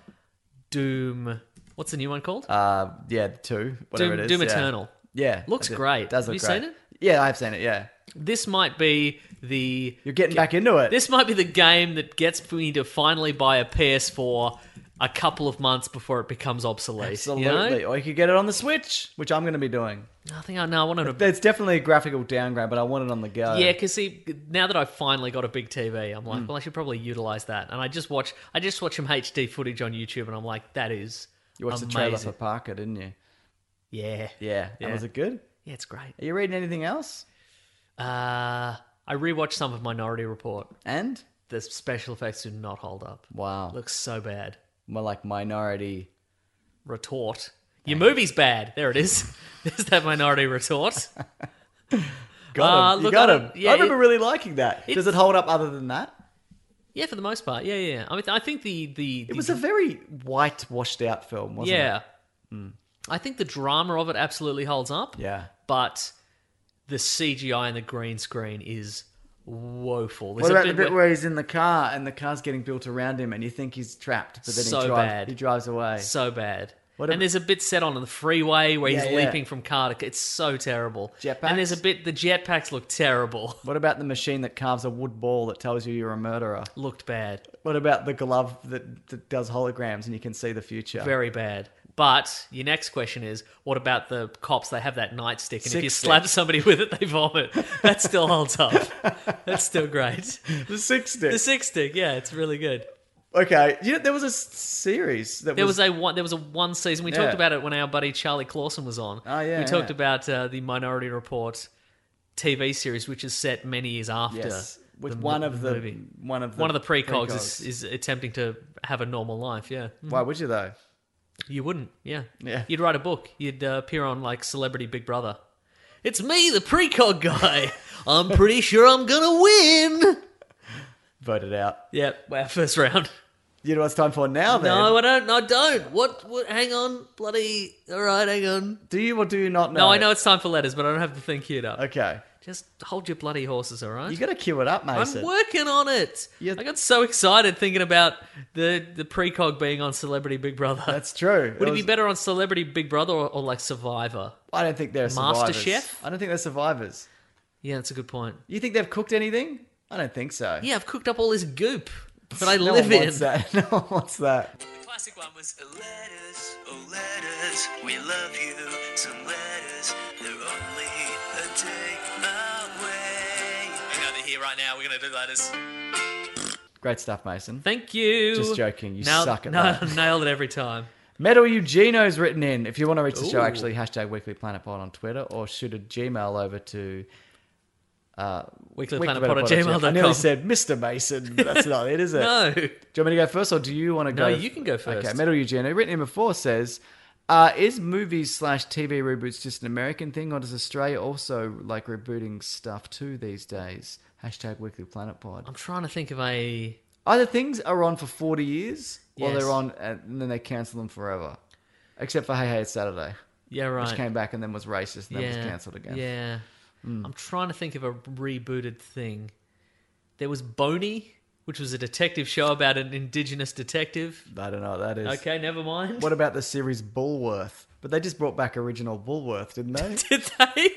C: Doom? What's the new one called?
B: Uh, yeah, two whatever
C: Doom,
B: it is.
C: Doom
B: yeah.
C: Eternal.
B: Yeah,
C: Looks
B: that's it.
C: great.
B: Does
C: Have
B: look
C: you
B: great.
C: seen it?
B: Yeah, I've seen it. Yeah,
C: This might be the
B: you're getting back into it.
C: this might be the game that gets me to finally buy a PS4 a couple of months before it becomes obsolete.
B: Absolutely.
C: you know?
B: Or you could get it on the Switch, which I'm going to be doing.
C: I think I know. I want to
B: It's definitely a graphical downgrade, but I want it on the go.
C: Yeah, because see, now that I've finally got a big TV, I'm like, well, I should probably utilize that. And I just watch, I just watch some HD footage on YouTube, and I'm like, that is
B: You watched
C: amazing.
B: the trailer for Parker, didn't you?
C: yeah. yeah,
B: Yeah. And
C: Yeah.
B: was it good?
C: it's great.
B: Are you reading anything else?
C: Uh, I rewatched some of Minority Report.
B: And?
C: The special effects do not hold up.
B: Wow.
C: looks so bad.
B: More like minority.
C: Retort. Your movie's bad. There it is. There's that Minority Retort.
B: Got
C: Uh,
B: him. you
C: look,
B: got
C: I
B: him.
C: don't- yeah,
B: I remember
C: it-
B: really liking that. Does it
C: it's-
B: hold up other than that?
C: Yeah, for the most part. Yeah, yeah. yeah. I mean, I think the the,
B: It
C: the
B: was a very white, washed out film, wasn't
C: yeah.
B: it? Hmm.
C: I think the drama of it absolutely holds up.
B: Yeah.
C: but the CGI and the green screen is woeful.
B: What
C: There's a
B: about the
C: bit
B: bit
C: where-
B: where he's in the car and the car's getting built around him and you think he's trapped, but then he,
C: So
B: drives,
C: bad.
B: he drives away?
C: so bad.
B: What ab-
C: and there's a bit set on the freeway where
B: Yeah,
C: he's
B: yeah.
C: leaping from car to car. It's so terrible.
B: Jetpacks?
C: And there's a bit the jetpacks look terrible.
B: What about the machine that carves a wood ball that tells you you're a murderer?
C: Looked bad.
B: What about the glove that, that does holograms and you can see the future?
C: Very bad. But your next question is, what about the cops? They have that nightstick, and if
B: Six
C: you
B: stick.
C: slap somebody with it, they vomit. That still holds up. That's still great.
B: the six stick.
C: The six stick, yeah, it's really good.
B: okay, you know, there was a s- series that
C: There
B: was,
C: was a one. There was a one season. We
B: Yeah.
C: talked about it when our buddy Charlie Clausen was on.
B: Oh, yeah,
C: We talked
B: yeah.
C: about uh, the Minority Report TV series, which is set many years after.
B: yes, with
C: the mo-
B: one of the
C: movie.
B: one of the
C: one of the precogs,
B: precogs.
C: Is, is attempting to have a normal life. Yeah,
B: Why would you though?
C: you wouldn't. Yeah,
B: Yeah.
C: You'd write a book. You'd uh, appear on like Celebrity Big Brother. It's me, the precog guy. I'm pretty sure I'm gonna win.
B: Voted out.
C: Yeah, our first round.
B: You know what it's time for now? Then
C: No, I don't. I don't. What? what hang on, bloody. All right, hang on.
B: do you or do you not know?
C: No, I know it's time for letters, but I don't have the thing queued up.
B: Okay,
C: Just hold your bloody horses, all right?
B: you got to queue it up,
C: I'm
B: Mason.
C: working on it.
B: You-
C: I got so excited thinking about the the precog being on Celebrity Big Brother.
B: That's true.
C: Would it,
B: was-
C: be better on Celebrity Big Brother or, or like Survivor?
B: I don't think they're
C: Master
B: survivors.
C: Chef?
B: I don't think they're survivors.
C: Yeah, that's a good point.
B: You think they've cooked anything? I don't think so.
C: Yeah, I've cooked up all this goop that I
B: no
C: live
B: one
C: in.
B: wants that. No one wants that.
D: The classic one was uh, letters, oh letters, we love you. Some letters, they're only a day away. Hang on, they're here right now. We're gonna do letters.
B: Great stuff, Mason.
C: Thank you.
B: Just joking, you suck at
C: no,
B: that.
C: Nailed it every time.
B: Metal Eugenio's written in. If you want to reach the show,
C: Ooh.
B: actually, hashtag Weekly Planet Pod on Twitter or shoot a Gmail over to
C: WeeklyPlanetPod at
B: I nearly
C: gmail.com.
B: said Mr. Mason, but that's not it, is it?
C: no.
B: Do you want me to go first or do you want to go?
C: No, you can go first.
B: Okay, Metal Eugenio, written in before, says uh, Is movies slash TV reboots just an American thing or does Australia also like rebooting stuff too these days? Hashtag Weekly Planet Pod.
C: I'm trying to think of a.
B: Either things are on for 40 years or
C: Yes.
B: they're on and then they cancel them forever. Except for Hey Hey It's Saturday,
C: Yeah, right.
B: which came back and then was racist and then was cancelled again. Hmm.
C: Yeah. I'm trying to think of a rebooted thing. There was Boney, which was a detective show about an indigenous detective.
B: I don't know what that is.
C: Okay, never mind.
B: What about the series Bullworth? But they just brought back original Bullworth, didn't they?
C: did they?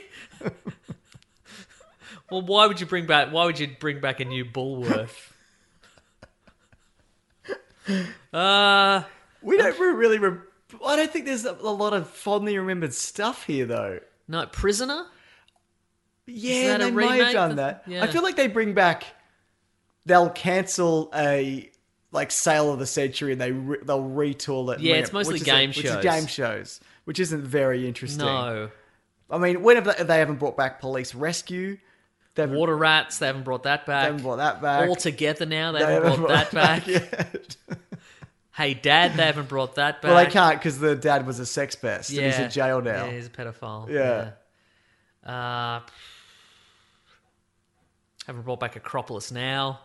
C: Well, why would you bring back? Why would you bring back a new Bullworth? uh
B: We don't re- really. Re- I don't think there's a a lot of fondly remembered stuff here, though.
C: no, prisoner.
B: Yeah,
C: that a
B: they might
C: remake
B: have done
C: of-
B: that.
C: Yeah.
B: I feel like they bring back. They'll cancel a like sale of the century, and they re- they'll retool it. and
C: Yeah,
B: bring
C: it's
B: it-
C: mostly
B: which is
C: game
B: which is
C: shows.
B: game shows, which isn't very interesting.
C: No,
B: I mean, when have they, they haven't brought back police rescue? They haven't,
C: water rats. They haven't brought that back.
B: they haven't brought that back.
C: All together now. They,
B: They
C: haven't, brought, that back.
B: yet.
C: Hey, Dad. They haven't brought that back.
B: Well, they can't because the dad was a sex pest and he's
C: Yeah.
B: in jail now.
C: Yeah, he's a pedophile.
B: Yeah.
C: yeah. Uh, haven't brought back Acropolis now.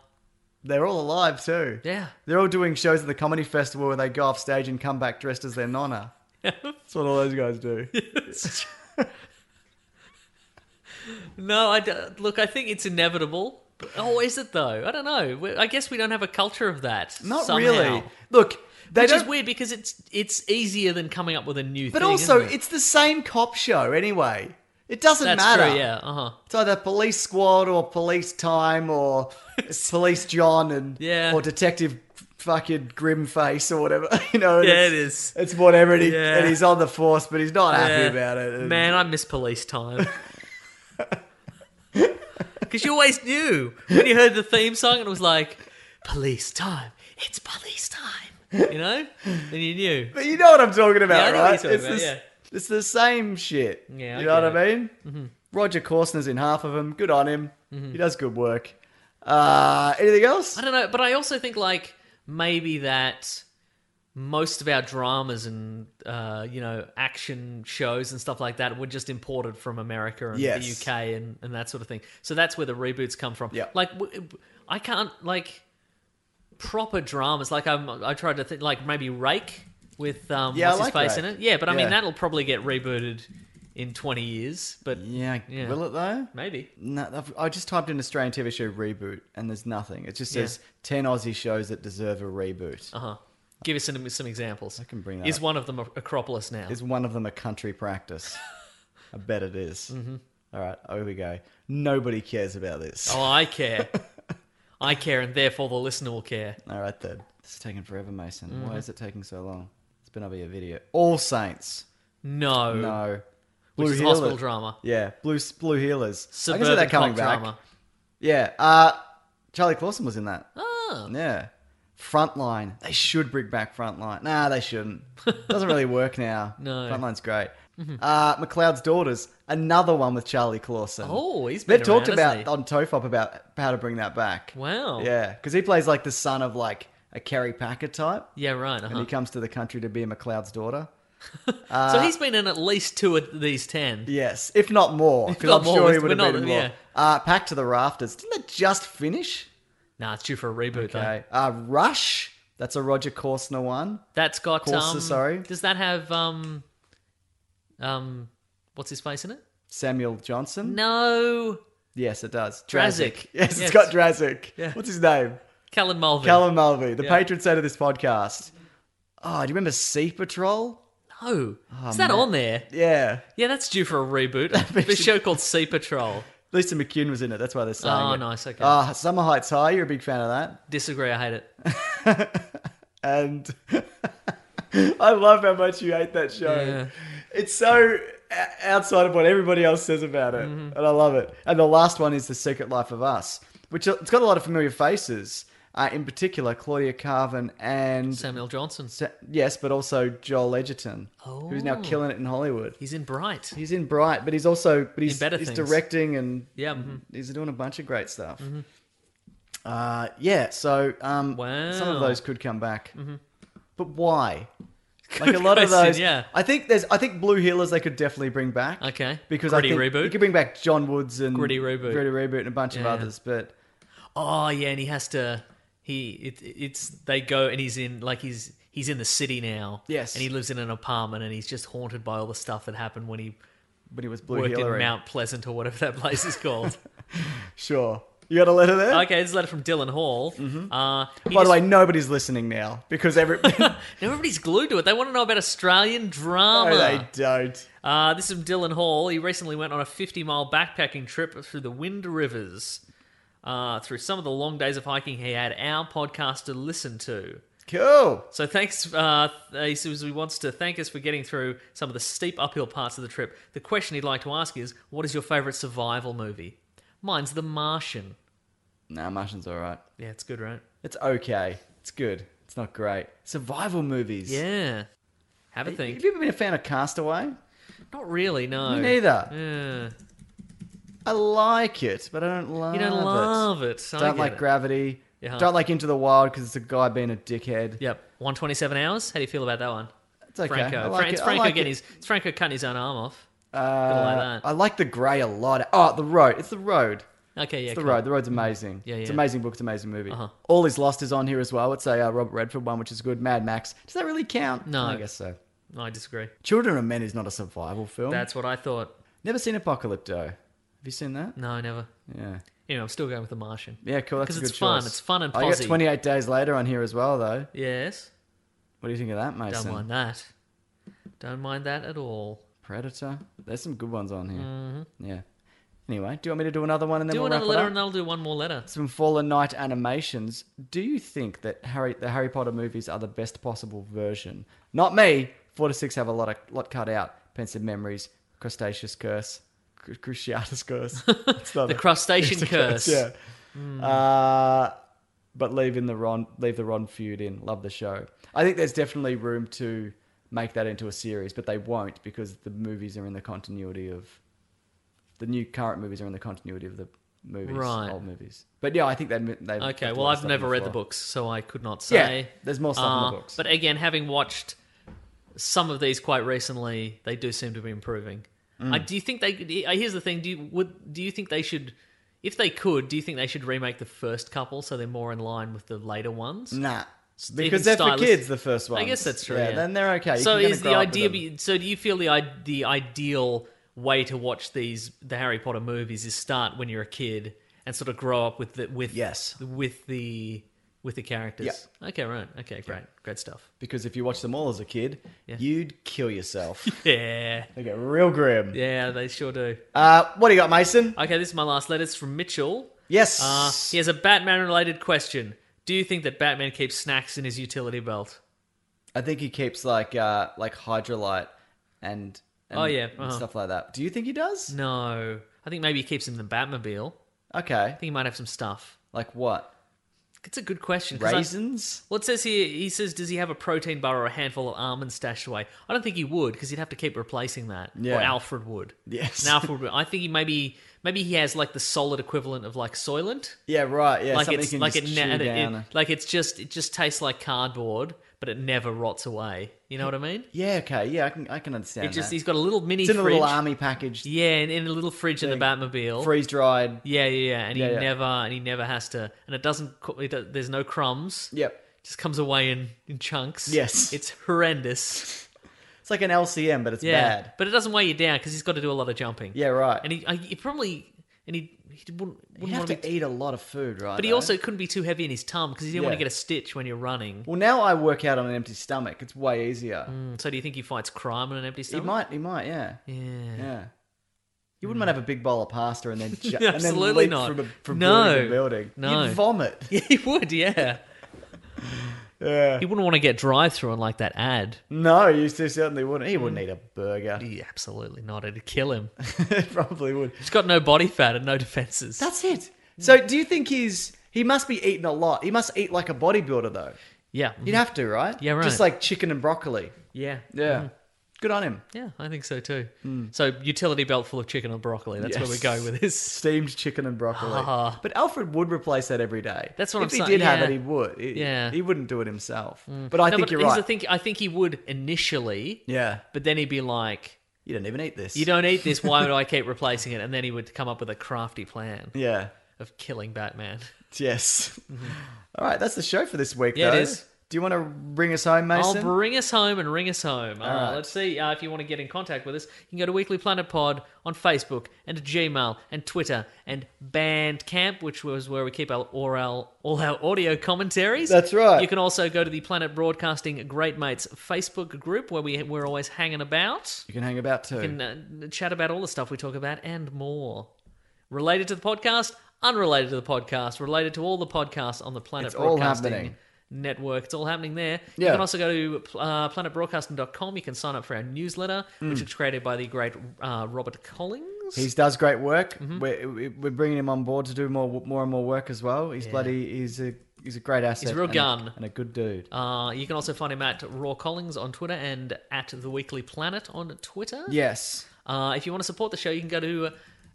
B: They're all alive too.
C: Yeah.
B: They're all doing shows at the comedy festival where they go off stage and come back dressed as their nonna. That's what all those guys do.
C: No, I d- look. I think it's inevitable. But, oh, is it though? I don't know. We- I guess we don't have a culture of that.
B: Not
C: somehow.
B: really. Look, they
C: Which is
B: don't.
C: weird because it's it's easier than coming up with a new
B: but
C: thing.
B: also,
C: isn't it?
B: it's the same cop show anyway. It doesn't
C: that's
B: matter.
C: true. Yeah. Uh huh.
B: It's either police squad or police time or police John and
C: Yeah.
B: or detective fucking grim face or whatever. You know. and
C: Yeah,
B: it's,
C: it is.
B: It's whatever, and, he,
C: Yeah.
B: and he's on the force, but he's not happy
C: Yeah.
B: about it. And-
C: Man, I miss police time. Because you always knew when you heard the theme song, and it was like, police time. It's police time. You know? And you knew.
B: But you know what I'm talking
C: Yeah, I
B: about,
C: know what
B: right?
C: you're talking
B: it's,
C: about,
B: the, s-
C: yeah.
B: it's the same shit.
C: Yeah, I
B: you know
C: get Mm-hmm.
B: what I mean? Roger Corson's in half of them. Good on him. He does good work. Uh, anything else?
C: I don't know, but I also think like maybe that most of our dramas and uh, you know action shows and stuff like that were just imported from America and
B: Yes.
C: the UK and, and that sort of thing. So that's where the reboots come from.
B: Yeah.
C: like w- I can't like proper dramas. Like I'm I tried to think like maybe Rake with um
B: Yeah, I
C: what's his
B: like
C: face in
B: Rake.
C: it. Yeah, but I mean
B: Yeah.
C: that'll probably get rebooted in twenty years. But
B: Yeah,
C: Yeah.
B: will it though?
C: maybe
B: No, I've- I just typed in Australian TV show reboot and there's nothing. It just says 10 Aussie shows that deserve a reboot.
C: uh huh. Give us some some examples. I
B: can bring that
C: Is
B: up.
C: one of them Ac- Acropolis now?
B: Is one of them a country practice? I bet it is. All right, over we go. Nobody cares about this.
C: Mm-hmm. Oh, I care. I care, and therefore the listener will care.
B: All right then. This is taking forever, Mason.
C: Mm-hmm.
B: Why is it taking so long? It's been over your video. All Saints.
C: No.
B: No.
C: Which is
B: Healer-
C: hospital drama.
B: Yeah, blue blue healers.
C: Suburban
B: I can see that coming
C: cop
B: back.
C: drama.
B: Yeah. Uh, Charlie Clausen was in that.
C: Ah,
B: Yeah. Frontline. They should bring back Frontline. Nah, they shouldn't. Doesn't really work now.
C: No. Mm-hmm.
B: Frontline's great. Uh, McLeod's Daughters. Another one with Charlie Clausen.
C: Oh, he's been
B: they've talked
C: around,
B: about
C: hasn't
B: on Tofop about how to bring that back.
C: Wow.
B: Yeah, because he plays like the son of like a Kerry Packer type.
C: yeah, right.
B: and
C: Uh-huh.
B: he Uh, comes to the country to be a McLeod's daughter.
C: so he's been in at least two of these ten.
B: Yes, if not more, because
C: not
B: I'm
C: more,
B: sure
C: we-
B: he would have
C: we're
B: been
C: not-
B: in more.
C: yeah.
B: Uh, Pack to the Rafters. Didn't it just finish?
C: Nah, it's due for a reboot though.
B: Okay. Uh, Rush. That's a Roger Korsner one.
C: That's got.
B: Course,
C: um,
B: sorry.
C: Does that have um, um, what's his face in it?
B: Samuel Johnson.
C: No,
B: Yes, it does.
C: Drazik.
B: Yes,
C: Yes.
B: it's got Drazik.
C: Yeah.
B: What's his name?
C: Callan Mulvey.
B: Callum Mulvey, the
C: Yeah.
B: patron saint of this podcast. Oh, do you remember Sea Patrol?
C: No,
B: Oh,
C: is that on there?
B: Yeah.
C: Yeah, that's due for a reboot. a show called Sea Patrol.
B: Lisa McCune was in it. That's why they're saying
C: Oh,
B: it.
C: nice, okay.
B: Ah, Summer Heights High. You're a big fan of that.
C: Disagree. I hate it.
B: and I love how much you hate that show.
C: Yeah.
B: It's so o- outside of what everybody else says about it,
C: Mm-hmm.
B: and I love it. And the last one is the Secret Life of Us, which uh, it's got a lot of familiar faces, uh, in particular Claudia Carvin and
C: Samuel Johnson.
B: Sa- yes, but also Joel Edgerton, who's now
C: Oh.
B: killing it in Hollywood.
C: He's in Bright.
B: He's in Bright, but he's also but he's,
C: Better
B: he's
C: Things.
B: directing and
C: Yeah. mhm.
B: he's doing a bunch of great stuff.
C: Mm-hmm.
B: Uh, yeah, so um, some
C: Wow. Mm-hmm.
B: of those could come back, but why? Like a lot of
C: question,
B: those,
C: yeah.
B: I think there's, I think Blue Healers they could definitely bring back.
C: Okay.
B: because
C: Gritty
B: I think
C: reboot?
B: You could bring back John Woods and
C: Gritty reboot.
B: Gritty reboot, and a bunch of
C: Yeah.
B: others. But
C: Oh yeah, and he has to. He it, it's they go and he's in like he's he's in the city now.
B: Yes.
C: and he lives in an apartment and he's just haunted by all the stuff that happened when he
B: when he was Blue
C: worked in
B: Healer,
C: Mount Pleasant or whatever that place is called.
B: sure, You got a letter there?
C: Okay, this is a letter from Dylan Hall. Uh, he
B: Mm-hmm. By
C: just-
B: the way, nobody's listening now because every. no,
C: everybody's glued to it. They want to know about Australian drama.
B: they don't.
C: Uh, this is from Dylan Hall. He recently went on a 50 mile backpacking trip through the Wind Rivers. Uh, through some of the long days of hiking, he had our podcast to listen to.
B: Cool.
C: So thanks. Uh, he says he wants to thank us for getting through some of the steep uphill parts of the trip. The question he'd like to ask is, what is your favourite survival movie? Mine's The Martian.
B: Nah, Martian's all right.
C: Yeah, it's good, right?
B: It's okay. It's good. It's not great. Survival movies.
C: Yeah. Have a
B: Have
C: think.
B: you ever been a fan of Castaway?
C: Not really, no.
B: Me neither.
C: Yeah.
B: I like it, but I don't love
C: You
B: it.
C: don't love it. I
B: Don't
C: get
B: like
C: it.
B: Gravity.
C: Yeah.
B: Don't like Into the Wild because it's a guy being a dickhead.
C: Yep. 127 hours. How do you feel about that one?
B: It's okay.
C: Franco.
B: I
C: Fran-
B: like
C: it's
B: it. I
C: Franco
B: like
C: getting
B: it.
C: his it's Franco cutting his own arm off. like
B: Uh,
C: that.
B: I like the grey a lot. Oh, the road. It's the road.
C: Okay, yeah.
B: It's the
C: cool.
B: road. The road's amazing.
C: Yeah,
B: It's
C: yeah.
B: an amazing book. It's an amazing movie.
C: Uh-huh.
B: All is lost is on here as well. It's a uh, Robert Redford one, which is good. Mad Max. Does that really count?
C: No.
B: I guess so.
C: No, I disagree.
B: Children of Men is not a survival film.
C: That's what I thought.
B: Never seen Apocalypto. Have you seen that?
C: No, never.
B: Yeah.
C: Anyway, I'm still going with The Martian.
B: Yeah, cool. That's a
C: 'Cause
B: good
C: it's fun.
B: choice.
C: It's fun and
B: I got
C: posy.
B: 28 Days Later on here as well, though.
C: Yes.
B: What do you think of that, Mason?
C: Don't mind that. Don't mind that at all.
B: Predator. There's some good ones on here. Yeah. Anyway, do you want me to do another one and then
C: Mm-hmm. do
B: we'll
C: another
B: wrap it
C: letter
B: up?
C: and I'll do one more letter.
B: Some Fallen Night animations. Do you think that Harry the Harry Potter movies are the best possible version? Not me. Four to six have a lot of lot cut out. Pensive memories. Crustaceous curse. Cru- Cruciatus curse. It's not
C: The
B: a-
C: crustacean
B: it's a
C: curse. Hmm.
B: Yeah. Uh, but leave in the Ron leave the Ron feud in. Love the show. I think there's definitely room to make that into a series, but they won't because the movies are in the continuity of the new current movies are in the continuity of the movies,
C: Right.
B: old movies. But yeah, I think they they.
C: Okay, well, I've never read the books, so I could not
B: Yeah,
C: say. Um,
B: there's more stuff in the books.
C: But again, having watched some of these quite recently, they do seem to be improving.
B: Mm.
C: I do you think they? uh, Here's the thing: do you would do you think they should, if they could, do you think they should remake the first couple so they're more in line with the later ones?
B: Nah,
C: Stephen
B: because they're for
C: Stylis-
B: kids. The first one.
C: I guess that's true. Yeah,
B: then they're okay. You
C: so
B: can kinda
C: is
B: grow
C: the
B: up with
C: idea?
B: them.
C: Be, so do you feel the i- the ideal way to watch these the Harry Potter movies is start when you're a kid and sort of grow up with the with
B: Yes.
C: with the with the characters? Okay, right. Okay, great, great stuff.
B: because if you watch them all as a kid, you'd kill yourself.
C: Yeah,
B: they get real grim.
C: yeah, they sure do.
B: Uh, what do you got, Mason?
C: Okay, this is my last letter. It's from Mitchell.
B: Yes.
C: Uh, he has a Batman related question. Do you think that Batman keeps snacks in his utility belt?
B: I think he keeps like uh like hydrolite and, and
C: Oh, yeah,
B: and
C: uh-huh.
B: stuff like that. Do you think he does?
C: No, I think maybe he keeps them in the Batmobile. I
B: Okay.
C: think he might have some stuff.
B: Like what?
C: It's a good question. 'cause I-
B: Raisins?
C: Well, it says here, he says, does he have a protein bar or a handful of almonds stashed away? I don't think he would because he'd have to keep replacing that.
B: Yeah.
C: Or Alfred would.
B: Yes.
C: And Alfred would. I think he maybe maybe he has like the solid equivalent of like Soylent.
B: Yeah, right. Yeah,
C: like
B: something
C: it's
B: can
C: like
B: just
C: it,
B: chew
C: ne- and it- it-
B: down.
C: like it's just it just tastes like cardboard, but it never rots away. You know what I mean?
B: yeah, okay. Yeah, I can I can understand.
C: It just
B: that.
C: he's got a little mini
B: it's in a
C: fridge.
B: little army package,
C: yeah, in, in a little fridge in the Batmobile.
B: freeze dried.
C: Yeah, yeah, yeah. And he
B: Yeah, yeah.
C: never and he never has to and it doesn't co- it, do- there's no crumbs.
B: Yep.
C: Just comes away in, in chunks.
B: Yes.
C: It's horrendous.
B: It's like an LCM, but it's
C: Yeah,
B: bad.
C: but it doesn't weigh you down because he's got to do a lot of jumping.
B: Yeah, right.
C: and he, I, he probably and he he wouldn't,
B: you
C: wouldn't
B: have
C: want to,
B: to eat a lot of food, right?
C: but he
B: though?
C: also couldn't be too heavy in his tum because he didn't want to
B: Yeah.
C: get a stitch when you're running.
B: Well, now I work out on an empty stomach. It's way easier.
C: Mm, So do you think he fights crime on an empty
B: He
C: stomach?
B: might, he might, yeah.
C: Yeah.
B: Yeah. You wouldn't want to have a big bowl of pasta and then ju- and then
C: Absolutely
B: leap
C: not.
B: from, a, from
C: No.
B: building to building.
C: No.
B: You'd vomit.
C: Yeah, he would. Yeah,
B: Yeah.
C: he wouldn't want to get drive through on like that ad.
B: No, you so certainly wouldn't. He wouldn't eat a burger.
C: Yeah, absolutely not. It'd kill him.
B: Probably would. Mm.
C: He's got no body fat and no defenses.
B: That's it. So do you think he's he must be eating a lot? He must eat like a bodybuilder though.
C: yeah,
B: You'd have to, right?
C: Yeah, right.
B: Just like chicken and broccoli.
C: yeah,
B: Yeah. Good on him.
C: yeah. I think so too. So utility belt full of chicken and broccoli. That's where we
B: Hmm. Yes.
C: go with this.
B: Steamed chicken and broccoli.
C: Ah.
B: But Alfred would replace that every day.
C: That's what
B: if
C: I'm
B: If he
C: saying,
B: did
C: yeah.
B: have it, he would. He-
C: Yeah.
B: He wouldn't do it himself. Mm. But I
C: No,
B: think
C: but
B: you're
C: here's
B: right.
C: the thing. I think he would initially,
B: Yeah.
C: but then he'd be like,
B: You don't even eat this.
C: "You don't eat this. Why would I keep replacing it?" And then he would come up with a crafty plan
B: Yeah.
C: of killing Batman.
B: Yes. All right, that's the show for this week.
C: Mm-hmm. Yeah, it
B: though.
C: is.
B: Do you want to bring us home, Mason?
C: I'll Oh, bring us home and ring us home. Uh,
B: right.
C: Let's see uh, if you want to get in contact with us. You can go to Weekly Planet Pod on Facebook and Gmail and Twitter and Bandcamp, which was where we keep our oral, all our audio commentaries.
B: That's right.
C: You can also go to the Planet Broadcasting Great Mates Facebook group where we we're always hanging about
B: you can hang about too.
C: and uh, chat about all the stuff we talk about and more related to the podcast, unrelated to the podcast, related to all the podcasts on the Planet
B: It's all
C: Broadcasting
B: happening.
C: Network. It's all happening there.
B: Yeah.
C: You can also go to uh, planetbroadcasting.com. You can sign up for our newsletter,
B: Mm.
C: which is created by the great uh, Robert Collins.
B: He does great work.
C: Mm-hmm.
B: We're, we're bringing him on board to do more, more and more work as well. He's bloody. He's a he's a great asset.
C: real
B: and a-
C: gun.
B: and a good dude.
C: uh, you can also find him at Raw Collings on Twitter and at The Weekly Planet on Twitter.
B: Yes.
C: Uh, if you want to support the show, you can go to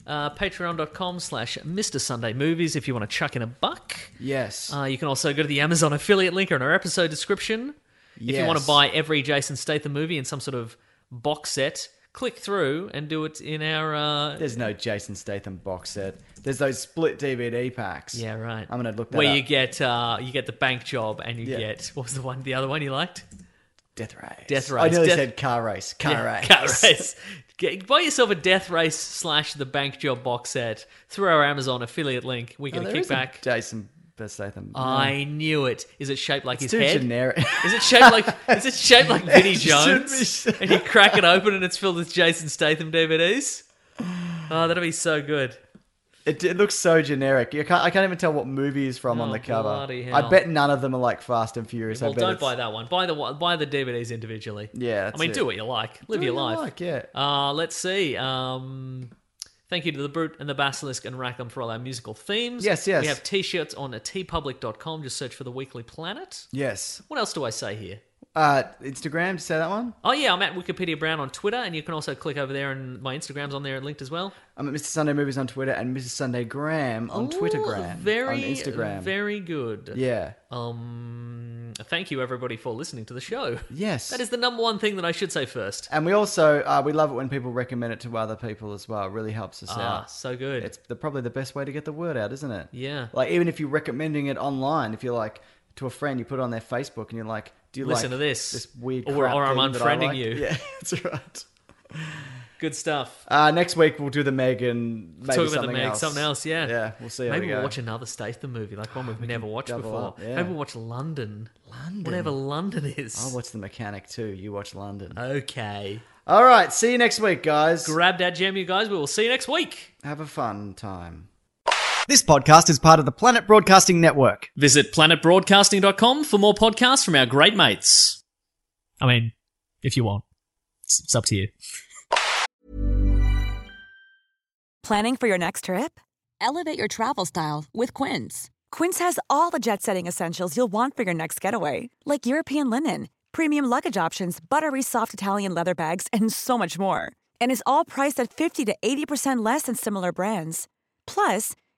C: uh, patreon.com slash Mr. Sunday Movies if you want to chuck in a buck.
B: Yes.
C: Uh, you can also go to the Amazon affiliate link or in our episode description. If you want
B: Yes.
C: to buy every Jason Statham movie in some sort of box set, click through and do it in our. Uh,
B: There's no Jason Statham box set. There's those split DVD packs.
C: yeah, right.
B: I'm gonna look that
C: where
B: up.
C: you get uh, you get the bank job and you
B: Yeah.
C: get what was the one the other one you liked
B: Death race.
C: Death
B: I
C: Race.
B: nearly
C: Death-
B: said car race. Car
C: Yeah,
B: race.
C: car race. Get, buy yourself a death race slash the bank job box set through our Amazon affiliate link. We
B: Oh,
C: get a
B: there is a
C: kickback.
B: Jason Statham.
C: I knew it. Is it shaped like
B: it's
C: his
B: too
C: head?
B: generic.
C: Is it shaped like is it shaped like Vinnie
B: It should
C: Jones?
B: be.
C: and you crack it open and it's filled with Jason Statham DVDs. Oh, that'd be so good.
B: It, it looks so generic. You can't, I can't even tell what movie is from on
C: Oh,
B: the cover.
C: bloody hell.
B: I bet none of them are like Fast and Furious.
C: Well,
B: I bet
C: don't
B: it's-
C: buy that one. Buy the one- buy the DVDs individually.
B: Yeah, that's
C: I mean,
B: it.
C: do what you like. Live
B: Do
C: your
B: what you
C: life.
B: like, yeah.
C: Uh, let's see. Um, thank you to the Brute and the Basilisk and Rackham for all our musical themes.
B: Yes, yes.
C: We have t-shirts on tpublic.com. Just search for the Weekly Planet.
B: Yes.
C: What else do I say here?
B: Uh, Instagram. Did you say that one?
C: Oh yeah, I'm at Wikipedia Brown on Twitter, and you can also click over there, and my Instagram's on there and linked as well.
B: I'm at Mr Sunday Movies on Twitter and Mrs Sunday Graham on Twitter. Graham
C: Very,
B: on Instagram.
C: Very good.
B: yeah.
C: Um, thank you everybody for listening to the show.
B: Yes.
C: That is the number one thing that I should say first.
B: And we also uh, we love it when people recommend it to other people as well. It really helps us
C: Ah,
B: out.
C: so good.
B: It's the, probably the best way to get the word out, isn't it?
C: Yeah.
B: Like even if you're recommending it online, if you're like to a friend, you put it on their Facebook, and you're like, "Do you
C: Listen
B: like
C: to this.
B: This weird
C: Or-
B: crap
C: or I'm
B: thing that I
C: unfriending
B: like?
C: you.
B: Yeah, that's right.
C: good stuff.
B: Uh, next week we'll do the Megan. Maybe
C: Talk about
B: something
C: the Meg,
B: else.
C: something else, yeah.
B: Yeah, we'll see. how
C: Maybe
B: we
C: we'll
B: go.
C: watch another Statham movie, like one we've never watched
B: double
C: before.
B: up, yeah.
C: Maybe we'll watch London. London. Whatever London is.
B: I'll watch the mechanic too. You watch London.
C: Uh, okay.
B: All right. See you next week, guys.
C: Grab that gem, you guys. We will see you next week.
B: Have a fun time. This podcast is part of the Planet Broadcasting Network.
C: Visit planetbroadcasting.com for more podcasts from our great mates. I mean, if you want, it's, it's up to you.
G: Planning for your next trip? Elevate your travel style with Quince. Quince has all the jet setting essentials you'll want for your next getaway, like European linen, premium luggage options, buttery soft Italian leather bags, and so much more. And is all priced at 50 to 80% less than similar brands. Plus,